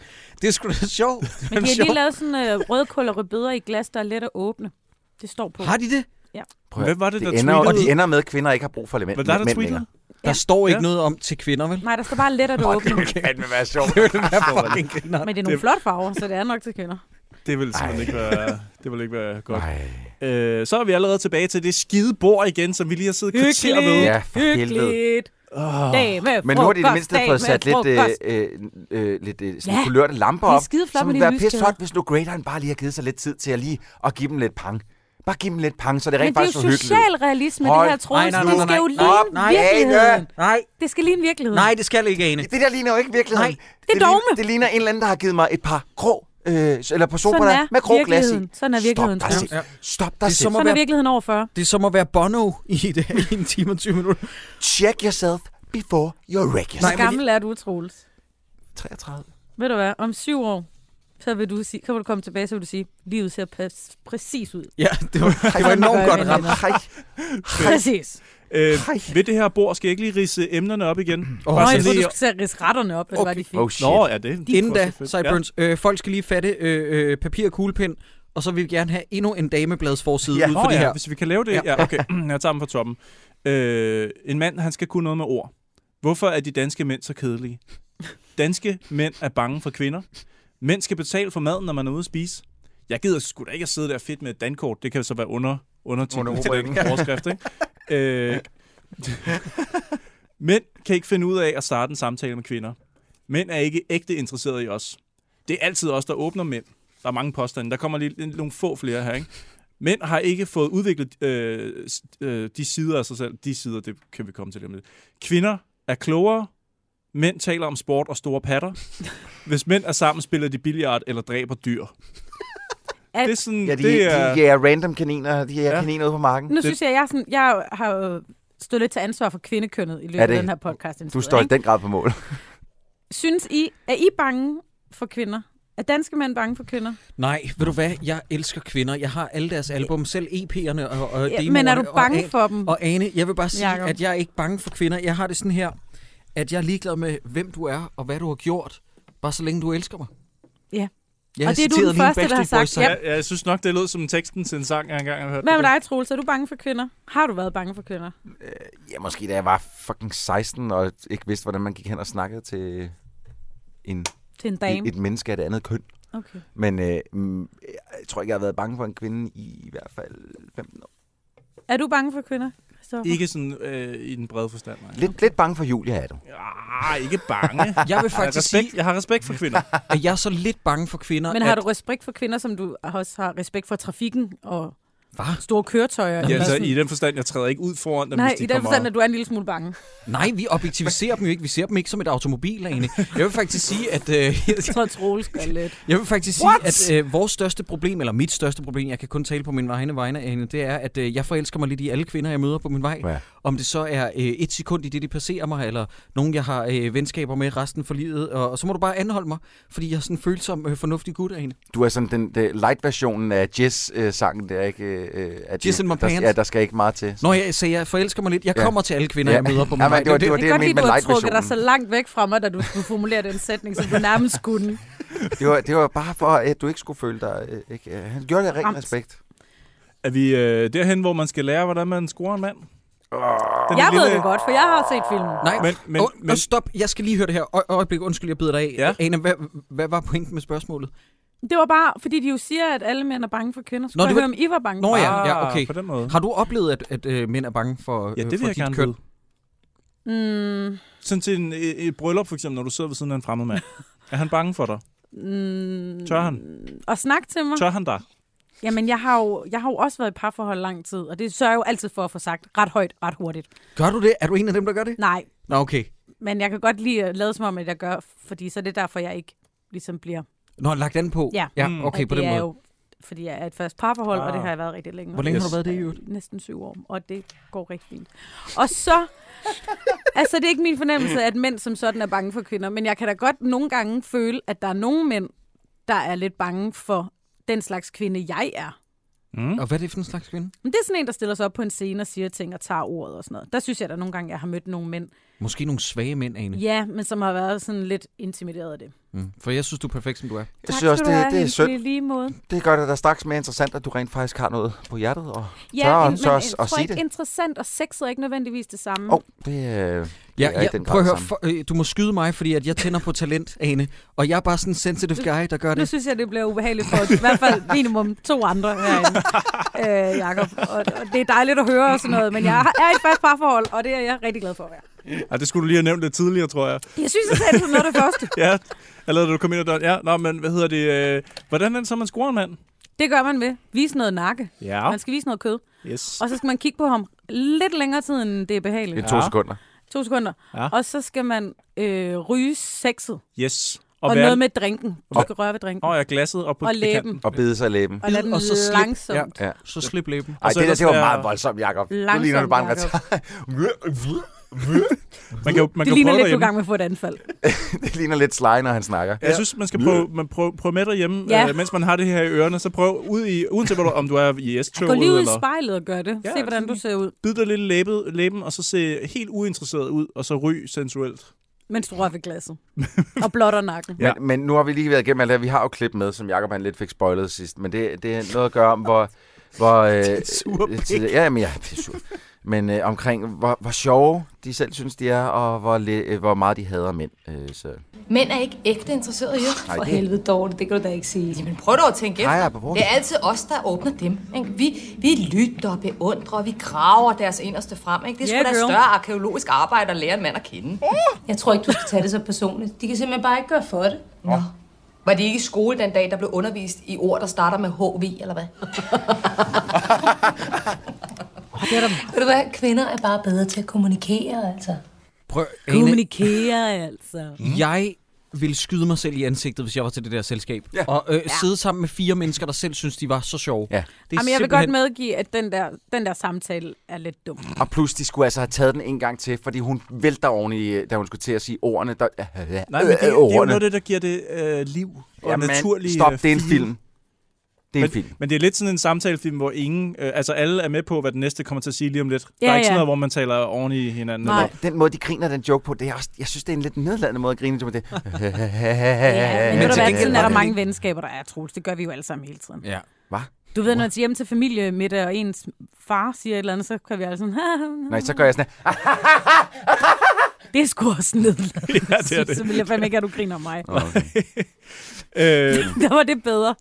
[SPEAKER 6] Det er sgu da sjovt.
[SPEAKER 9] Men de har
[SPEAKER 6] sjovt.
[SPEAKER 9] lige lavet sådan øh, rødkål og rødbeder i glas, der er let at åbne. Det står på.
[SPEAKER 6] Har de det?
[SPEAKER 7] Prøv,
[SPEAKER 8] Hvem var det, der
[SPEAKER 7] det ender, og
[SPEAKER 8] tweetede?
[SPEAKER 7] de ender med, at kvinder ikke har brug for element.
[SPEAKER 8] Hvad der, der
[SPEAKER 7] mænd
[SPEAKER 8] tweetede?
[SPEAKER 6] Der står ikke
[SPEAKER 8] Ja.
[SPEAKER 6] noget om til kvinder, vel?
[SPEAKER 9] Nej, der står bare let at åbne.
[SPEAKER 7] længere. Det kan fandme være sjovt.
[SPEAKER 6] Det ville være fucking griner.
[SPEAKER 9] Men det er nogle
[SPEAKER 8] Det-
[SPEAKER 9] flotte farver, så det er nok til kvinder.
[SPEAKER 8] Det ville simpelthen ikke være, det ville ikke være godt.
[SPEAKER 7] Nej.
[SPEAKER 8] Øh, så er vi allerede tilbage til det skide bord igen, som vi lige har siddet kvarter ved.
[SPEAKER 7] Ja, for helvede.
[SPEAKER 9] Hyggeligt. Dame,
[SPEAKER 7] Men nu har de i det
[SPEAKER 9] frokost,
[SPEAKER 7] mindste
[SPEAKER 9] dame,
[SPEAKER 7] fået sat lidt, øh,
[SPEAKER 9] frokost.
[SPEAKER 7] øh, øh, lidt øh, sådan
[SPEAKER 9] Ja.
[SPEAKER 7] kulørte lamper
[SPEAKER 9] Det er
[SPEAKER 7] op,
[SPEAKER 9] skideflot
[SPEAKER 7] som
[SPEAKER 9] med
[SPEAKER 7] ville
[SPEAKER 9] de
[SPEAKER 7] være pisse
[SPEAKER 9] lyskæder.
[SPEAKER 7] flot, hvis nu graderen bare lige har givet sig lidt tid til at lige at give dem lidt pang. Bare give dem lidt pang, så det
[SPEAKER 9] Men
[SPEAKER 7] rent
[SPEAKER 9] det er
[SPEAKER 7] faktisk
[SPEAKER 9] jo
[SPEAKER 7] så hyggeligt. ud.
[SPEAKER 9] socialrealisme, det
[SPEAKER 7] Hold-
[SPEAKER 9] her, Troels.
[SPEAKER 6] Nej, nej,
[SPEAKER 9] Det
[SPEAKER 6] nej,
[SPEAKER 9] skal jo
[SPEAKER 6] nej,
[SPEAKER 9] ligne
[SPEAKER 7] nej, nej,
[SPEAKER 9] virkeligheden.
[SPEAKER 6] Nej,
[SPEAKER 9] Det skal ligne virkeligheden.
[SPEAKER 6] nej, det skal ikke, Ane.
[SPEAKER 7] Det der ligner jo ikke virkeligheden.
[SPEAKER 6] Nej,
[SPEAKER 9] det er dogme.
[SPEAKER 7] ligner, det ligner en eller anden, der har givet mig et par grå, øh, eller på
[SPEAKER 9] Sådan
[SPEAKER 7] sofaerne
[SPEAKER 9] er
[SPEAKER 7] med grå glas i.
[SPEAKER 9] virkeligheden. Sådan er virkeligheden,
[SPEAKER 7] Stop dig
[SPEAKER 9] Troels.
[SPEAKER 7] selv.
[SPEAKER 6] Ja.
[SPEAKER 7] Stop dig
[SPEAKER 6] Det er
[SPEAKER 7] selv.
[SPEAKER 6] som at
[SPEAKER 9] Sådan er
[SPEAKER 6] være,
[SPEAKER 9] virkeligheden over 40.
[SPEAKER 6] det er som at være Bono i, det, i en time og 20 minutter.
[SPEAKER 7] Check yourself before you wreck
[SPEAKER 9] Hvor
[SPEAKER 7] yourself.
[SPEAKER 9] gammel er du, Troels?
[SPEAKER 7] 33.
[SPEAKER 9] Ved du hvad, om syv år, så vil du sige, kan du komme tilbage, så vil du sige, livet ser præ- præcis ud.
[SPEAKER 6] Ja, det var, det var enormt godt ramt.
[SPEAKER 7] Hej.
[SPEAKER 9] Præcis.
[SPEAKER 8] Øh, ved det her bord, skal jeg ikke lige ridse emnerne op igen?
[SPEAKER 6] Åh,
[SPEAKER 9] Nå,
[SPEAKER 8] Bare
[SPEAKER 9] jeg
[SPEAKER 8] sådan
[SPEAKER 9] troede, du
[SPEAKER 8] lige-
[SPEAKER 9] skulle tage risretterne op, hvad okay. var de fik.
[SPEAKER 7] Oh shit.
[SPEAKER 8] Nå, ja, det. det
[SPEAKER 6] Inden
[SPEAKER 8] var
[SPEAKER 6] da,
[SPEAKER 8] så fedt.
[SPEAKER 6] Cyburns, øh, folk skal lige fatte øh, øh, papir og kuglepind, og så vil vi gerne have endnu en damebladsforside
[SPEAKER 7] Ja.
[SPEAKER 6] ja. ud
[SPEAKER 8] Ja.
[SPEAKER 6] for
[SPEAKER 8] Nå,
[SPEAKER 6] det
[SPEAKER 8] ja,
[SPEAKER 6] her.
[SPEAKER 8] hvis vi kan lave det. Ja, okay. Jeg tager dem fra toppen. Øh, en mand, han skal kunne noget med ord. Hvorfor er de danske mænd så kedelige? Danske mænd er bange for kvinder. Mænd skal betale for maden, når man er ude at spise. Jeg gider sgu da ikke at sidde der fedt med et dankort. Det kan så være under, undertitlen til den overskrift, ikke? Øh, mænd kan ikke finde ud af at starte en samtale med kvinder. Mænd er ikke ægte interesserede i os. Det er altid os, der åbner mænd. Der er mange påstande. Der kommer lige nogle få flere her, ikke? Mænd har ikke fået udviklet øh, s- øh, de sider af sig selv. De sider, det kan vi komme til lige om lidt. Kvinder er klogere. Mænd taler om sport og store patter. Hvis mænd er sammen, spiller de billiard eller dræber dyr. Det er sådan,
[SPEAKER 7] Ja, de,
[SPEAKER 8] det er...
[SPEAKER 7] de, de er random kaniner. De er
[SPEAKER 8] Ja.
[SPEAKER 7] ja. kaniner ude på marken.
[SPEAKER 9] Nu synes jeg, jeg, er sådan, jeg har jo stået lidt til ansvar for kvindekønnet i løbet
[SPEAKER 7] Er det-
[SPEAKER 9] af den her podcast. indtil
[SPEAKER 7] Du
[SPEAKER 9] videre,
[SPEAKER 7] står i
[SPEAKER 9] ikke?
[SPEAKER 7] den grad på mål.
[SPEAKER 9] Synes I, er I bange for kvinder? Er danske mænd bange for kvinder?
[SPEAKER 6] Nej, ved du hvad? Jeg elsker kvinder. Jeg har alle deres album, selv EP'erne og, og
[SPEAKER 9] Ja,
[SPEAKER 6] demoerne.
[SPEAKER 9] men er du bange
[SPEAKER 6] og,
[SPEAKER 9] for dem?
[SPEAKER 6] Og Ane, jeg vil bare sige,
[SPEAKER 9] Jakob.
[SPEAKER 6] at jeg er ikke bange for kvinder. Jeg har det sådan her, at jeg er ligeglad med, hvem du er og hvad du har gjort, bare så længe du elsker mig.
[SPEAKER 9] Ja.
[SPEAKER 6] Jeg
[SPEAKER 9] Og
[SPEAKER 6] har
[SPEAKER 9] det er du den
[SPEAKER 6] citeret lige en
[SPEAKER 9] første, der har
[SPEAKER 6] Backstreet
[SPEAKER 9] sagt.
[SPEAKER 6] Boys-sang.
[SPEAKER 9] Ja.
[SPEAKER 8] Jeg, jeg synes nok, det lød som teksten til en sang, jeg engang har hørt.
[SPEAKER 9] Hvad med dig, Troels? Er du bange for kvinder? Har du været bange for kvinder?
[SPEAKER 7] Ja, måske da jeg var fucking 16 og ikke vidste, hvordan man gik hen og snakkede til en,
[SPEAKER 9] Til en
[SPEAKER 7] et,
[SPEAKER 9] dame?
[SPEAKER 7] et menneske af det andet køn.
[SPEAKER 9] Okay.
[SPEAKER 7] Men øh, mm, jeg tror ikke, jeg har været bange for en kvinde i, i hvert fald 15 år.
[SPEAKER 9] Er du bange for kvinder? Christoffer?
[SPEAKER 8] Ikke sådan øh, i den brede forstand. Nej.
[SPEAKER 7] Lidt, lidt bange for Julia er du.
[SPEAKER 8] Ah, ikke bange.
[SPEAKER 6] Jeg vil
[SPEAKER 8] har
[SPEAKER 6] faktisk
[SPEAKER 8] respekt,
[SPEAKER 6] sige-
[SPEAKER 8] Jeg har respekt for kvinder.
[SPEAKER 6] At jeg er så lidt bange for kvinder,
[SPEAKER 9] Men har
[SPEAKER 6] at,
[SPEAKER 9] du respekt for kvinder, som du også har respekt for trafikken og
[SPEAKER 6] Hva?
[SPEAKER 9] store køretøjer?
[SPEAKER 8] Ja,
[SPEAKER 9] eller
[SPEAKER 8] altså,
[SPEAKER 9] sådan?
[SPEAKER 8] i den forstand, jeg træder ikke ud foran dem,
[SPEAKER 9] Nej,
[SPEAKER 8] hvis de
[SPEAKER 9] i den
[SPEAKER 8] kommer
[SPEAKER 9] forstand, at du er en lille smule bange.
[SPEAKER 6] Nej, vi objektiviserer dem jo ikke. Vi ser dem ikke som et automobil, egentlig. Jeg vil faktisk sige, at... Øh,
[SPEAKER 9] Jeg tror, Troels gør lidt.
[SPEAKER 6] Jeg vil faktisk sige, at øh, vores største problem, eller mit største problem, jeg kan kun tale på min vegne, vegne Ane, det er, at øh, jeg forelsker mig lidt i alle kvinder, jeg møder på min vej.
[SPEAKER 7] Ja.
[SPEAKER 6] Om det så er øh, et sekund i det, de passerer mig, eller nogen, jeg har øh, venskaber med resten for livet. Og, og så må du bare anholde mig, fordi jeg er sådan en følsom, øh, fornuftig gut, Ane.
[SPEAKER 7] Du er sådan den, den light-versionen af Jess-sangen, der ikke... Øh, at
[SPEAKER 6] Jizz in my
[SPEAKER 7] der,
[SPEAKER 6] pants.
[SPEAKER 7] Ja, der skal ikke meget til.
[SPEAKER 6] Nå, jeg, så jeg forelsker mig lidt. Jeg
[SPEAKER 7] Ja.
[SPEAKER 6] kommer til alle kvinder,
[SPEAKER 7] Ja.
[SPEAKER 6] jeg møder på min
[SPEAKER 7] Ja, men
[SPEAKER 6] vej.
[SPEAKER 7] det var-
[SPEAKER 6] jo
[SPEAKER 7] det var
[SPEAKER 9] Det er godt
[SPEAKER 7] jeg
[SPEAKER 9] lide,
[SPEAKER 7] mente
[SPEAKER 9] du
[SPEAKER 7] med
[SPEAKER 9] har trukket dig
[SPEAKER 7] light-versionen.
[SPEAKER 9] så langt væk fra mig, da du skulle formulere den sætning, som du nærmest kunne.
[SPEAKER 7] Det var, det var bare for, at du ikke skulle føle dig... Øh, ikke, øh, han gjorde det af ren
[SPEAKER 9] Ramt.
[SPEAKER 7] respekt.
[SPEAKER 8] Er vi øh, derhen, hvor man skal lære, hvordan man scorer en mand? Den
[SPEAKER 9] Jeg ved
[SPEAKER 8] lille-
[SPEAKER 9] det godt, for jeg har set filmen.
[SPEAKER 6] Nej, men,
[SPEAKER 8] Men-
[SPEAKER 6] men,
[SPEAKER 8] men-
[SPEAKER 6] og,
[SPEAKER 8] men-
[SPEAKER 6] og stop. Jeg skal lige høre det her. Øj, øjeblik, undskyld, jeg bider dig af.
[SPEAKER 8] Ja.
[SPEAKER 6] Ane, hvad, hvad var pointen med spørgsmålet?
[SPEAKER 9] Det var bare, fordi de jo siger, at alle mænd er bange for kvinder. Så
[SPEAKER 6] Nå,
[SPEAKER 9] kunne
[SPEAKER 6] det
[SPEAKER 9] jeg
[SPEAKER 6] var-
[SPEAKER 9] høre, om I var bange
[SPEAKER 6] Nå
[SPEAKER 9] for
[SPEAKER 6] ja, ja,
[SPEAKER 8] Ah,
[SPEAKER 6] okay.
[SPEAKER 8] På den måde.
[SPEAKER 6] Har du oplevet, at, at øh, mænd er bange for, øh,
[SPEAKER 8] Ja, det
[SPEAKER 6] for
[SPEAKER 8] vil jeg
[SPEAKER 6] dit
[SPEAKER 8] gerne
[SPEAKER 6] køn?
[SPEAKER 8] vide.
[SPEAKER 9] Mm,
[SPEAKER 8] Sådan til en, øh, et, et bryllup, for eksempel, når du sidder ved siden af en fremmed mand. Er han bange for dig?
[SPEAKER 9] mm,
[SPEAKER 8] Tør han?
[SPEAKER 9] Og snak til mig.
[SPEAKER 8] Tør han dig?
[SPEAKER 9] Jamen, jeg har, jo, jeg har jo også været i parforhold lang tid, og det sørger jeg jo altid for at få sagt ret højt, ret hurtigt.
[SPEAKER 6] Gør du det? Er du en af dem, der gør det?
[SPEAKER 9] Nej,
[SPEAKER 6] Nå, okay.
[SPEAKER 9] men jeg kan godt lide at lade som om, at jeg gør, fordi så er det derfor, jeg ikke ligesom bliver.
[SPEAKER 6] Nå, lagt den på?
[SPEAKER 9] Ja.
[SPEAKER 6] ja
[SPEAKER 8] Mm.
[SPEAKER 6] okay,
[SPEAKER 9] og
[SPEAKER 6] på
[SPEAKER 9] det
[SPEAKER 6] den
[SPEAKER 9] er
[SPEAKER 6] måde.
[SPEAKER 9] jo, fordi jeg er et fast parforhold, ah. og det
[SPEAKER 8] Ah.
[SPEAKER 9] har jeg været rigtig længe. Øh,
[SPEAKER 6] Hvor længe har
[SPEAKER 8] Yes.
[SPEAKER 6] du været det i øvrigt?
[SPEAKER 9] Næsten syv år, og det går rigtig fint. Og så... altså, det er ikke min fornemmelse, at mænd som sådan er bange for kvinder, men jeg kan da godt nogle gange føle, at der er nogle mænd, der er lidt bange for den slags kvinde, jeg er.
[SPEAKER 8] Mm.
[SPEAKER 6] Og hvad er det for en slags kvinde?
[SPEAKER 9] Men det er sådan en, der stiller sig op på en scene og siger ting og tager ordet og sådan noget. Der synes jeg da nogle gange, jeg har mødt nogle
[SPEAKER 6] Mm.
[SPEAKER 9] mænd.
[SPEAKER 6] Måske nogle svage mænd, Ane.
[SPEAKER 9] Ja, men som har været sådan lidt intimideret af det.
[SPEAKER 6] Mm. For jeg synes, du er perfekt, som du er.
[SPEAKER 7] Jeg synes også, det, det er synd.
[SPEAKER 9] I lige måde.
[SPEAKER 7] Det gør det da straks mere interessant, at du rent faktisk har noget på hjertet. Og
[SPEAKER 9] Ja,
[SPEAKER 7] Tør-
[SPEAKER 9] men,
[SPEAKER 7] tør
[SPEAKER 9] men,
[SPEAKER 7] at
[SPEAKER 9] jeg tror
[SPEAKER 7] sige
[SPEAKER 9] ikke
[SPEAKER 7] det.
[SPEAKER 9] interessant, og sexet er ikke nødvendigvis det samme.
[SPEAKER 7] oh, det, øh,
[SPEAKER 6] Ja,
[SPEAKER 7] er i
[SPEAKER 6] ja,
[SPEAKER 7] den grad
[SPEAKER 6] prøv at høre,
[SPEAKER 7] det
[SPEAKER 6] for, øh, du må skyde mig, fordi at jeg tænder på talent, Ane. Og jeg er bare sådan en sensitive guy, der gør
[SPEAKER 9] Nu
[SPEAKER 6] det.
[SPEAKER 9] synes jeg, det bliver ubehageligt for i hvert fald minimum to andre herinde, øh, Jacob. Og, og det er dejligt at høre og sådan noget, men jeg er i et fast parforhold, og det er jeg rigtig glad for at være.
[SPEAKER 8] Ja, det skulle du lige have nævnt lidt tidligere, tror jeg.
[SPEAKER 9] Jeg synes, jeg sagde det som noget af det første.
[SPEAKER 8] Ja, allerede da du kom ind ad døren. Ja, nå, men hvad hedder det? Øh, hvordan er det så, man scorer en mand?
[SPEAKER 9] Det gør man ved. Vise noget nakke.
[SPEAKER 8] Ja.
[SPEAKER 9] Man skal vise noget kød.
[SPEAKER 8] Yes.
[SPEAKER 9] Og så skal man kigge på ham lidt længere tid, end det er
[SPEAKER 7] er
[SPEAKER 9] behageligt.
[SPEAKER 7] to
[SPEAKER 8] Ja.
[SPEAKER 7] sekunder.
[SPEAKER 9] To sekunder.
[SPEAKER 8] Ja.
[SPEAKER 9] Og så skal man øh, ryge sexet.
[SPEAKER 8] Yes.
[SPEAKER 9] Og, og
[SPEAKER 8] være-
[SPEAKER 9] noget med drinken. Du
[SPEAKER 8] Og-
[SPEAKER 9] skal røre ved drinken.
[SPEAKER 8] Åh, ja, glasset op på
[SPEAKER 9] Og
[SPEAKER 8] i
[SPEAKER 9] læben.
[SPEAKER 8] kanten.
[SPEAKER 7] Og bide sig i læben.
[SPEAKER 9] Og lad
[SPEAKER 6] Bid, og så
[SPEAKER 9] den
[SPEAKER 6] slip.
[SPEAKER 9] langsomt.
[SPEAKER 7] Ja.
[SPEAKER 6] Så slip læben.
[SPEAKER 7] Ej,
[SPEAKER 8] så
[SPEAKER 7] det, der,
[SPEAKER 8] ellers
[SPEAKER 7] det var
[SPEAKER 8] være-
[SPEAKER 7] meget voldsomt, Jacob. Nu ligner du
[SPEAKER 9] Langsomt,
[SPEAKER 7] bare en
[SPEAKER 9] Jacob.
[SPEAKER 7] retar.
[SPEAKER 8] Man kan, jo- man
[SPEAKER 9] Det
[SPEAKER 8] kan
[SPEAKER 9] ligner
[SPEAKER 8] prøve
[SPEAKER 9] lidt, du er i
[SPEAKER 8] derhjemme.
[SPEAKER 9] gang med at få et anfald.
[SPEAKER 7] det ligner lidt Sly, når han snakker.
[SPEAKER 8] Jeg synes, man skal prøve, man prøve, prøve med derhjemme,
[SPEAKER 9] Ja.
[SPEAKER 8] ja. øh, mens man har det her i ørerne. Så prøv ud i, uanset hvor du, om du er i S-toget,
[SPEAKER 9] Gå lige ud i
[SPEAKER 8] eller
[SPEAKER 9] spejlet og gør det.
[SPEAKER 8] Ja,
[SPEAKER 9] Se, hvordan du
[SPEAKER 8] sådan-
[SPEAKER 9] ser ud,
[SPEAKER 8] bid dig lidt i læbet, læben, og så se helt uinteresseret ud, og så ryg sensuelt.
[SPEAKER 9] mens du rører ved glasset. Og blotter nakken.
[SPEAKER 7] Ja. Men, men nu har vi lige været igennem alt det her. Vi har jo klip med, som Jacob han lidt fik spoilet sidst. Men det, det er noget at gøre om, hvor... hvor øh,
[SPEAKER 8] sure
[SPEAKER 7] øh, til- ja, men jeg er sur. Men øh, omkring, hvor, hvor sjove de selv synes, de er, og hvor, le, øh, hvor meget de hader mænd. Øh, så.
[SPEAKER 4] Mænd er ikke ægte interesseret i jer.
[SPEAKER 7] Nej,
[SPEAKER 2] For
[SPEAKER 7] det
[SPEAKER 2] helvede dårligt, det kan du da ikke sige.
[SPEAKER 4] Jamen prøv dog at tænke
[SPEAKER 7] Nej, jeg er
[SPEAKER 4] efter.
[SPEAKER 7] på bordet.
[SPEAKER 4] Det er altid os, der åbner dem. Ikke? Vi, vi lytter og beundrer, og vi graver deres inderste frem. Ikke? Det er
[SPEAKER 9] Yeah,
[SPEAKER 4] yeah, sgu da
[SPEAKER 9] girl.
[SPEAKER 4] større arkeologisk arbejde at lære en mand at kende.
[SPEAKER 2] Jeg tror ikke, du skal tage det så personligt. De kan simpelthen bare ikke gøre for det.
[SPEAKER 4] Var det ikke i skole den dag, der blev undervist i ord, der starter med HV, eller hvad?
[SPEAKER 2] Ved du hvad, kvinder er bare bedre til at kommunikere, altså.
[SPEAKER 6] Prøv, Ane,
[SPEAKER 9] Kommunikere, altså.
[SPEAKER 7] Mm.
[SPEAKER 6] jeg ville skyde mig selv i ansigtet, hvis jeg var til det der selskab. Ja. Og øh, sidde sammen med fire mennesker, der selv synes, de var så sjove.
[SPEAKER 7] Ja.
[SPEAKER 6] Det er
[SPEAKER 9] Jamen, jeg vil godt
[SPEAKER 6] simpelthen-
[SPEAKER 9] medgive, at den der, den der samtale er lidt dum.
[SPEAKER 7] Og plus, de skulle altså have taget den en gang til, fordi hun vælter oven i, øh, da hun skulle til at sige ordene. Der, Øh,
[SPEAKER 8] Nej, men det, det er jo noget af det, der giver det øh, liv og
[SPEAKER 7] Jamen,
[SPEAKER 8] naturlig
[SPEAKER 7] Stop,
[SPEAKER 8] øh,
[SPEAKER 7] det er en
[SPEAKER 8] feel.
[SPEAKER 7] film. Det er en
[SPEAKER 8] Men,
[SPEAKER 7] film.
[SPEAKER 8] men det er lidt sådan en samtalefilm, hvor ingen, øh, altså alle er med på, hvad den næste kommer til at sige lige om lidt. Ja, der
[SPEAKER 9] Ja,
[SPEAKER 8] er ikke sådan
[SPEAKER 9] ja.
[SPEAKER 8] noget, hvor man taler oven i hinanden.
[SPEAKER 9] Nej.
[SPEAKER 8] Eller,
[SPEAKER 7] Den måde, de griner den joke på, det er også, jeg synes, det er en lidt nedladende måde at grine. Det. ja, men
[SPEAKER 9] Men ved
[SPEAKER 7] ved
[SPEAKER 9] du hvad, sådan er der
[SPEAKER 6] det-
[SPEAKER 9] mange venskaber, der er, Troels. Det gør vi jo alle sammen hele tiden.
[SPEAKER 6] Ja.
[SPEAKER 9] Du ved, når man tager hjem til familiemiddag, og ens far siger et eller andet, så kan vi alle sådan,
[SPEAKER 7] Nej, så gør jeg sådan her.
[SPEAKER 9] det er sgu også nedladende.
[SPEAKER 8] ja, det er det.
[SPEAKER 9] Så vil jeg fandme ikke, at du griner af mig.
[SPEAKER 8] Øh,
[SPEAKER 9] Der var det bedre.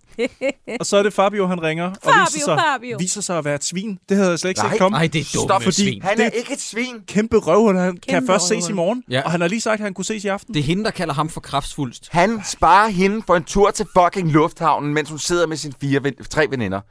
[SPEAKER 8] og så er det Fabio, han ringer og
[SPEAKER 9] Fabio,
[SPEAKER 8] viser sig,
[SPEAKER 9] Fabio.
[SPEAKER 8] viser sig at være et svin. Det havde jeg slet ikke
[SPEAKER 6] Nej,
[SPEAKER 8] set komme.
[SPEAKER 6] nej, det er dumme
[SPEAKER 8] fordi
[SPEAKER 6] svin.
[SPEAKER 7] Han
[SPEAKER 8] det
[SPEAKER 7] er ikke et svin.
[SPEAKER 8] kæmpe røvhul, han kæmpe kan
[SPEAKER 9] Kæmpe
[SPEAKER 8] først ses i
[SPEAKER 9] røvhul.
[SPEAKER 8] morgen.
[SPEAKER 6] Ja.
[SPEAKER 8] Ja. Og han har lige sagt, at han kunne ses i aften.
[SPEAKER 6] Det er hende, der kalder ham for kraftsfuldst.
[SPEAKER 7] Han sparer hende for en tur til fucking lufthavnen, mens hun sidder med sine fire, ven- tre veninder.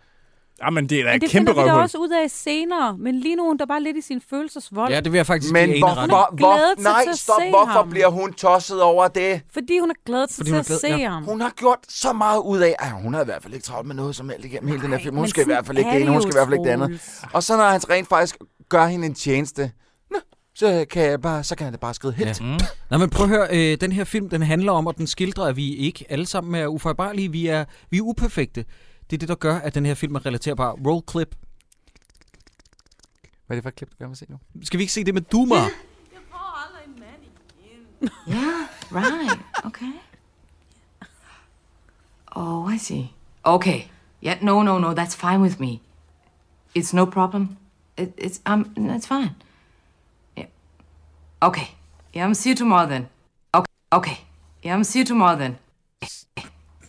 [SPEAKER 8] Jamen, det er da
[SPEAKER 9] Men
[SPEAKER 8] et
[SPEAKER 9] det
[SPEAKER 8] kæmpe
[SPEAKER 9] finder vi da
[SPEAKER 8] røvhul.
[SPEAKER 9] også ud af senere. Men lige nu er hun da bare lidt i sin følelsesvold.
[SPEAKER 6] Ja, det vil jeg faktisk
[SPEAKER 7] Men
[SPEAKER 6] give ene ret. i.
[SPEAKER 7] hvorfor,
[SPEAKER 9] glædet
[SPEAKER 7] hvor,
[SPEAKER 9] sig
[SPEAKER 7] nej,
[SPEAKER 9] til at
[SPEAKER 7] stop,
[SPEAKER 9] se
[SPEAKER 7] hvorfor
[SPEAKER 9] ham.
[SPEAKER 7] bliver hun tosset over det?
[SPEAKER 9] Fordi hun er glad til,
[SPEAKER 6] hun
[SPEAKER 9] til
[SPEAKER 6] er
[SPEAKER 9] at
[SPEAKER 6] glad,
[SPEAKER 9] se
[SPEAKER 6] ja.
[SPEAKER 9] ham.
[SPEAKER 7] Hun har gjort så meget ud af, at hun har i hvert fald ikke travlt med noget som alt igennem hele den her film. Hun
[SPEAKER 9] men
[SPEAKER 7] skal i
[SPEAKER 9] sådan
[SPEAKER 7] hvert fald ikke
[SPEAKER 9] er
[SPEAKER 7] det ene,
[SPEAKER 9] det
[SPEAKER 7] hun
[SPEAKER 9] jo,
[SPEAKER 7] skal i hvert fald ikke det andet.
[SPEAKER 9] Troels.
[SPEAKER 7] Og så når han rent faktisk gør hende en tjeneste, nå, så kan, jeg bare, så kan han da bare skride helt. Mm.
[SPEAKER 6] Ja.
[SPEAKER 7] Ja.
[SPEAKER 6] Nå, men prøv at høre, øh, den her film, den handler om, og den skildrer, at vi ikke alle sammen er ufejlbarlige. Vi er, vi er uperfekte. Det er det, der gør, at den her film er relaterbar. Roll clip.
[SPEAKER 7] Hvad er det for et klip, du gerne vil se nu?
[SPEAKER 6] Skal vi ikke se det med Duma? Ja.
[SPEAKER 4] Yeah, right. Okay. Oh, I see. Okay. Yeah, no, no, no. That's fine with me. It's no problem. It, it's um, that's fine. Yeah. Okay. Yeah, I'm see you tomorrow then. Okay. Okay. Yeah, I'm see you tomorrow then.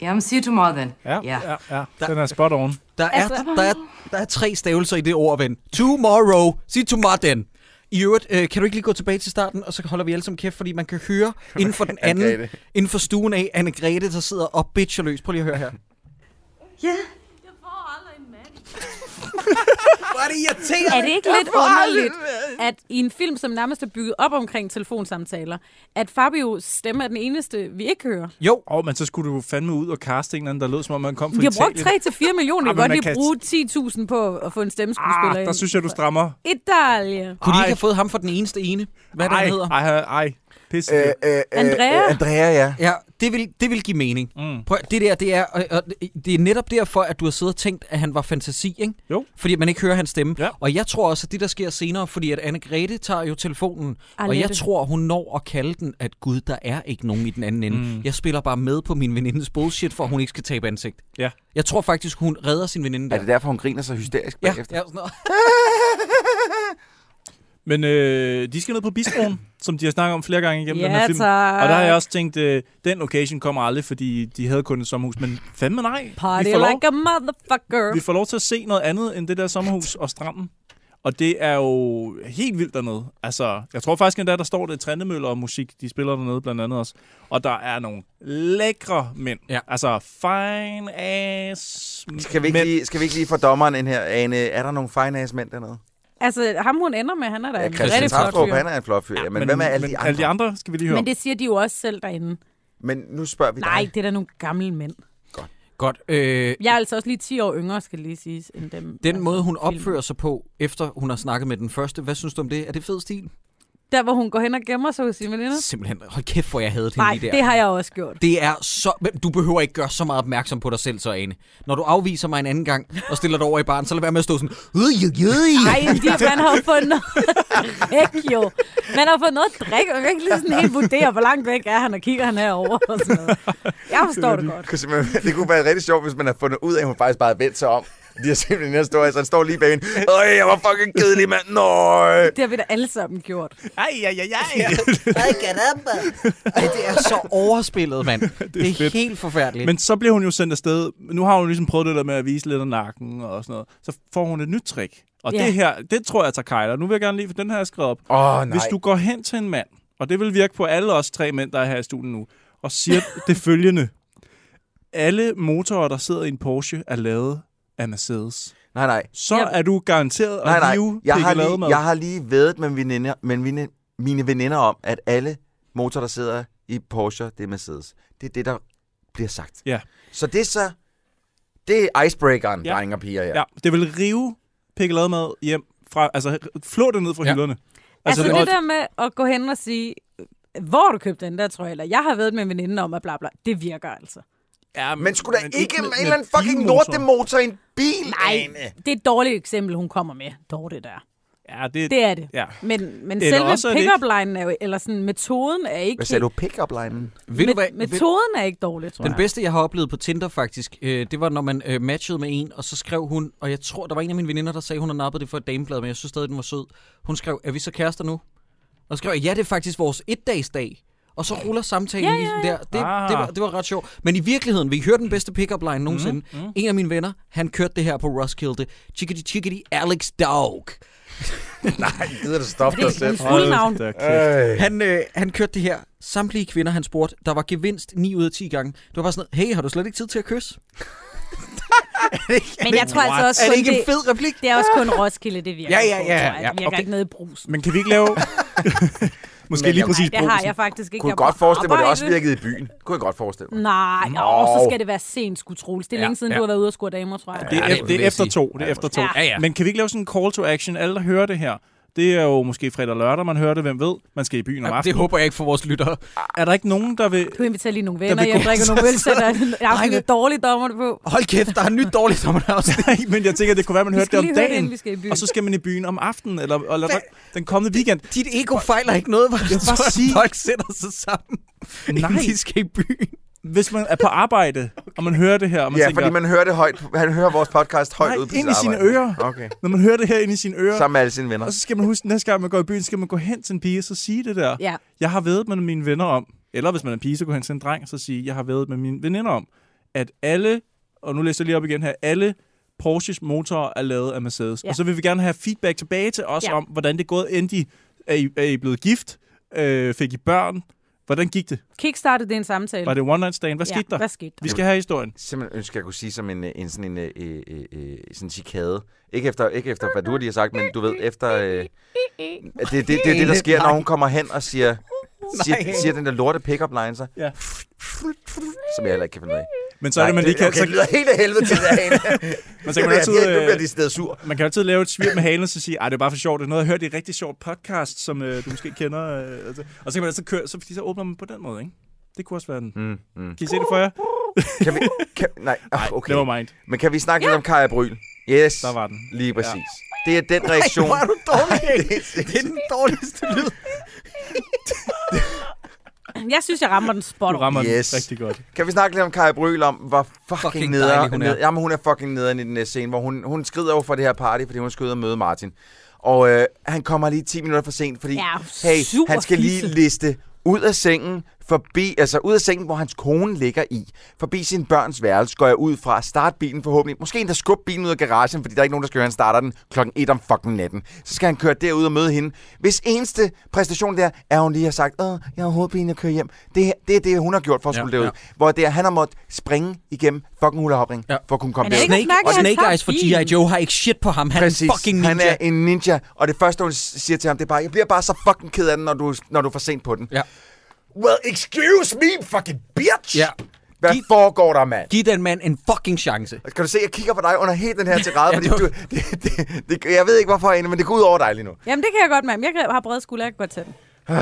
[SPEAKER 4] Yeah, I'm see you tomorrow then.
[SPEAKER 8] Ja,
[SPEAKER 4] Ja.
[SPEAKER 8] ja, ja. Den er spot on.
[SPEAKER 6] Der, er, der, er, der er tre stavelser i det ord, ven. Tomorrow. Sig tomorrow then. I øvrigt, øh, kan du ikke lige gå tilbage til starten, og så holder vi alle sammen kæft, fordi man kan høre inden for den anden,
[SPEAKER 7] Anne-Grethe.
[SPEAKER 6] inden for stuen af Anne-Grethe, der sidder og bitcher løs. Prøv lige at høre her.
[SPEAKER 9] Er det ikke lidt underligt, at i en film, som nærmest er bygget op omkring telefonsamtaler, at Fabios stemme er den eneste, vi ikke hører?
[SPEAKER 8] Jo. Og men så skulle du fandme ud og kaste en eller anden, der lød som om, man kom fra
[SPEAKER 9] De har brugt
[SPEAKER 8] Italien.
[SPEAKER 9] 3-4 millioner,
[SPEAKER 8] Ej,
[SPEAKER 9] og
[SPEAKER 8] Ah, men
[SPEAKER 9] godt
[SPEAKER 8] man
[SPEAKER 9] lige
[SPEAKER 8] kan-
[SPEAKER 9] bruge 10.000 på at få en stemmeskuespiller
[SPEAKER 8] Ah,
[SPEAKER 9] ind.
[SPEAKER 8] der synes jeg, du strammer.
[SPEAKER 9] Italie.
[SPEAKER 6] Kunne de
[SPEAKER 8] Ej.
[SPEAKER 6] ikke have fået ham for den eneste ene? Hvad den
[SPEAKER 8] Ej,
[SPEAKER 6] hedder?
[SPEAKER 8] ej, ej, ej. Pisse.
[SPEAKER 7] Øh, øh, øh,
[SPEAKER 9] Andrea?
[SPEAKER 7] Øh, Andrea, ja.
[SPEAKER 6] Ja, det vil, det vil give mening. Mm. Prøv, at- det der, det er, og, og, det er netop derfor, at du har siddet og tænkt, at han var fantasi, ikke?
[SPEAKER 8] Jo.
[SPEAKER 6] Fordi at man ikke hører hans stemme.
[SPEAKER 8] Ja.
[SPEAKER 6] Og jeg tror også, at det der sker senere, fordi at Anne-Grete tager jo telefonen, og jeg
[SPEAKER 9] Arlette.
[SPEAKER 6] tror, hun når at kalde den, at gud, der er ikke nogen i den anden ende. Mm. Jeg spiller bare med på min venindes bullshit, for at hun ikke skal tabe ansigt.
[SPEAKER 8] Ja.
[SPEAKER 6] Jeg tror faktisk, hun redder sin veninde der.
[SPEAKER 7] Er det derfor, hun griner så hysterisk
[SPEAKER 6] ja,
[SPEAKER 7] bagefter?
[SPEAKER 6] ja, sådan noget.
[SPEAKER 8] Men øh, de skal ned på bistroen, som de har snakket om flere gange igennem
[SPEAKER 9] Ja,
[SPEAKER 8] den her film.
[SPEAKER 9] tak.
[SPEAKER 8] Og der har jeg også tænkt, øh, den location kommer aldrig, fordi de havde kun et sommerhus. Men fandme nej.
[SPEAKER 9] Party
[SPEAKER 8] vi, får lov,
[SPEAKER 9] like a motherfucker.
[SPEAKER 8] vi får lov til at se noget andet end det der sommerhus og stranden. Og det er jo helt vildt dernede. Altså, jeg tror faktisk endda, der står det Trendemøller og musik, de spiller dernede blandt andet også. Og der er nogle lækre mænd.
[SPEAKER 6] Ja.
[SPEAKER 8] Altså, fine ass
[SPEAKER 7] Skal vi, ikke
[SPEAKER 8] mænd.
[SPEAKER 7] lige, skal vi ikke lige få dommeren ind her, Ane? Er der nogle fine ass mænd dernede?
[SPEAKER 9] Altså, ham hun ender med, han er da
[SPEAKER 7] Ja,
[SPEAKER 9] en
[SPEAKER 7] Christian
[SPEAKER 9] rigtig flot
[SPEAKER 7] Tavstrup,
[SPEAKER 9] fyr.
[SPEAKER 7] han er en flot fyr. Ja, men, hvad med alle de andre?
[SPEAKER 8] Alle de andre skal vi lige høre.
[SPEAKER 9] Men det siger de jo også selv derinde.
[SPEAKER 7] Men nu spørger vi
[SPEAKER 9] Nej,
[SPEAKER 7] dig.
[SPEAKER 9] det er da nogle gamle mænd.
[SPEAKER 6] Godt. Øh,
[SPEAKER 9] Jeg er altså også lige 10 år yngre, skal lige siges, end
[SPEAKER 6] den
[SPEAKER 9] dem. altså,
[SPEAKER 6] måde, hun
[SPEAKER 9] filmen.
[SPEAKER 6] opfører sig på, efter hun har snakket med den første, hvad synes du om det? Er det fed stil?
[SPEAKER 9] Der, hvor hun går hen og gemmer sig hos sine veninder.
[SPEAKER 6] Simpelthen, hold kæft, hvor jeg havde det
[SPEAKER 9] Nej,
[SPEAKER 6] lige der.
[SPEAKER 9] det har jeg også gjort.
[SPEAKER 6] Det er så... men Du behøver ikke gøre så meget opmærksom på dig selv, så Ane. Når du afviser mig en anden gang og stiller dig over i baren, så lad være med at stå sådan... "Øh, øh, øh."
[SPEAKER 9] Ej, men de, man har jo fået noget at drikke, jo. Man har fået noget at drikke, og man kan ikke lige sådan helt vurdere, hvor langt væk er han, og kigger han herover og sådan noget. Jeg forstår det godt.
[SPEAKER 7] Kunne simpelthen- Det kunne være rigtig sjovt, hvis man har fundet ud af, at hun faktisk bare har vendt sig om. De har simpelthen her historie, så han står lige bag hende. Øj, jeg var fucking kedelig, mand. Nøj.
[SPEAKER 9] Det har vi da alle sammen gjort.
[SPEAKER 8] Ej, ej, ej, ej.
[SPEAKER 6] Ej, det er så overspillet, mand. Det er, det er
[SPEAKER 8] fedt.
[SPEAKER 6] helt forfærdeligt. Men
[SPEAKER 8] Men så bliver hun jo sendt afsted. Nu har hun ligesom prøvet det der med at vise lidt af nakken og sådan noget. Så får hun et nyt trick. Og
[SPEAKER 9] Ja.
[SPEAKER 8] det her, det tror jeg tager kejler. Nu vil jeg gerne lige, for den her er skrevet op.
[SPEAKER 7] Åh, oh, nej.
[SPEAKER 8] Hvis du går hen til en mand, og det vil virke på alle os tre mænd, der er her i studiet nu, og siger det følgende. Alle motorer, der sidder i en Porsche, er lavet af Mercedes.
[SPEAKER 7] Nej, nej.
[SPEAKER 8] Så
[SPEAKER 9] Ja.
[SPEAKER 8] er du garanteret at
[SPEAKER 7] Nej, nej.
[SPEAKER 8] hive
[SPEAKER 7] Jeg har,
[SPEAKER 8] pikkelademad.
[SPEAKER 7] lige, jeg har lige vedet med, veninder, med mine, mine veninder om, at alle motorer, der sidder i Porsche, det er Mercedes. Det er det, der bliver sagt.
[SPEAKER 8] Ja.
[SPEAKER 7] Så det er så... Det er icebreakeren,
[SPEAKER 8] Ja.
[SPEAKER 7] ja. drenge og piger her.
[SPEAKER 8] Ja, det vil rive pikkelademad hjem fra, altså flå det ned fra
[SPEAKER 6] Ja.
[SPEAKER 8] ja. hylderne.
[SPEAKER 9] Altså, altså
[SPEAKER 8] og-
[SPEAKER 9] det der med at gå hen og sige, hvor har du købt den der trøje, eller jeg har været med en veninde om, at bla bla, det virker altså.
[SPEAKER 8] Ja,
[SPEAKER 7] Men skulle der ikke
[SPEAKER 8] med-
[SPEAKER 7] en
[SPEAKER 8] med
[SPEAKER 7] eller anden fucking
[SPEAKER 8] bilmotor.
[SPEAKER 7] lortemotor i en bil,
[SPEAKER 9] Nej,
[SPEAKER 7] Ane?
[SPEAKER 9] det er et dårligt eksempel, hun kommer med, Dorte der.
[SPEAKER 8] Ja, det,
[SPEAKER 9] Det er det.
[SPEAKER 8] Ja.
[SPEAKER 9] Men, men
[SPEAKER 8] Eller
[SPEAKER 9] selve
[SPEAKER 8] også er det
[SPEAKER 9] pick-up linen er jo, eller sådan, metoden er ikke...
[SPEAKER 7] Hvad sagde du? Pick-up linen?
[SPEAKER 6] ved du hvad?
[SPEAKER 9] met- metoden er ikke dårlig, tror
[SPEAKER 6] Den
[SPEAKER 9] jeg.
[SPEAKER 6] bedste, jeg har oplevet på Tinder faktisk, øh, det var, når man øh, matchede med en, og så skrev hun, og jeg tror, der var en af mine veninder, der sagde, hun har nappet det for et dameblad, men jeg synes stadig, den var sød. Hun skrev, er vi så kærester nu? Og så skrev jeg, ja, det er faktisk vores et-dagsdag. og så ruller samtalen
[SPEAKER 9] Ja,
[SPEAKER 6] ja,
[SPEAKER 9] ja,
[SPEAKER 6] ja, ja.
[SPEAKER 9] ja.
[SPEAKER 6] der. Det, ah. det, var, det var ret sjovt. Men i virkeligheden, vi hørte den bedste pickup line nogensinde. Mm, mm. En af mine venner, han kørte det her på Roskilde. Chickity chickity Alex Dog.
[SPEAKER 7] Nej, gider du stoppe dig selv?
[SPEAKER 9] Fuld navn.
[SPEAKER 6] Han, øh, han kørte det her. Samtlige kvinder, han spurgte, der var gevinst 9 ud af 10 gange. Det var bare sådan, noget, hey, har du slet ikke tid til at kysse?
[SPEAKER 9] Men jeg tror altså også
[SPEAKER 6] Er det
[SPEAKER 9] kun
[SPEAKER 6] ikke en
[SPEAKER 9] det,
[SPEAKER 6] fed replik?
[SPEAKER 9] det er også kun Roskilde, det virker.
[SPEAKER 6] Ja, ja,
[SPEAKER 9] på,
[SPEAKER 6] ja,
[SPEAKER 9] tror jeg. Det
[SPEAKER 6] ja,
[SPEAKER 9] virker
[SPEAKER 8] okay.
[SPEAKER 9] ikke nede i brusen.
[SPEAKER 8] Men kan vi ikke lave... Måske
[SPEAKER 7] Men
[SPEAKER 8] lige
[SPEAKER 7] jeg-
[SPEAKER 8] præcis
[SPEAKER 9] Nej, det har
[SPEAKER 8] Brugsen.
[SPEAKER 9] jeg faktisk ikke.
[SPEAKER 7] Kunne
[SPEAKER 9] Jeg
[SPEAKER 7] jeg godt forestille mig, at det også
[SPEAKER 9] arbejde. Mm.
[SPEAKER 7] virkede i byen. Kunne jeg godt forestille mig.
[SPEAKER 9] Nej,
[SPEAKER 7] Nå.
[SPEAKER 9] og så skal det være sent, skulle Troels. Det er
[SPEAKER 6] Ja,
[SPEAKER 9] længe siden,
[SPEAKER 6] ja.
[SPEAKER 9] du har været ude og score damer, tror jeg.
[SPEAKER 8] Det er,
[SPEAKER 6] Ja, det
[SPEAKER 8] det,
[SPEAKER 6] vil
[SPEAKER 8] det er
[SPEAKER 6] jeg
[SPEAKER 8] efter
[SPEAKER 6] sige.
[SPEAKER 8] to. Det er efter to.
[SPEAKER 9] Ja.
[SPEAKER 6] Ja, ja.
[SPEAKER 8] Men kan vi ikke lave sådan en call to action? Alle, der hører det her, det er jo måske fredag og lørdag, man hører det, hvem ved. Man skal i byen om
[SPEAKER 6] Ja,
[SPEAKER 8] aftenen.
[SPEAKER 6] det håber jeg ikke for vores lyttere.
[SPEAKER 8] Er der ikke nogen, der vil...
[SPEAKER 9] Du inviterer lige nogle venner,
[SPEAKER 8] vil
[SPEAKER 9] jeg
[SPEAKER 8] gå-
[SPEAKER 9] drikker nogle øl, så der er afsnit af dårlige dommer på.
[SPEAKER 6] Hold kæft, der er en nyt dårlig sommerafsnit.
[SPEAKER 8] Nej, men jeg tænker, det kunne være, man
[SPEAKER 9] Vi
[SPEAKER 8] hørte det
[SPEAKER 9] skal
[SPEAKER 8] om
[SPEAKER 9] lige høre det,
[SPEAKER 8] dagen.
[SPEAKER 9] inden vi skal i byen.
[SPEAKER 8] og så skal man i byen om aftenen, eller, eller den kommende weekend.
[SPEAKER 6] Dit ego fejler ikke noget, hvor jeg
[SPEAKER 8] bare
[SPEAKER 6] tror,
[SPEAKER 8] sige-
[SPEAKER 6] at folk sætter sig sammen,
[SPEAKER 8] Nej.
[SPEAKER 6] inden de skal i byen.
[SPEAKER 8] Hvis man er på arbejde, og man hører det her, og man
[SPEAKER 7] Ja,
[SPEAKER 8] tænker,
[SPEAKER 7] fordi man hører det højt. Han hører vores podcast højt
[SPEAKER 8] Nej,
[SPEAKER 7] ud på
[SPEAKER 8] ind
[SPEAKER 7] sit
[SPEAKER 8] i sine
[SPEAKER 7] arbejde.
[SPEAKER 8] ører.
[SPEAKER 7] Okay.
[SPEAKER 8] når man hører det her inde i sine ører,
[SPEAKER 7] Sammen med alle sine venner.
[SPEAKER 8] og så skal man huske, næste gang man går i byen, skal man gå hen til en pige og så sige det der.
[SPEAKER 9] Ja.
[SPEAKER 8] Jeg har vedet med mine venner om, eller hvis man er en pige, så går hen til en dreng og så sige, jeg har vedet med mine veninder om, at alle, og nu læser jeg lige op igen her, alle Porsches motorer er lavet af Mercedes.
[SPEAKER 9] Ja.
[SPEAKER 8] Ja. Og så vil vi gerne have feedback tilbage til os
[SPEAKER 9] Ja.
[SPEAKER 8] ja. om, hvordan det er gået, endte I, er I, er I blevet gift, øh, fik I børn, hvordan gik det?
[SPEAKER 9] Kickstarter, det er en samtale.
[SPEAKER 8] Var det one night stand? Hvad skete der?
[SPEAKER 9] Hvad skete der?
[SPEAKER 8] Vi skal have historien.
[SPEAKER 7] simpelthen ønsker, jeg kunne sige som en, øh, en sådan en øh, øh, øh, øh, sådan en chikade. Ikke efter, ikke efter hvad du lige har sagt, men du ved, efter... Øh, at det, det, det, er det, der sker, når hun kommer hen og siger, siger, siger den der lorte pick-up line, så,
[SPEAKER 8] Ja.
[SPEAKER 7] som jeg heller ikke kan finde ud af.
[SPEAKER 8] Men så er det, man lige kan...
[SPEAKER 7] okay, det lyder helt af helvede til derinde.
[SPEAKER 8] Men så
[SPEAKER 7] Nu bliver
[SPEAKER 8] kan man
[SPEAKER 7] jeg
[SPEAKER 8] altid,
[SPEAKER 7] virkelig- nu bliver
[SPEAKER 8] øh,
[SPEAKER 7] jeg decideret sur.
[SPEAKER 8] Man kan altid lave et svir med halen og så sige, at det er bare for sjovt. Det er noget, jeg har hørt i et rigtig sjovt podcast, som øh, du måske kender. Øh, altså. og så kan man altid køre, så, fordi så åbner man på den måde, ikke? Det kunne også være den.
[SPEAKER 7] Mm, mm.
[SPEAKER 8] Kan I se det for jer?
[SPEAKER 7] Kan vi, kan, nej, ah, okay.
[SPEAKER 8] Never mind.
[SPEAKER 7] Men kan vi snakke lidt om Kaja Bryl? Yes,
[SPEAKER 8] Der var den.
[SPEAKER 7] lige præcis. Det er den reaktion.
[SPEAKER 6] Hvor er du dårlig.
[SPEAKER 7] det, er,
[SPEAKER 6] Det er den dårligste lyd.
[SPEAKER 9] Jeg synes, jeg rammer den spot
[SPEAKER 8] Du
[SPEAKER 9] on.
[SPEAKER 8] rammer
[SPEAKER 7] Yes.
[SPEAKER 8] den rigtig godt.
[SPEAKER 7] Kan vi snakke lidt om Kaja Bryl om, hvor fucking,
[SPEAKER 6] Fucking
[SPEAKER 7] fucking nederen
[SPEAKER 6] dejlig hun
[SPEAKER 7] hun
[SPEAKER 6] er.
[SPEAKER 7] er? Jamen, hun er fucking nederen i den næste scene, hvor hun, hun skrider over for det her party, fordi hun skal ud og møde Martin. Og øh, han kommer lige 10 minutter for sent, fordi
[SPEAKER 9] Ja,
[SPEAKER 7] hey,
[SPEAKER 9] sur
[SPEAKER 7] han skal lige
[SPEAKER 9] fisse.
[SPEAKER 7] liste ud af sengen, forbi, altså ud af sengen, hvor hans kone ligger i, forbi sin børns værelse, går jeg ud fra, start bilen forhåbentlig, måske endda skub bilen ud af garagen, fordi der er ikke nogen, der skal høre, han starter den klokken 1 om fucking natten. Så skal han køre derud og møde hende. Hvis eneste præstation der, er at hun lige har sagt, Åh, jeg har hovedpine at køre hjem. Det, det er det, hun har gjort for at
[SPEAKER 6] Ja,
[SPEAKER 7] skulle derud.
[SPEAKER 6] ja.
[SPEAKER 7] Hvor det er, han har måttet springe igennem fucking hulahopring,
[SPEAKER 6] Ja.
[SPEAKER 7] ja. for at kunne komme
[SPEAKER 9] Men er
[SPEAKER 7] derud.
[SPEAKER 9] det ikke
[SPEAKER 6] Snake,
[SPEAKER 9] snakke,
[SPEAKER 6] og
[SPEAKER 9] han
[SPEAKER 6] Snake
[SPEAKER 9] tager
[SPEAKER 6] Eyes for
[SPEAKER 9] bilen.
[SPEAKER 6] G.I. Joe har ikke shit på ham. Han er
[SPEAKER 7] Præcis.
[SPEAKER 6] en fucking ninja.
[SPEAKER 7] Han er en ninja. Og det første, hun s- siger til ham, det er bare, jeg bliver bare så fucking ked af den, når du, når du er for sent på den.
[SPEAKER 6] Ja.
[SPEAKER 7] Well, excuse me, fucking bitch!
[SPEAKER 6] Ja.
[SPEAKER 7] Hvad
[SPEAKER 6] Giv-
[SPEAKER 7] foregår der, mand?
[SPEAKER 6] Giv den mand en fucking chance.
[SPEAKER 7] Kan du se, jeg kigger på dig under hele den her tirade,
[SPEAKER 6] Ja,
[SPEAKER 7] fordi
[SPEAKER 6] det
[SPEAKER 7] du,
[SPEAKER 6] var-
[SPEAKER 7] det, det, det, jeg ved ikke, hvorfor jeg er inde, men det går ud over dig lige nu.
[SPEAKER 9] Jamen, det kan jeg godt, mand. Jeg har brede skuldre, jeg kan godt tage den.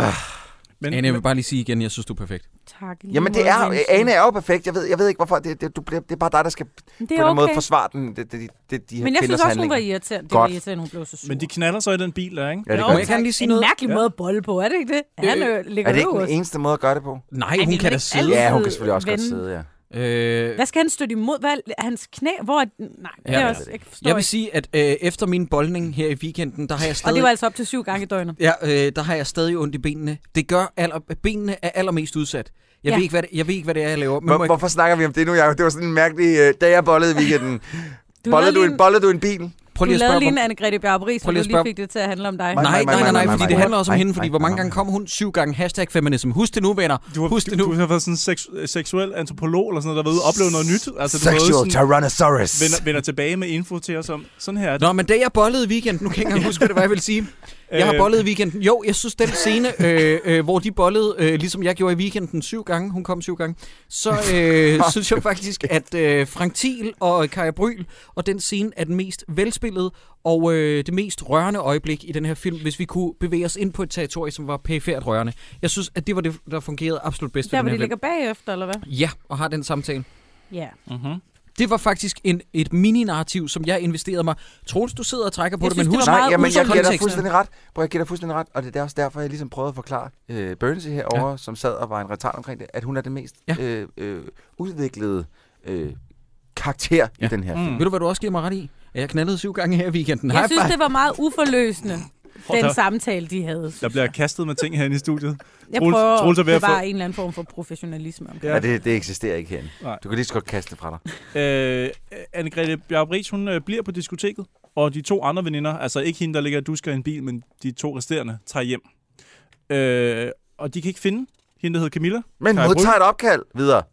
[SPEAKER 8] Men,
[SPEAKER 6] Anne, jeg vil
[SPEAKER 8] men,
[SPEAKER 6] bare lige sige igen, jeg synes, du er perfekt.
[SPEAKER 9] Tak. i lige
[SPEAKER 7] Jamen, det
[SPEAKER 9] måde,
[SPEAKER 7] er,
[SPEAKER 9] Jens.
[SPEAKER 7] Ane er jo perfekt. Jeg ved, jeg ved ikke, hvorfor. Det, det, du bliver, det er bare dig, der skal
[SPEAKER 9] Men
[SPEAKER 7] på
[SPEAKER 9] det
[SPEAKER 7] en
[SPEAKER 9] er
[SPEAKER 7] eller anden måde
[SPEAKER 9] okay.
[SPEAKER 7] forsvare den, det, det, det, de her
[SPEAKER 9] Men jeg synes
[SPEAKER 7] kvinders
[SPEAKER 9] også, hun var
[SPEAKER 7] handlinger.
[SPEAKER 9] irriterende. Det var
[SPEAKER 7] Godt.
[SPEAKER 9] irriterende, hun blev så sur.
[SPEAKER 8] men de knaller så i den bil der, ikke?
[SPEAKER 7] Ja, det
[SPEAKER 9] Jo,
[SPEAKER 7] gør
[SPEAKER 6] Må
[SPEAKER 7] det.
[SPEAKER 6] jeg gerne lige sige
[SPEAKER 9] en
[SPEAKER 6] noget?
[SPEAKER 9] mærkelig måde at bolle på, er det ikke det? Han øh, ligger
[SPEAKER 7] Er det ikke den
[SPEAKER 9] øverst.
[SPEAKER 7] eneste måde at gøre det på?
[SPEAKER 6] Nej,
[SPEAKER 9] Ej,
[SPEAKER 6] hun
[SPEAKER 9] det er
[SPEAKER 6] kan da
[SPEAKER 9] ikke
[SPEAKER 6] sidde.
[SPEAKER 9] altid.
[SPEAKER 7] Ja, hun kan selvfølgelig også godt
[SPEAKER 9] Vende.
[SPEAKER 7] sidde, ja.
[SPEAKER 6] Øh,
[SPEAKER 9] Hvad skal han støtte imod? Hvad er hans knæ? Hvor er... Nej, det er
[SPEAKER 6] Ja.
[SPEAKER 9] også... Jeg kan forstå
[SPEAKER 6] jeg vil
[SPEAKER 9] ikke.
[SPEAKER 6] sige, at øh, efter min boldning her i weekenden, der har jeg
[SPEAKER 9] Og
[SPEAKER 6] stadig...
[SPEAKER 9] det var altså op til syv gange i døgnet.
[SPEAKER 6] Ja, øh, der har jeg stadig ondt i benene. Det gør aller, benene er allermest udsat. Jeg,
[SPEAKER 9] Ja.
[SPEAKER 6] ja. ved ikke, hvad det, jeg ved ikke, hvad det er, jeg laver. Men
[SPEAKER 7] Hvor,
[SPEAKER 6] må jeg-
[SPEAKER 7] hvorfor snakker vi om det nu, Jacob? Det var sådan en mærkelig øh, dag, jeg bollede i weekenden.
[SPEAKER 9] Du
[SPEAKER 7] bollede, du
[SPEAKER 9] lavede
[SPEAKER 7] en, bollede du en bil?
[SPEAKER 6] prøv
[SPEAKER 9] Du
[SPEAKER 6] lige at
[SPEAKER 9] lavede
[SPEAKER 6] spørge,
[SPEAKER 9] lige
[SPEAKER 6] hvor,
[SPEAKER 9] en Anne-Grete Bjarperi, så
[SPEAKER 6] Prøv
[SPEAKER 9] du
[SPEAKER 6] lige at
[SPEAKER 9] lige
[SPEAKER 6] spørge-
[SPEAKER 9] fik det til at handle om dig.
[SPEAKER 7] Nej,
[SPEAKER 6] Nej, nej, nej, nej,
[SPEAKER 7] nej,
[SPEAKER 6] fordi
[SPEAKER 7] nej,
[SPEAKER 6] det
[SPEAKER 7] nej.
[SPEAKER 6] handler også om
[SPEAKER 7] Nej,
[SPEAKER 6] hende,
[SPEAKER 7] nej,
[SPEAKER 6] fordi
[SPEAKER 7] nej,
[SPEAKER 6] hvor mange
[SPEAKER 7] nej.
[SPEAKER 6] gange kom hun? Syv gange. Hashtag feminism. Husk det nu, venner.
[SPEAKER 8] Du har,
[SPEAKER 6] Husk
[SPEAKER 8] du,
[SPEAKER 6] det
[SPEAKER 8] du,
[SPEAKER 6] nu.
[SPEAKER 8] har været sådan en seks, øh, seksuel antropolog, eller sådan noget, der ved at opleve noget nyt. Altså, du har været
[SPEAKER 7] Sexual
[SPEAKER 8] sådan,
[SPEAKER 7] Tyrannosaurus.
[SPEAKER 8] vender, vender tilbage med info til os om, sådan her er det.
[SPEAKER 6] Nå, men da jeg bollede i weekenden, nu kan jeg ikke engang huske, hvad det var, jeg ville sige. Jeg har
[SPEAKER 8] Øh.
[SPEAKER 6] bollet i weekenden. Jo, jeg synes, den scene, øh, øh, hvor de bollede, øh, ligesom jeg gjorde i weekenden syv gange, hun kom syv gange, så øh, synes jeg faktisk, at øh, Frank Thiel og Kaja Bryl og den scene er den mest velspillede og øh, det mest rørende øjeblik i den her film, hvis vi kunne bevæge os ind på et territorie, som var pæfærd rørende. Jeg synes, at det var det, der fungerede absolut bedst ved
[SPEAKER 9] Der,
[SPEAKER 6] den
[SPEAKER 9] hvor
[SPEAKER 6] her
[SPEAKER 9] de
[SPEAKER 6] film.
[SPEAKER 9] ligger bagefter, eller hvad?
[SPEAKER 6] Ja, og har den samtale.
[SPEAKER 9] Ja.
[SPEAKER 8] Mhm.
[SPEAKER 6] Det var faktisk en, et mini-narrativ, som jeg investerede mig. Troels, du sidder og trækker på
[SPEAKER 9] Jeg
[SPEAKER 6] det,
[SPEAKER 9] synes,
[SPEAKER 6] men
[SPEAKER 9] det
[SPEAKER 6] husk,
[SPEAKER 9] var
[SPEAKER 7] Nej,
[SPEAKER 9] meget
[SPEAKER 7] jamen, jeg
[SPEAKER 9] usolid
[SPEAKER 7] giver dig
[SPEAKER 9] kontekst.
[SPEAKER 7] fuldstændig ret. Prøv, jeg giver dig fuldstændig ret. Og det er også derfor, jeg ligesom prøvede at forklare øh, Bernsey herovre, ja. som sad og var en retard omkring det, at hun er den mest
[SPEAKER 6] Ja.
[SPEAKER 7] ja. øh, øh, udviklede øh, karakter
[SPEAKER 9] Mm.
[SPEAKER 7] ja. i den her film.
[SPEAKER 6] Ved du, hvad du også giver mig ret i? At Jeg knaldede syv gange her i weekenden.
[SPEAKER 9] Jeg
[SPEAKER 6] High
[SPEAKER 9] synes,
[SPEAKER 6] five.
[SPEAKER 9] det var meget uforløsende.
[SPEAKER 8] Prøv at
[SPEAKER 9] den
[SPEAKER 8] tage-
[SPEAKER 9] samtale, de havde.
[SPEAKER 8] Der bliver kastet med ting herinde i studiet.
[SPEAKER 9] Jeg
[SPEAKER 8] Troels-
[SPEAKER 9] prøver
[SPEAKER 8] Troels er
[SPEAKER 9] at
[SPEAKER 8] ved at få-
[SPEAKER 9] bevare en eller anden form for professionalisme omkring.
[SPEAKER 7] Ja, det, det eksisterer ikke herinde.
[SPEAKER 8] Nej.
[SPEAKER 7] Du kan lige så godt kaste det fra dig.
[SPEAKER 8] Øh, Anne-Grethe Bjarbris, hun øh, bliver på diskoteket, og de to andre veninder, altså ikke hende, der ligger og dusker i en bil, men de to resterende, tager hjem. Øh, og de kan ikke finde hende, der hedder Camilla.
[SPEAKER 7] Men
[SPEAKER 8] Kaja
[SPEAKER 7] modtager
[SPEAKER 8] Bryl.
[SPEAKER 7] et opkald videre.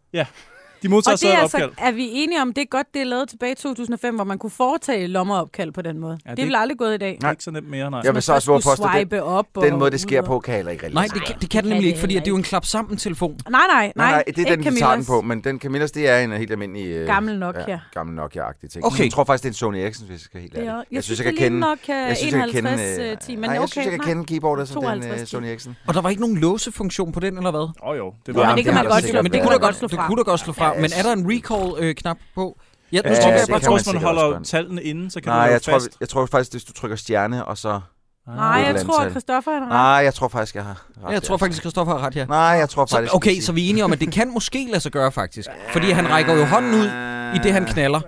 [SPEAKER 8] De modtager
[SPEAKER 9] Og
[SPEAKER 8] så
[SPEAKER 9] det
[SPEAKER 8] et
[SPEAKER 9] er, altså,
[SPEAKER 8] opkald.
[SPEAKER 9] er vi enige om, det er godt, det er lavet tilbage i 2005, hvor man kunne foretage lommeopkald på den måde. Ja, det,
[SPEAKER 8] Ja, det-
[SPEAKER 9] det ville aldrig gået i dag.
[SPEAKER 8] Nej. Ikke så nemt mere, nej.
[SPEAKER 7] Jeg vil
[SPEAKER 9] Man
[SPEAKER 7] så også våge
[SPEAKER 9] først
[SPEAKER 7] på,
[SPEAKER 9] skulle
[SPEAKER 7] at den,
[SPEAKER 9] swipe op og
[SPEAKER 7] den måde, det sker
[SPEAKER 9] ud og-
[SPEAKER 7] på, kan heller ikke
[SPEAKER 6] Nej,
[SPEAKER 7] reelt.
[SPEAKER 6] det, kan- det kan den
[SPEAKER 9] kan
[SPEAKER 6] nemlig
[SPEAKER 9] det
[SPEAKER 6] ikke, fordi
[SPEAKER 9] heller
[SPEAKER 6] at det er jo en klap sammen telefon.
[SPEAKER 9] Nej, nej,
[SPEAKER 7] Nej,
[SPEAKER 9] nej.
[SPEAKER 7] nej, det er
[SPEAKER 9] ikke
[SPEAKER 7] den, vi tager den
[SPEAKER 9] Camillas.
[SPEAKER 7] på, men den Camillas, det er en helt almindelig... Øh,
[SPEAKER 9] Gammel Nokia.
[SPEAKER 7] Ja, gammel Nokia-agtig ting.
[SPEAKER 6] Okay.
[SPEAKER 7] Okay. Jeg tror faktisk, det er en Sony Ericsson, hvis jeg skal være helt
[SPEAKER 9] Det er-
[SPEAKER 7] ærlig.
[SPEAKER 9] jeg synes, det ligner nok, øh,
[SPEAKER 7] jeg synes, jeg kan kende,
[SPEAKER 9] 51, øh, ti, men
[SPEAKER 7] nej, jeg
[SPEAKER 9] okay,
[SPEAKER 7] synes, jeg kan
[SPEAKER 9] nej.
[SPEAKER 7] kende keyboardet som den øh,
[SPEAKER 9] 52, ti.
[SPEAKER 7] Sony Ericsson.
[SPEAKER 6] Og der var ikke nogen låsefunktion på den, eller hvad?
[SPEAKER 8] Åh
[SPEAKER 9] Nå,
[SPEAKER 8] oh, jo, det var
[SPEAKER 9] men
[SPEAKER 7] Jamen,
[SPEAKER 9] det kan
[SPEAKER 7] det
[SPEAKER 9] man
[SPEAKER 7] har
[SPEAKER 9] godt,
[SPEAKER 7] der
[SPEAKER 9] jo,
[SPEAKER 7] sikkert
[SPEAKER 9] men det kunne da
[SPEAKER 7] været.
[SPEAKER 9] godt slå
[SPEAKER 6] Det
[SPEAKER 9] fra.
[SPEAKER 6] kunne da godt slå fra,
[SPEAKER 7] Ja,
[SPEAKER 6] men er der en recall-knap på? Ja, nu tror
[SPEAKER 7] Ja,
[SPEAKER 6] jeg
[SPEAKER 7] det
[SPEAKER 8] jeg
[SPEAKER 6] bare,
[SPEAKER 7] kan
[SPEAKER 8] tror,
[SPEAKER 7] man
[SPEAKER 8] hvis man
[SPEAKER 7] sikkert også
[SPEAKER 8] holder
[SPEAKER 7] godt.
[SPEAKER 8] tallene inde, så kan
[SPEAKER 7] Nej,
[SPEAKER 8] du
[SPEAKER 7] jeg
[SPEAKER 8] jeg
[SPEAKER 7] tror,
[SPEAKER 8] fast.
[SPEAKER 7] jeg tror faktisk, hvis du trykker stjerne, og så...
[SPEAKER 9] Nej, jeg
[SPEAKER 7] andet
[SPEAKER 9] tror,
[SPEAKER 7] tal.
[SPEAKER 9] at Christoffer han har ret.
[SPEAKER 7] Nej, jeg tror faktisk, jeg har ret.
[SPEAKER 6] Ja, jeg tror faktisk, Kristoffer har ret her.
[SPEAKER 7] Nej, jeg tror
[SPEAKER 6] Så,
[SPEAKER 7] faktisk...
[SPEAKER 6] okay, så vi er enige om, at det kan måske lade sig gøre, faktisk. Fordi han rækker jo hånden ud, i det han knaller.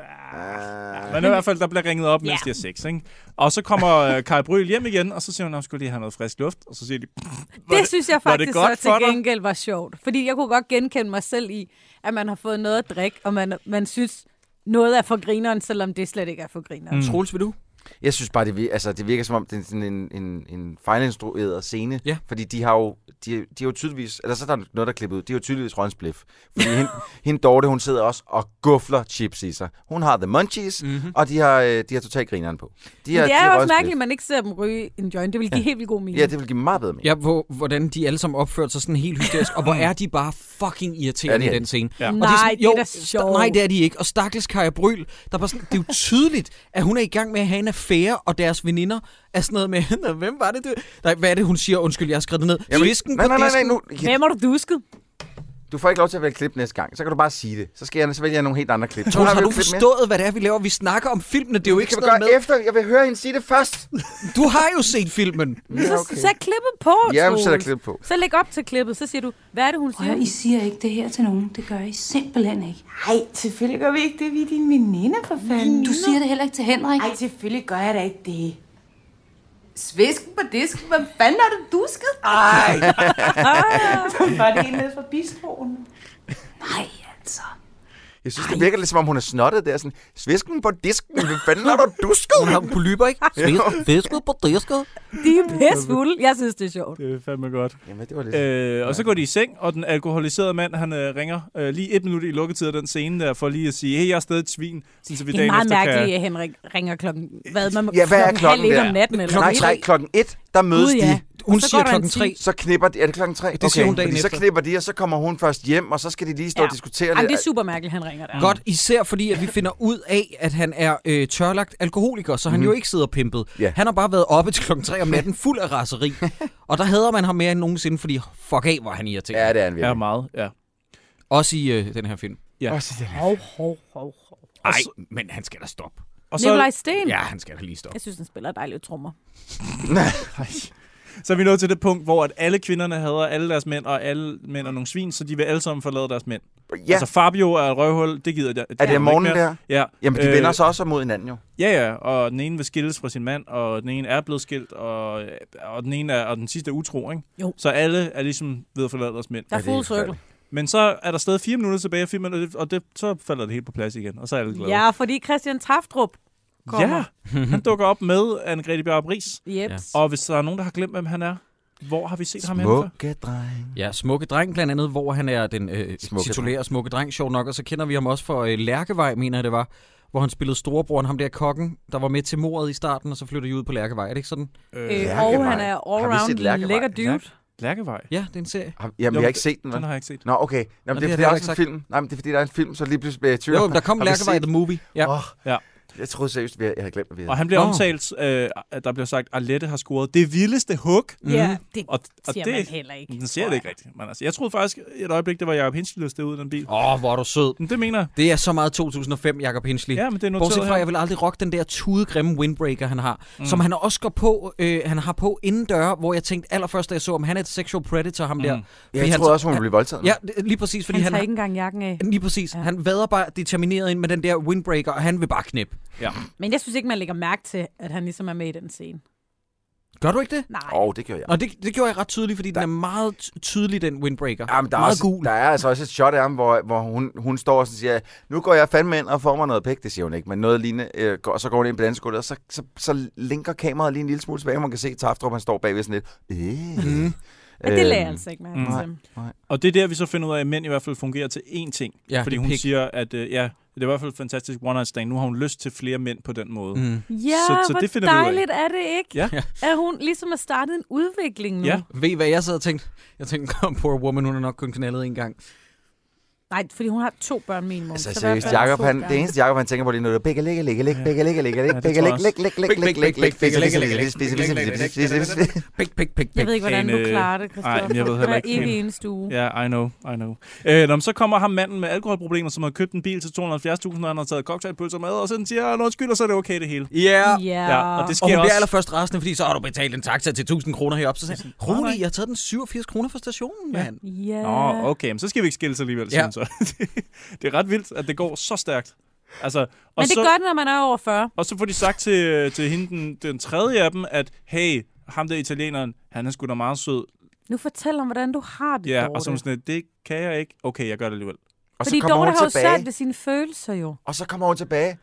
[SPEAKER 8] Men i hvert fald, der bliver ringet op, mens yeah. de er seks, ikke? Og så kommer øh, Kai Bryl hjem igen, og så siger hun, at hun skulle lige have noget frisk luft. Og så siger de, var
[SPEAKER 9] Det synes jeg
[SPEAKER 8] var det
[SPEAKER 9] faktisk
[SPEAKER 8] godt
[SPEAKER 9] så til
[SPEAKER 8] for dig?
[SPEAKER 9] gengæld var sjovt. Fordi jeg kunne godt genkende mig selv i, at man har fået noget at drikke, og man, man synes, noget er for grineren, selvom det slet ikke er for grineren. Mm.
[SPEAKER 6] Troels, vil du?
[SPEAKER 7] Jeg synes bare, det virker, altså, det virker som om, det er sådan en, en, en fejlinstrueret scene.
[SPEAKER 6] Ja.
[SPEAKER 7] Fordi de har jo, de, de har jo tydeligvis, eller så er der noget, der er klippet ud, de har jo tydeligvis rønsblif. Fordi hende, hende Dorte, hun sidder også og gufler chips i sig. Hun har the munchies,
[SPEAKER 6] Mhm.
[SPEAKER 7] mm-hmm. og de har, øh, de har totalt grineren på. De
[SPEAKER 9] Men det er jo også
[SPEAKER 7] rønsblif.
[SPEAKER 9] mærkeligt, at man ikke ser dem ryge en joint. Det vil give helt vildt god mening.
[SPEAKER 7] Ja, det vil give meget bedre mening.
[SPEAKER 6] Ja, hvor, hvordan de alle sammen opførte sig sådan helt hysterisk, og hvor er de bare fucking irriterende ja,
[SPEAKER 7] Ja, det er
[SPEAKER 6] i
[SPEAKER 7] de.
[SPEAKER 6] den scene.
[SPEAKER 8] Ja.
[SPEAKER 6] Og
[SPEAKER 9] Nej,
[SPEAKER 6] sådan,
[SPEAKER 9] det er da
[SPEAKER 6] sta-
[SPEAKER 9] sjovt.
[SPEAKER 6] Nej, det er de ikke. Og stakkels Kaja Bryl, der bare sådan, det er jo tydeligt, at hun er i gang med at have en affære, og deres veninder er sådan noget med, "Nå, hvem var det, du... Nej, hvad er det, hun siger? Undskyld, jeg har skrevet det ned. Jamen, Fisken
[SPEAKER 7] nej, nej, nej, nej,
[SPEAKER 6] disken.
[SPEAKER 7] nu,
[SPEAKER 9] Hvem har du dusket?
[SPEAKER 7] du får ikke lov til at vælge klip næste gang. Så kan du bare sige det. Så, skal jeg, så vælger jeg nogle helt andre klip.
[SPEAKER 6] Troels,
[SPEAKER 7] har
[SPEAKER 6] har
[SPEAKER 7] vi
[SPEAKER 6] du
[SPEAKER 7] jo klip mere.
[SPEAKER 6] forstået, hvad det er, vi laver? Vi snakker om filmene, det er jo
[SPEAKER 7] Det
[SPEAKER 6] ikke
[SPEAKER 7] kan
[SPEAKER 6] sådan
[SPEAKER 7] vi
[SPEAKER 6] noget
[SPEAKER 7] gøre
[SPEAKER 6] med...
[SPEAKER 7] efter. Jeg vil høre hende sige det først.
[SPEAKER 6] Du har jo set filmen.
[SPEAKER 9] Så,
[SPEAKER 7] okay.
[SPEAKER 9] okay. så klippet på,
[SPEAKER 7] Ja, du
[SPEAKER 9] Troels.
[SPEAKER 7] sætter klip på.
[SPEAKER 9] Så læg op til klippet, så siger du, hvad er det, hun
[SPEAKER 2] Prøv
[SPEAKER 9] siger?
[SPEAKER 2] at høre, I siger ikke det her til nogen. Det gør I simpelthen ikke.
[SPEAKER 10] Nej, selvfølgelig gør vi ikke det. Vi er dine veninder, for fanden.
[SPEAKER 2] Du siger det heller ikke til Henrik.
[SPEAKER 10] Nej, selvfølgelig gør jeg da ikke det.
[SPEAKER 4] Svisken på disken, hvem fanden har du dusket?
[SPEAKER 10] Så var det en nede fra bistroen.
[SPEAKER 2] Nej, altså.
[SPEAKER 7] Jeg synes, det virker lidt som om, hun er snottet der. Sådan, svisken på disken. Hvem fanden har du dusket?
[SPEAKER 6] Hun har dem på lyber, ikke? Svis- Fisket på disket.
[SPEAKER 9] De er pissefulde. Jeg synes, det er sjovt.
[SPEAKER 8] Det er fandme godt.
[SPEAKER 7] Jamen, det var lidt...
[SPEAKER 9] Øhm,
[SPEAKER 8] Øh, og så går de i seng, og den alkoholiserede mand, han øh, ringer øh, lige et minut i lukketid af den scene der, for lige at sige, hey, jeg er stadig et svin, sådan, så vi
[SPEAKER 9] Det er
[SPEAKER 8] dagen
[SPEAKER 9] meget
[SPEAKER 8] efter
[SPEAKER 9] mærkeligt,
[SPEAKER 8] kan...
[SPEAKER 9] at Henrik ringer klokken... Hvad, man,
[SPEAKER 7] Ja, hvad er klokken
[SPEAKER 9] halv et
[SPEAKER 7] der?
[SPEAKER 9] om natten, eller
[SPEAKER 7] Klokken
[SPEAKER 9] hvad?
[SPEAKER 7] tre, klokken et, der mødes
[SPEAKER 9] Gud, ja.
[SPEAKER 7] de.
[SPEAKER 6] Hun
[SPEAKER 9] Og så
[SPEAKER 6] siger
[SPEAKER 9] går der en
[SPEAKER 6] klokken tre.
[SPEAKER 7] Så knipper de. Er det klokken tre?
[SPEAKER 6] Det siger hun dagen
[SPEAKER 7] fordi så
[SPEAKER 6] efter.
[SPEAKER 7] knipper de, og så kommer hun først hjem, og så skal de lige stå ja. og diskutere
[SPEAKER 9] Jamen, det er
[SPEAKER 7] lidt.
[SPEAKER 9] super mærkeligt, han ringer der.
[SPEAKER 6] Godt, især fordi, at vi finder ud af, at han er øh, tørlagt alkoholiker, så han mm. jo ikke sidder pimpet.
[SPEAKER 7] Mhm. Ja.
[SPEAKER 6] Han har bare været oppe til klokken 3 om natten fuld af raseri. og der hader man ham mere end nogensinde, fordi fuck af, hvor han irriterende.
[SPEAKER 7] Ja, det er en
[SPEAKER 8] Ja,
[SPEAKER 7] virkelig.
[SPEAKER 8] meget, ja.
[SPEAKER 6] Også i øh, den her film.
[SPEAKER 8] ja.
[SPEAKER 9] Hov, hov, hov, hov.
[SPEAKER 6] Nej, men han skal da stoppe.
[SPEAKER 8] Og
[SPEAKER 9] Nikolaj
[SPEAKER 8] så,
[SPEAKER 9] Sten.
[SPEAKER 6] Ja, han skal da lige stoppe.
[SPEAKER 9] Jeg synes, han spiller dejlige trommer.
[SPEAKER 8] så er vi nået til det punkt, hvor at alle kvinderne hader alle deres mænd, og alle mænd er nogle svin, så de vil alle sammen forlade deres mænd.
[SPEAKER 7] Ja,
[SPEAKER 8] Altså Fabio er et røvhul, det gider jeg.
[SPEAKER 7] er det om morgenen
[SPEAKER 8] der?
[SPEAKER 7] der?
[SPEAKER 8] Ja.
[SPEAKER 7] Jamen, de
[SPEAKER 8] Øh,
[SPEAKER 7] vender sig også mod hinanden jo.
[SPEAKER 8] Ja, ja, og den ene vil skilles fra sin mand, og den ene er blevet skilt, og, øh, og, den, ene er, og den sidste er utro, ikke?
[SPEAKER 9] Jo.
[SPEAKER 8] Så alle er ligesom ved at forlade deres mænd.
[SPEAKER 9] Der er full circle.
[SPEAKER 8] Men så er der stadig fire minutter tilbage af filmen, og, det, og det, så falder det helt på plads igen, og så er alle glade.
[SPEAKER 9] Ja, fordi Christian Traftrup kommer.
[SPEAKER 8] ja han dukker op med Anne-Grethe Bjarup Ries.
[SPEAKER 9] Yep.
[SPEAKER 8] Og hvis der er nogen, der har glemt, hvem han er, hvor har vi set ham henne før?
[SPEAKER 7] Smukke dreng.
[SPEAKER 6] Ja, Smukke Dreng blandt andet, hvor han er den øh,
[SPEAKER 7] Smukke
[SPEAKER 6] titulære Smukke Dreng, sjov nok. Og så kender vi ham også for øh, Lærkevej, mener jeg det var, hvor han spillede storebroren, ham der kokken, der var med til mordet i starten, og så flytter de ud på Lærkevej. Er det ikke sådan?
[SPEAKER 9] Øh, og
[SPEAKER 7] Lærkevej.
[SPEAKER 9] han er
[SPEAKER 7] Har vi set
[SPEAKER 9] all-round
[SPEAKER 7] Lærkevej?
[SPEAKER 9] lækker dude.
[SPEAKER 8] Lærkevej.
[SPEAKER 6] Ja, det er en serie.
[SPEAKER 7] Har- Jamen,
[SPEAKER 8] Jo,
[SPEAKER 7] jeg har ikke set den,
[SPEAKER 8] Den
[SPEAKER 7] vel?
[SPEAKER 8] har jeg ikke set.
[SPEAKER 7] Nå, okay. Nå,
[SPEAKER 6] det
[SPEAKER 7] men det er
[SPEAKER 6] har
[SPEAKER 7] fordi,
[SPEAKER 6] jeg
[SPEAKER 7] der er
[SPEAKER 6] ikke
[SPEAKER 7] også
[SPEAKER 6] sagt.
[SPEAKER 7] en film. Nej, men det er fordi, der er en film, så lige pludselig bliver jeg i tvivl.
[SPEAKER 6] Jo, men der kom
[SPEAKER 7] Har vi
[SPEAKER 6] Lærkevej
[SPEAKER 7] set
[SPEAKER 6] The Movie. Ja.
[SPEAKER 7] Åh,
[SPEAKER 8] Ja.
[SPEAKER 7] Jeg troede seriøst, at jeg havde glemt, at vi
[SPEAKER 8] Og
[SPEAKER 7] havde.
[SPEAKER 8] han bliver
[SPEAKER 6] Nå.
[SPEAKER 8] omtalt, øh, at der bliver sagt, at Alette har scoret det vildeste hook.
[SPEAKER 9] Ja, det
[SPEAKER 8] Og, og
[SPEAKER 9] Mm. siger man heller ikke.
[SPEAKER 8] Den siger det ikke rigtigt. Men altså, jeg troede faktisk et øjeblik, det var Jacob Hinschel, der stod ud af den bil.
[SPEAKER 6] Åh, oh, hvor er du sød.
[SPEAKER 8] Men det mener jeg.
[SPEAKER 6] Det er så meget 2005, Jacob Hensley.
[SPEAKER 8] Ja, men det er noteret
[SPEAKER 6] Bortset fra,
[SPEAKER 8] her.
[SPEAKER 6] jeg vil aldrig rocke den der tudegrimme windbreaker, han har. Mm. Som han også går på, øh, han har på indendør, hvor jeg tænkte allerførst, da jeg så, om han er et sexual predator, ham der. Fordi
[SPEAKER 7] Mm. Jeg
[SPEAKER 6] han-
[SPEAKER 7] troede også, hun ville blive voldtaget.
[SPEAKER 6] Ja, det- lige præcis, fordi
[SPEAKER 9] Han
[SPEAKER 6] han...
[SPEAKER 9] tager ikke engang jakken af.
[SPEAKER 6] Lige præcis. Ja. Han vader bare determineret ind med den der windbreaker, og han vil bare knip.
[SPEAKER 8] Ja.
[SPEAKER 9] Men jeg synes ikke, man lægger mærke til, at han ligesom er med i den scene.
[SPEAKER 6] Gør du ikke det?
[SPEAKER 9] Nej.
[SPEAKER 7] Åh, oh, det gør jeg.
[SPEAKER 6] Nå, det, det gjorde jeg ret tydeligt, fordi der... den er meget ty- tydelig, den windbreaker.
[SPEAKER 7] Ja, men der, er
[SPEAKER 6] meget
[SPEAKER 7] også, der er altså også et shot af ham, hvor, hvor hun, hun står og sådan siger, nu går jeg fandme ind og får mig noget pæk, det siger hun ikke, men noget lignende, øh, går, så går hun ind på dansegulvet, og så, så, så linker kameraet lige en lille smule tilbage, og man kan se Taftrup, han står bagved sådan lidt, øh.
[SPEAKER 6] Mhm.
[SPEAKER 7] Mm.
[SPEAKER 9] Men det
[SPEAKER 8] Øhm,
[SPEAKER 9] lagde jeg altså ikke
[SPEAKER 8] mm.
[SPEAKER 9] mærke
[SPEAKER 7] nej.
[SPEAKER 9] til.
[SPEAKER 8] Og det er der, vi så finder ud af, at mænd i hvert fald fungerer til én ting.
[SPEAKER 6] Ja,
[SPEAKER 8] fordi
[SPEAKER 6] det er
[SPEAKER 8] hun
[SPEAKER 6] pik.
[SPEAKER 8] siger, at øh, ja, det er i hvert fald et fantastisk one night stand. Nu har hun lyst til flere mænd på den måde.
[SPEAKER 6] Mm.
[SPEAKER 9] Ja,
[SPEAKER 8] Så- så
[SPEAKER 9] hvor
[SPEAKER 8] det finder vi ud af.
[SPEAKER 9] dejligt er det ikke,
[SPEAKER 8] Ja.
[SPEAKER 9] at hun ligesom har startet en udvikling nu.
[SPEAKER 8] Ja.
[SPEAKER 6] Ved I, hvad jeg sad og tænkte? Jeg tænkte, poor woman, hun har nok kun knaldet en gang.
[SPEAKER 9] Nej, fordi hun har to børn minimum.
[SPEAKER 7] Altså,
[SPEAKER 9] så i
[SPEAKER 7] seriøst,
[SPEAKER 9] hvert fald
[SPEAKER 7] Jacob,
[SPEAKER 9] to
[SPEAKER 7] han,
[SPEAKER 9] børn.
[SPEAKER 7] det eneste Jacob, han tænker på lige nu, det er bække, lække, lække, lække, bække, lække, lække, lække, bække, lække, lække, lække, lække, lække, lække, lække, lække, lække, lække, lække, lække, lække,
[SPEAKER 6] Pik, pik, pik,
[SPEAKER 9] Jeg
[SPEAKER 6] pik.
[SPEAKER 9] ved ikke, hvordan du
[SPEAKER 8] Pæne-
[SPEAKER 9] klarer det, Christoffer.
[SPEAKER 8] Ej, men jeg ved heller ikke
[SPEAKER 9] Hver evig
[SPEAKER 8] helt.
[SPEAKER 9] eneste uge.
[SPEAKER 8] Ja, I know, I know. Øh, nå, men så kommer ham manden med alkoholproblemer, som har købt en bil til 270.000, og han har taget cocktailpølser med, og så siger han, undskyld, og så er det okay det hele.
[SPEAKER 6] Ja.
[SPEAKER 8] Ja, og det
[SPEAKER 6] Og hun
[SPEAKER 8] sker
[SPEAKER 6] bliver
[SPEAKER 8] også.
[SPEAKER 6] allerførst rasende, fordi så har du betalt en taxa til 1000 kroner heroppe. Så sagde han, rolig, jeg har taget den 87 kroner fra stationen, mand.
[SPEAKER 9] Ja.
[SPEAKER 8] Nå, okay, men så skal vi ikke skilles alligevel,
[SPEAKER 6] Ja.
[SPEAKER 8] ja. så. det er ret vildt, at det går så stærkt. Altså, og
[SPEAKER 9] Men det gør
[SPEAKER 8] så,
[SPEAKER 9] det, når man er over 40.
[SPEAKER 8] Og så får de sagt til, til hende, den, den tredje af dem, at hey, ham der italieneren, han er sgu da meget sød.
[SPEAKER 9] Nu fortæl om, hvordan du har det,
[SPEAKER 8] Ja,
[SPEAKER 9] Dorte.
[SPEAKER 8] og så er hun sådan, lidt, det kan jeg ikke. Okay, jeg gør det alligevel.
[SPEAKER 7] Og så
[SPEAKER 9] Fordi
[SPEAKER 7] kommer
[SPEAKER 9] Dorte
[SPEAKER 7] hun
[SPEAKER 9] har jo sat
[SPEAKER 7] tilbage,
[SPEAKER 9] ved sine følelser jo.
[SPEAKER 7] og så kommer hun tilbage.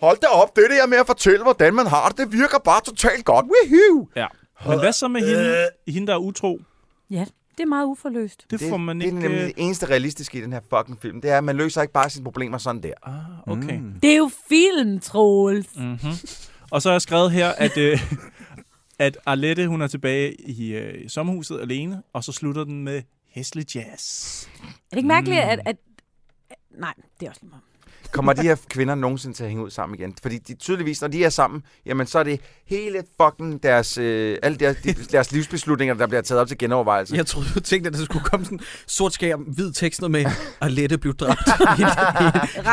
[SPEAKER 7] Hold da op, det er det her med at fortælle, hvordan man har det. Det virker bare totalt godt. Woohoo!
[SPEAKER 8] Ja. Men hvad så med hende, hende der er utro?
[SPEAKER 9] Ja, det er meget uforløst.
[SPEAKER 8] Det, det får man
[SPEAKER 7] det er
[SPEAKER 8] ikke...
[SPEAKER 7] nemlig det eneste realistiske i den her fucking film. Det er, at man løser ikke bare sine problemer sådan der.
[SPEAKER 8] Ah, okay. Mm.
[SPEAKER 9] Det er jo film, Troels. Mm.
[SPEAKER 8] Og så har jeg skrevet her, at, øh, at Arlette, hun er tilbage i øh, sommerhuset alene, og så slutter den med hæslig jazz.
[SPEAKER 9] Er det ikke mærkeligt,
[SPEAKER 8] Mm.
[SPEAKER 9] at, at... Nej, det er også lige meget.
[SPEAKER 7] Kommer de her kvinder nogensinde til at hænge ud sammen igen? Fordi de, tydeligvis, når de er sammen, jamen så er det hele fucking deres, øh, alle deres, de- deres livsbeslutninger, der bliver taget op til genovervejelse.
[SPEAKER 6] Jeg troede, du tænkte, at der skulle komme sådan sort skærm, hvid tekst noget med, at Lette blev dræbt. i en- i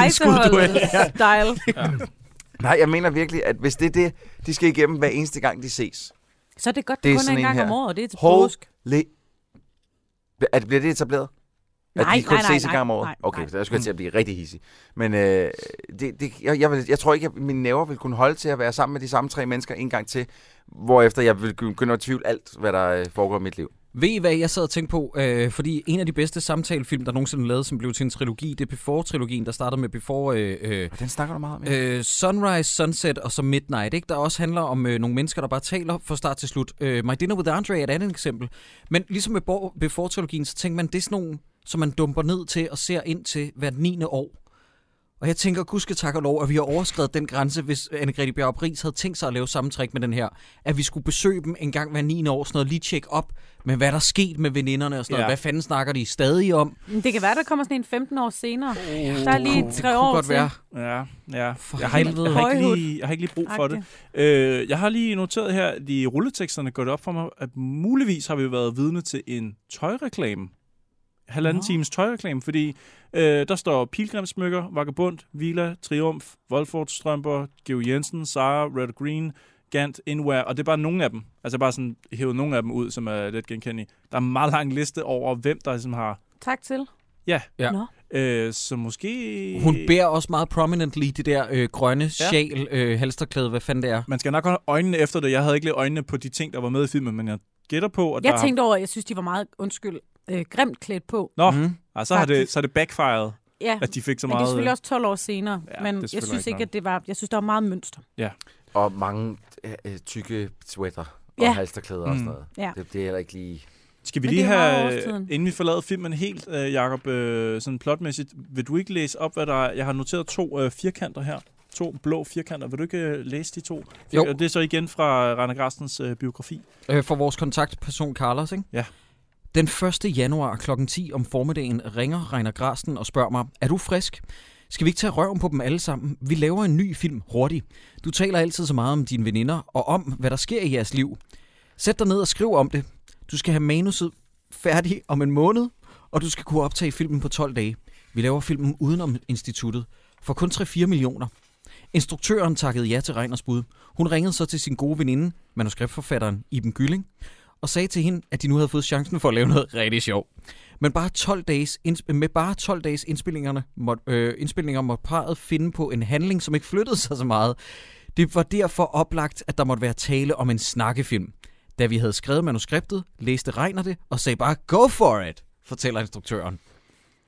[SPEAKER 6] en skudduel.
[SPEAKER 9] Rejseholdet-style.
[SPEAKER 7] Nej, jeg mener virkelig, at hvis det er det, de skal igennem hver eneste gang, de ses.
[SPEAKER 9] Så er det godt,
[SPEAKER 7] Det
[SPEAKER 9] det
[SPEAKER 7] er
[SPEAKER 9] kun er
[SPEAKER 7] sådan
[SPEAKER 9] en
[SPEAKER 7] en
[SPEAKER 9] gang
[SPEAKER 7] her.
[SPEAKER 9] om året, og det er til
[SPEAKER 7] Holy-
[SPEAKER 9] påsk.
[SPEAKER 7] Er det, bliver det etableret? At
[SPEAKER 9] Nej,
[SPEAKER 7] de kun
[SPEAKER 9] nej, nej,
[SPEAKER 7] ses en gang om
[SPEAKER 9] nej,
[SPEAKER 7] året?
[SPEAKER 9] nej,
[SPEAKER 7] okay,
[SPEAKER 9] nej. Mm.
[SPEAKER 7] så jeg skulle til at blive rigtig hissig. Men øh, det, det, jeg, jeg, vil, jeg tror ikke, at mine næver vil kunne holde til at være sammen med de samme tre mennesker en gang til, hvorefter jeg vil begynde at tvivle alt, hvad der øh, foregår i mit liv.
[SPEAKER 6] Ved I, hvad jeg sad og tænkte på? Øh, fordi en af de bedste samtalefilm, der nogensinde er lavet, som blev til en trilogi, det er Before-trilogien, der starter med Before... Øh, øh,
[SPEAKER 7] Den snakker du meget om, ja.
[SPEAKER 6] Øh, Sunrise, Sunset og så Midnight, ikke? der også handler om øh, nogle mennesker, der bare taler fra start til slut. Øh, My Dinner with Andre er et andet eksempel. Men ligesom med Bor- Before-trilogien, så tænker man, det er sådan nogle, som man dumper ned til og ser ind til hvert 9. år. Og jeg tænker, gud skal tak og lov, at vi har overskrevet den grænse, hvis Anne-Grethe Bjarup Ries havde tænkt sig at lave samme trick med den her. At vi skulle besøge dem en gang hver 9. år, sådan noget, lige tjekke op med, hvad der er sket med veninderne og sådan noget.
[SPEAKER 8] Ja.
[SPEAKER 6] Hvad fanden snakker de stadig om?
[SPEAKER 9] Men Det kan være, der kommer sådan en 15 år senere. Der er lige
[SPEAKER 6] Det
[SPEAKER 9] tre år
[SPEAKER 6] godt
[SPEAKER 9] til.
[SPEAKER 6] være.
[SPEAKER 8] Ja, ja.
[SPEAKER 6] For
[SPEAKER 8] jeg, har ikke,
[SPEAKER 6] helvede.
[SPEAKER 8] jeg, har ikke lige, jeg har ikke lige brug for det. Øh, jeg har lige noteret her, at i rulleteksterne går det op for mig, at muligvis har vi været vidne til en tøjreklame. Halvanden no. times tøjreklame, fordi øh, der står pilgrimsmykker, vagabond, Villa, Triumf, Wolford, Strømper, Geo Jensen, Sara, Red og Green, Gant, Inware, og det er bare nogle af dem. Altså bare sådan hævet nogle af dem ud, som er lidt genkendelige. Der er en meget lang liste over, hvem der ligesom har...
[SPEAKER 9] Tak til.
[SPEAKER 8] Ja,
[SPEAKER 6] Ja.
[SPEAKER 9] Nå.
[SPEAKER 8] øh, så måske...
[SPEAKER 6] Hun bærer også meget prominently det der øh, grønne ja. sjal, øh, halsterklæde, hvad fanden det er.
[SPEAKER 8] Man skal nok holde øjnene efter det. Jeg havde ikke lige øjnene på de ting, der var med i filmen, men jeg gætter på, at
[SPEAKER 9] Jeg
[SPEAKER 8] der...
[SPEAKER 9] tænkte over, at jeg synes, de var meget, undskyld, øh, grimt klædt på.
[SPEAKER 8] Nå, mm. ah, så, har det,
[SPEAKER 9] Faktisk.
[SPEAKER 8] så er det backfired,
[SPEAKER 9] Ja,
[SPEAKER 8] at de fik så
[SPEAKER 9] men det er
[SPEAKER 8] meget... øh.
[SPEAKER 9] selvfølgelig også 12 år senere. Ja,
[SPEAKER 8] Ja, det er
[SPEAKER 9] men jeg
[SPEAKER 8] selvfølgelig
[SPEAKER 9] synes
[SPEAKER 8] rigtig
[SPEAKER 9] ikke, at det var... Jeg synes, der var meget mønster.
[SPEAKER 7] Og mange øh, øh, tykke sweater og
[SPEAKER 9] Ja. Mm.
[SPEAKER 7] halsterklæder og sådan noget.
[SPEAKER 9] Ja.
[SPEAKER 7] Det, det er heller ikke lige...
[SPEAKER 8] Skal vi
[SPEAKER 9] Men
[SPEAKER 8] lige
[SPEAKER 9] det er meget
[SPEAKER 8] have,
[SPEAKER 9] overtiden.
[SPEAKER 8] inden vi forlader filmen helt, øh, Jacob, øh, sådan plotmæssigt, vil du ikke læse op, hvad der er? Jeg har noteret to øh, firkanter her. To blå firkanter. Vil du ikke øh, læse de to?
[SPEAKER 6] Jo.
[SPEAKER 8] Og Det er så igen fra øh, Rainer Grastens øh, biografi.
[SPEAKER 6] Øh, for vores kontaktperson Carlos, ikke?
[SPEAKER 8] Ja.
[SPEAKER 6] Den 1. januar kl. 10 om formiddagen ringer Reiner Grasten og spørger mig, er du frisk? Skal vi ikke tage røven på dem alle sammen? Vi laver en ny film hurtigt. Du taler altid så meget om dine veninder og om, hvad der sker i jeres liv. Sæt dig ned og skriv om det. Du skal have manuset færdig om en måned, og du skal kunne optage filmen på 12 dage. Vi laver filmen udenom instituttet for kun 3-4 millioner. Instruktøren takkede ja til Reiners bud. Hun ringede så til sin gode veninde, manuskriptforfatteren Iben Gylling, og sagde til hende, at de nu havde fået chancen for at lave noget rigtig sjovt. Men bare 12 dages inds- med bare 12 dages indspillingerne måtte, øh, indspillinger måtte parret finde på en handling, som ikke flyttede sig så meget. Det var derfor oplagt, at der måtte være tale om en snakkefilm. Da vi havde skrevet manuskriptet, læste Reiner det og sagde bare, go for it, fortæller instruktøren.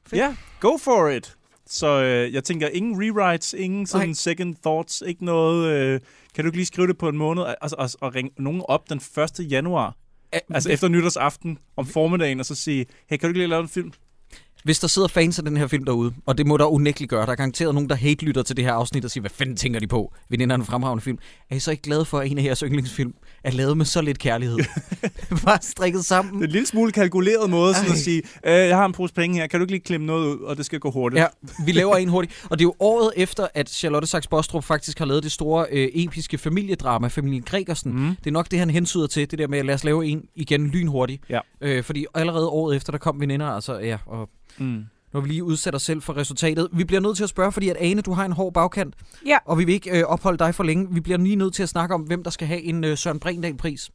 [SPEAKER 8] Fedt. Ja, go for it. Så øh, jeg tænker, ingen rewrites, ingen sådan Nej. second thoughts, ikke noget... Øh, kan du ikke lige skrive det på en måned altså, altså, og ringe nogen op den 1. januar? A- altså efter nytårsaften om formiddagen, og så sige, hey, kan du ikke lige lave en film?
[SPEAKER 6] Hvis der sidder fans af den her film derude, og det må der unægteligt gøre, der er garanteret nogen, der hate lytter til det her afsnit og siger, hvad fanden tænker de på? Veninderne en fremragende film. Er I så ikke glade for, at en af jeres yndlingsfilm er lavet med så lidt kærlighed? Bare strikket sammen.
[SPEAKER 8] Det er en lille smule kalkuleret måde sådan at sige, øh, jeg har en pose penge her, kan du ikke lige klemme noget ud, og det skal gå hurtigt.
[SPEAKER 6] Ja, vi laver en hurtigt. Og det er jo året efter, at Charlotte Sachs Bostrup faktisk har lavet det store øh, episke familiedrama, familien Gregersen. Mm. Det er nok det, han hensyder til, det der med, at lad os lave en igen lynhurtigt.
[SPEAKER 8] Ja.
[SPEAKER 6] Øh, fordi allerede året efter, der kom veninder, altså ja, og Mm. Når vi lige udsætter os selv for resultatet. Vi bliver nødt til at spørge, fordi at Ane, du har en hård bagkant,
[SPEAKER 9] Ja.
[SPEAKER 6] og vi vil ikke øh, opholde dig for længe. Vi bliver lige nødt til at snakke om, hvem der skal have en øh, Søren Brindal-pris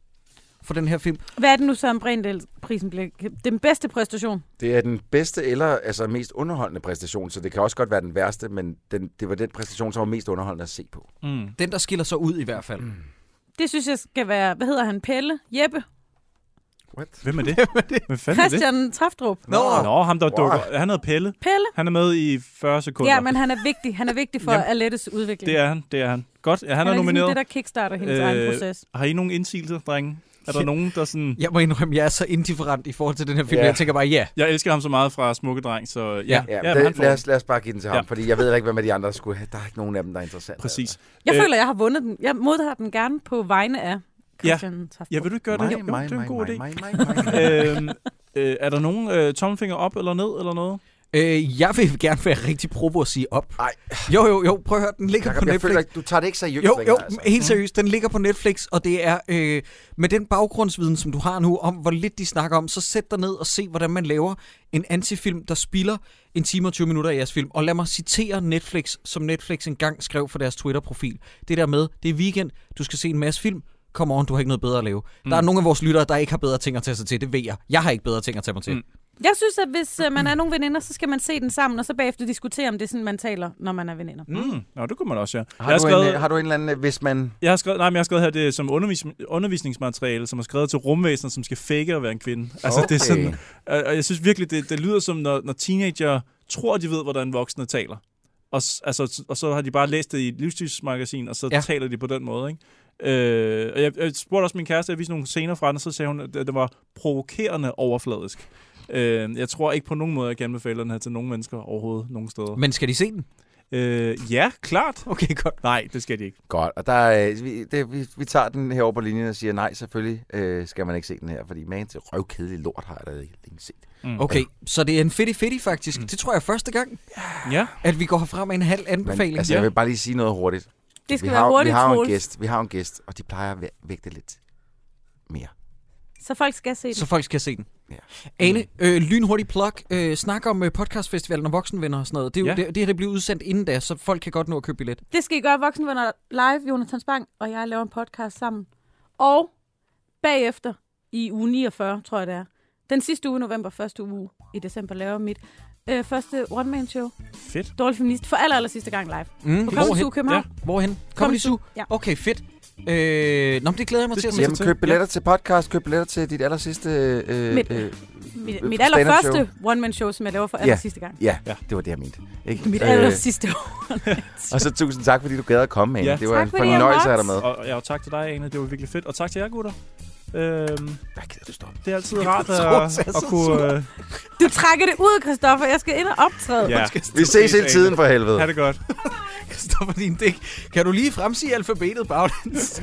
[SPEAKER 6] for den her film.
[SPEAKER 9] Hvad er det nu, Søren Brindahl-prisen bliver? Den bedste præstation?
[SPEAKER 7] Det er den bedste eller altså mest underholdende præstation, så det kan også godt være den værste, men den, det var den præstation, som var mest underholdende at se på.
[SPEAKER 8] Mm.
[SPEAKER 6] Den, der skiller sig ud i hvert fald. Mm.
[SPEAKER 9] Det synes jeg skal være, hvad hedder han, Pelle? Jeppe?
[SPEAKER 7] What?
[SPEAKER 8] Hvem er det? Hvem fanden er det?
[SPEAKER 9] Christian Traftrup?
[SPEAKER 8] Nå, Nå ham der
[SPEAKER 7] Wow.
[SPEAKER 8] dukker. Han hedder Pelle.
[SPEAKER 9] Pelle?
[SPEAKER 8] Han er med i 40 sekunder.
[SPEAKER 9] Ja, men han er vigtig. Han er vigtig for
[SPEAKER 8] Jamen,
[SPEAKER 9] Alettes udvikling.
[SPEAKER 8] Det er han, det er han. Godt, ja, han, han er,
[SPEAKER 9] ligesom
[SPEAKER 8] nomineret.
[SPEAKER 9] det, der kickstarter hendes øh, egen proces.
[SPEAKER 8] Har I nogen indsigelser, drenge? Er der
[SPEAKER 6] Ja.
[SPEAKER 8] nogen, der sådan...
[SPEAKER 6] Jeg må indrømme, jeg er så indifferent i forhold til den her film.
[SPEAKER 7] Ja.
[SPEAKER 6] Yeah. Jeg tænker bare, ja.
[SPEAKER 8] Jeg elsker ham så meget fra Smukke Dreng, så ja. ja.
[SPEAKER 7] Ja,
[SPEAKER 8] men
[SPEAKER 7] ja
[SPEAKER 8] han
[SPEAKER 7] det,
[SPEAKER 8] får
[SPEAKER 7] lad,
[SPEAKER 8] den.
[SPEAKER 7] os, lad os bare give den til ham,
[SPEAKER 8] Ja.
[SPEAKER 7] ja. fordi jeg ved ikke, hvad med de andre skulle have. Der er ikke nogen af dem, der er altså. interessant.
[SPEAKER 8] Præcis.
[SPEAKER 9] Jeg
[SPEAKER 8] Øh,
[SPEAKER 9] føler, jeg har vundet den. Jeg modtager den gerne på vegne af Christian Traftrup.
[SPEAKER 8] Ja, vil du ikke gøre det?
[SPEAKER 7] Altså.
[SPEAKER 8] Jo,
[SPEAKER 7] Mig,
[SPEAKER 8] det er en god idé.
[SPEAKER 7] mig, mig, mig, mig, mig.
[SPEAKER 8] øhm, øh, er der nogen øh, tommelfinger op eller ned eller noget?
[SPEAKER 6] Øh, jeg vil gerne være rigtig provo og sige op.
[SPEAKER 7] Ej.
[SPEAKER 6] Jo, jo, jo. Prøv at høre, den ligger
[SPEAKER 7] Jacob,
[SPEAKER 6] på
[SPEAKER 7] jeg
[SPEAKER 6] Netflix.
[SPEAKER 7] føler, ikke- du tager det ikke seriøst
[SPEAKER 6] Jo,
[SPEAKER 7] længere,
[SPEAKER 6] jo,
[SPEAKER 7] altså.
[SPEAKER 6] helt seriøst. Den ligger på Netflix, og det er øh, med den baggrundsviden, som du har nu om, hvor lidt de snakker om, så sæt dig ned og se, hvordan man laver en antifilm, der spiller en time og 20 minutter af jeres film. Og lad mig citere Netflix, som Netflix engang skrev for deres Twitter-profil. Det der med, det er weekend, du skal se en masse film, Kom on, du har ikke noget bedre at lave. Mm. Der er nogle af vores lyttere, der ikke har bedre ting at tage sig til. Det ved jeg. Jeg har ikke bedre ting at tage mig til. Mm.
[SPEAKER 9] Jeg synes, at hvis øh, man er nogle veninder, så skal man se den sammen, og så bagefter diskutere, om det er sådan, man taler, når man er veninder.
[SPEAKER 8] Mm. Nå, det kunne man også, ja.
[SPEAKER 7] Har,
[SPEAKER 8] jeg, har
[SPEAKER 7] du en, øh,
[SPEAKER 8] skrevet,
[SPEAKER 7] har du en eller anden, øh, hvis man...
[SPEAKER 8] jeg, har skrevet, nej, men jeg har skrevet her, det er som undervis, undervisningsmateriale, som er skrevet til rumvæsener, som skal fake at være en kvinde. Altså, det er sådan,
[SPEAKER 7] Okay.
[SPEAKER 8] øh, og jeg synes virkelig, det, det lyder som, når, når teenager tror, de ved, hvordan voksne taler. Og, s- altså, og så har de bare læst det i et livsstilsmagasin, og så ja.
[SPEAKER 6] Ja.
[SPEAKER 8] taler de på den måde, ikke? Øh, og jeg, jeg spurgte også min kæreste, jeg viste nogle scener fra den, og så sagde hun, at det var provokerende overfladisk. Øh, jeg tror ikke på nogen måde, jeg kan anbefale den her til nogen mennesker overhovedet, nogen steder.
[SPEAKER 7] Mm.
[SPEAKER 6] Men skal de se den?
[SPEAKER 8] Øh, ja, klart.
[SPEAKER 6] Okay, godt.
[SPEAKER 8] Nej, det skal de ikke.
[SPEAKER 7] Godt, og der er, øh, vi, det, vi, vi tager den herovre på linjen og siger, nej, selvfølgelig øh, skal man ikke se den her, fordi man til røvkedelig lort har jeg da ikke længe set.
[SPEAKER 6] Okay, så det er en fedtig-fedtig faktisk. Mm. Det tror jeg er første gang,
[SPEAKER 8] Ja.
[SPEAKER 6] at vi går herfra med en halv anbefaling.
[SPEAKER 7] Men, altså,
[SPEAKER 8] Ja.
[SPEAKER 7] jeg vil bare lige sige noget hurtigt.
[SPEAKER 9] Det skal
[SPEAKER 7] vi
[SPEAKER 9] være
[SPEAKER 7] har,
[SPEAKER 9] hurtigt,
[SPEAKER 7] Vi har jo en
[SPEAKER 9] Troels.
[SPEAKER 7] gæst, vi har jo en gæst, og de plejer at væ- vægte lidt mere.
[SPEAKER 9] Så folk skal se den.
[SPEAKER 6] så folk skal se den.
[SPEAKER 7] Ja.
[SPEAKER 6] Ja. Ane, øh, lynhurtig plug. Øh, snak om øh, podcastfestivalen og voksenvenner og sådan noget. Det, er jo,
[SPEAKER 8] Ja. Mm.
[SPEAKER 6] ja. det, det her det bliver udsendt inden da, så folk kan godt nå at købe billet.
[SPEAKER 9] Det skal I gøre Voksenvenner live. Jonathan Spang og jeg laver en podcast sammen. Og bagefter i uge 49, tror jeg det er. Den sidste uge i november, første uge i december, laver mit øh, første one-man-show.
[SPEAKER 8] Fedt.
[SPEAKER 9] Dårlig Feminist for aller, aller sidste gang live.
[SPEAKER 6] Mm.
[SPEAKER 9] På Comedy Zoo København.
[SPEAKER 6] Ja. Hvorhen? Comedy Zoo?
[SPEAKER 9] Ja.
[SPEAKER 6] Okay, fedt. Øh, nå, men det glæder jeg mig
[SPEAKER 8] Det
[SPEAKER 6] til at
[SPEAKER 8] skal
[SPEAKER 6] se.
[SPEAKER 7] Jamen,
[SPEAKER 8] til.
[SPEAKER 7] køb billetter til podcast, køb billetter til dit aller sidste... Øh,
[SPEAKER 9] Mit-
[SPEAKER 7] øh,
[SPEAKER 9] Mit,
[SPEAKER 7] Øh, stand-up
[SPEAKER 9] mit allerførste one-man-show, som jeg laver for aller
[SPEAKER 7] Ja.
[SPEAKER 9] sidste gang.
[SPEAKER 7] ja,
[SPEAKER 8] Ja.
[SPEAKER 7] det var det, jeg mente. Ikke? Øh,
[SPEAKER 9] Mit aller sidste år.
[SPEAKER 7] og så tusind tak, fordi du gad at komme, Ane.
[SPEAKER 8] Ja.
[SPEAKER 7] Det var
[SPEAKER 9] Tak,
[SPEAKER 7] en
[SPEAKER 9] fordi jeg
[SPEAKER 7] fornøjelse at have
[SPEAKER 9] måtte.
[SPEAKER 7] dig med.
[SPEAKER 8] Og, og ja, og tak til dig, Ane. Det var virkelig fedt. Og tak til jer, gutter. Øhm,
[SPEAKER 7] Hvad gider du stoppe?
[SPEAKER 8] det er altid rart at,
[SPEAKER 6] Troels er
[SPEAKER 8] at,
[SPEAKER 6] så
[SPEAKER 8] kunne... Øh,
[SPEAKER 9] Du trækker det ud, Christoffer. Jeg skal ind og optræde.
[SPEAKER 8] ja.
[SPEAKER 7] Vi ses hele tiden for helvede.
[SPEAKER 8] Ha' det godt.
[SPEAKER 6] Stopper din dæk. Kan du lige fremsige alfabetet baglæns?